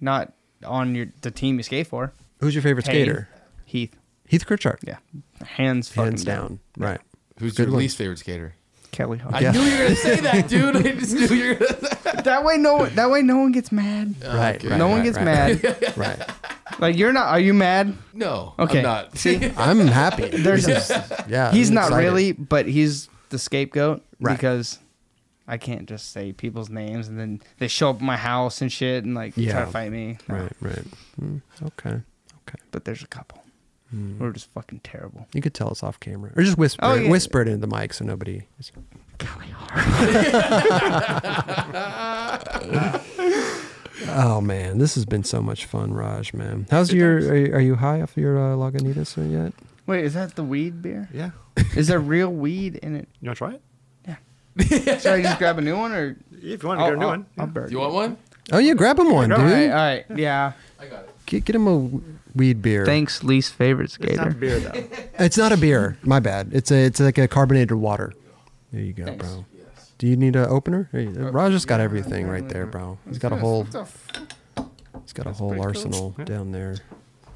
not on your the team you skate for.
Who's your favorite
Hayden,
skater?
Heath.
Heath Kirchart.
Yeah. Hands fucking
Hands
down.
down. Right.
Who's
Good
your
one.
least favorite skater?
Kelly Hart.
I knew you were gonna say that, dude. I just knew you were gonna say
that way no that way no one gets mad.
Right,
okay.
right.
no one
right,
gets
right,
mad.
Right. right.
Like you're not are you mad?
No.
Okay.
I'm not.
See?
I'm happy.
There's
This is- yeah.
he's
I'm
not
excited.
really, but he's the scapegoat
Right.
because I can't just say people's names and then they show up at my house and shit and like try
Yeah.
to fight me. No,
Right. Right. Mm, okay. Okay.
But there's a couple.
Hmm.
We're just fucking terrible.
You could tell us off camera, or just whisper,
Oh,
it-
yeah.
whisper it into the mic so nobody. oh man, this has been so much fun, Raj. Man, how's your? Are, you- are you high off your uh, Lagunitas yet?
Wait, is that the weed beer?
Yeah.
Is there real weed in it?
You want to try it?
Should I just grab a new one or
If you want to get a new one.
I'll burn.
You want one?
Oh yeah, grab him one,
No,
dude.
All right, all right, yeah.
I got it.
Get, get him a weed beer.
Thanks, least favorite
It's not
skater.
beer though.
It's not a beer. My bad. It's a. It's like a carbonated water. There you go,
Thanks.
bro. Do you need an opener? Hey,
Uh,
Raj has got everything right there, bro. He's got a whole. He's got a whole
pretty cool.
arsenal
Yeah.
down there.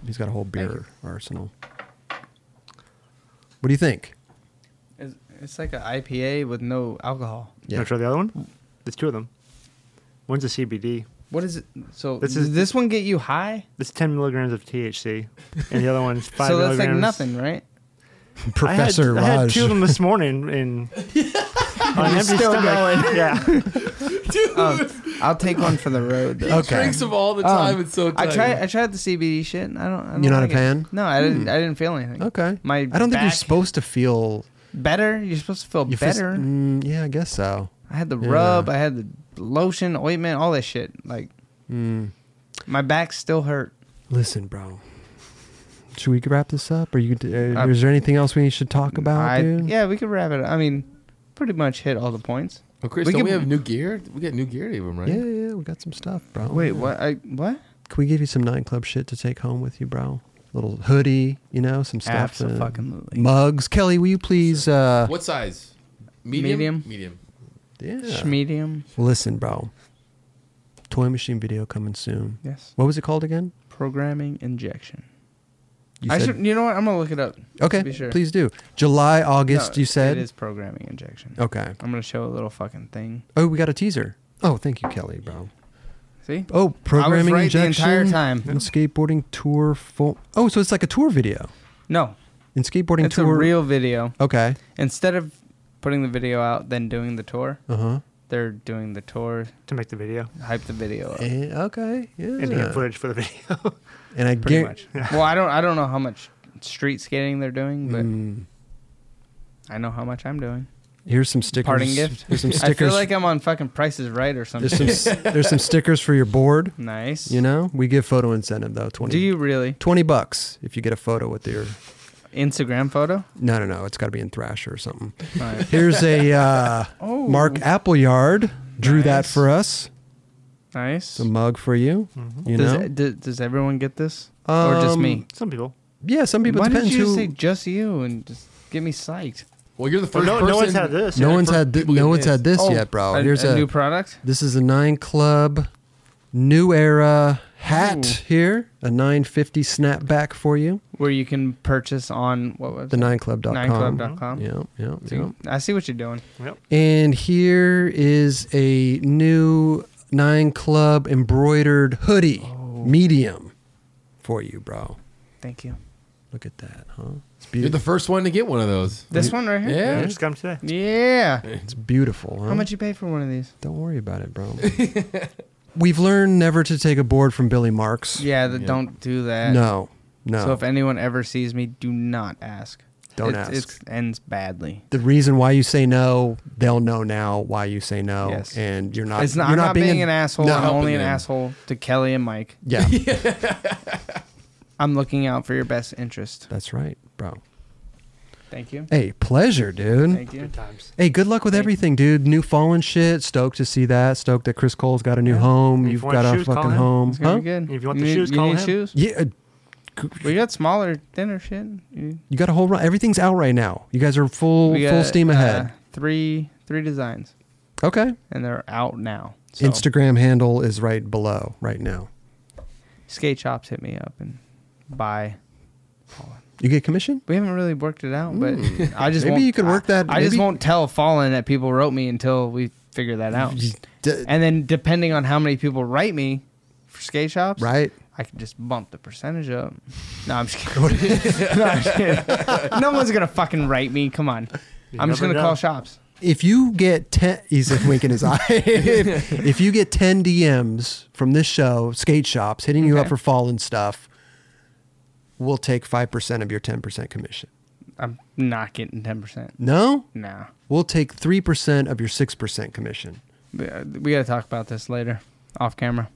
He's got a whole beer arsenal. What do you think?
It's, it's like an IPA with no alcohol.
Yeah.
You want to try the other one? There's two of them. One's a CBD.
What is it? So
This
this
is-
does this one get you high?
It's 10 milligrams of THC, and the other one's five
so that's
milligrams.
like nothing, right?
Professor
I had, I had
Raj.
two of them this morning in on an empty stomach. Yeah,
I'll take one for the road. though.
Okay.
Drinks them all the time.
Um,
it's so.
I
Tight.
tried. I tried the CBD shit. And I don't. I don't
You're not a
like it.
fan?
No, I
Hmm.
didn't. I didn't feel anything.
Okay.
My
I don't think you're
back-
supposed to feel
Better. You're supposed to feel
you feel-
better.
mm, yeah, I guess so.
I had the
Yeah.
rub. I had the lotion, ointment, all that shit. Like
Hmm.
my back still hurt.
Listen, bro. Should we wrap this up? Or you? Uh,
Uh,
is there anything else we should talk about,
I,
dude?
yeah, we could wrap it. up. I mean, pretty much hit all the points.
Oh, Chris,
We
we don't
can-
we have new gear? We got new gear to them, right?
Yeah, yeah, we got some stuff, bro.
Wait, what? I what?
Can we give you some nine club shit to take home with you, bro? Little hoodie, you know, some stuff. uh,
Abso-fucking-lutely.
Mugs. Kelly, will you please? Uh,
What size? Medium.
Medium.
Medium.
yeah.
Schmedium.
Listen, bro. Toy machine video coming soon.
Yes.
What was it called again?
Programming injection.
You
I
said-
should. You know what? I'm gonna look it up.
okay,
to be sure.
please do. July, August.
No,
you said.
it is programming injection.
Okay.
I'm gonna show a little fucking thing.
Oh, we got a teaser. Oh, thank you, Kelly, bro.
See?
Oh, programming
right the
injection.
entire time.
And skateboarding tour. Full. Oh, so it's like a tour video.
No,
And skateboarding
it's a
tour.
real video.
Okay.
Instead of putting the video out, then doing the tour,
Uh huh.
they're doing the tour,
to make the video
hype the video up.
Eh, okay. Yeah.
and to get footage for the video.
And I
Pretty
guar-
much.
well, I don't, I don't know how much street skating they're doing, but
Mm.
I know how much I'm doing.
Here's some stickers.
Parting gift.
Here's some stickers.
I feel like I'm on fucking Prices Right or something.
there's some s- there's some stickers for your board.
nice.
You know, we give photo incentive though. Twenty.
Do you really
20 bucks if you get a photo with your
Instagram photo?
no no no it's got to be in thrasher or something
All right.
here's a uh,
Oh.
mark appleyard drew that
Nice.
for us
Nice.
it's a mug for you you
Mm-hmm. does, e,
know
d- does everyone get this or just
Um,
me?
Some people.
yeah some people
Why did
depends
you
who
say just you and just get me psyched?
Well, you're the
Well,
first
no,
person.
no one's had this.
no
yet.
one's
for
had th-
people
no
who
one's
missed.
had this
Oh,
yet bro
a-
here's
a
a,
new product.
this is a nine club new era hat
Hmm.
here a 950 snapback for you
where you can purchase on what was
the
it?
nine club.com
nineclub.com.
yeah yeah,
So
yeah.
you- I see what you're doing.
Yep.
And here is a new Nine Club embroidered
Oh.
hoodie, medium, for you, bro.
Thank you.
Look at that, huh?
It's
You're the
beautiful.
first one to get one of those.
This one right here.
I
Yeah.
just got 'em today.
Yeah.
It's beautiful. Huh?
How much you pay for one of these?
Don't worry about it, bro. We've learned never to take a board from Billy Marks.
Yeah, the, don't do that.
No, no.
So if anyone ever sees me, do not ask.
Don't
It's-
ask.
It ends badly.
the reason why you say no, they'll know now why you say no,
Yes.
and you're not.
it's not,
Uh, You're
I'm not, being, an asshole.
No.
I'm only an
Helping them.
asshole to Kelly and Mike.
Yeah,
I'm looking out for your best interest.
that's right, bro.
Thank you.
Hey, pleasure, dude.
Thank you.
Hey, good luck with everything, dude. New fallen shit. Stoked to see that. Stoked that Chris Cole's got a new home.
If
You've
you
got
want
a
shoes, call
fucking
him.
home.
It's gonna be
Huh?
good.
If you want the
need-
shoes,
you
call
need
him.
shoes.
Yeah, uh,
We got smaller, thinner shit. You-
you got a whole run. Everything's out right now. You guys are full
we
full
got,
steam
uh,
ahead.
three three designs,
okay.
and they're out now. So
Instagram handle is right below right now.
skate shops hit me up and buy.
You get commission?
We haven't really worked it out, but I just
Hmm. Maybe
won't-
you could work that-
I, I just
maybe-
won't tell Fallen that people wrote me until we figure that out.
D-
And then depending on how many people write me for skate shops,
right?
I could just bump the percentage up. No, I'm just kidding. no, I'm just kidding. No one's gonna fucking write me. Come on. I'm just
never
gonna call
know.
shops.
If you get 10, he's winking his eye. if, if you get 10 DMs from this show, skate shops, hitting you up
Okay.
for fallen stuff, we'll take 5% of your 10% commission.
I'm not getting ten percent.
No?
No.
We'll take 3% of your 6% commission.
We uh, we gotta talk about this later, off camera.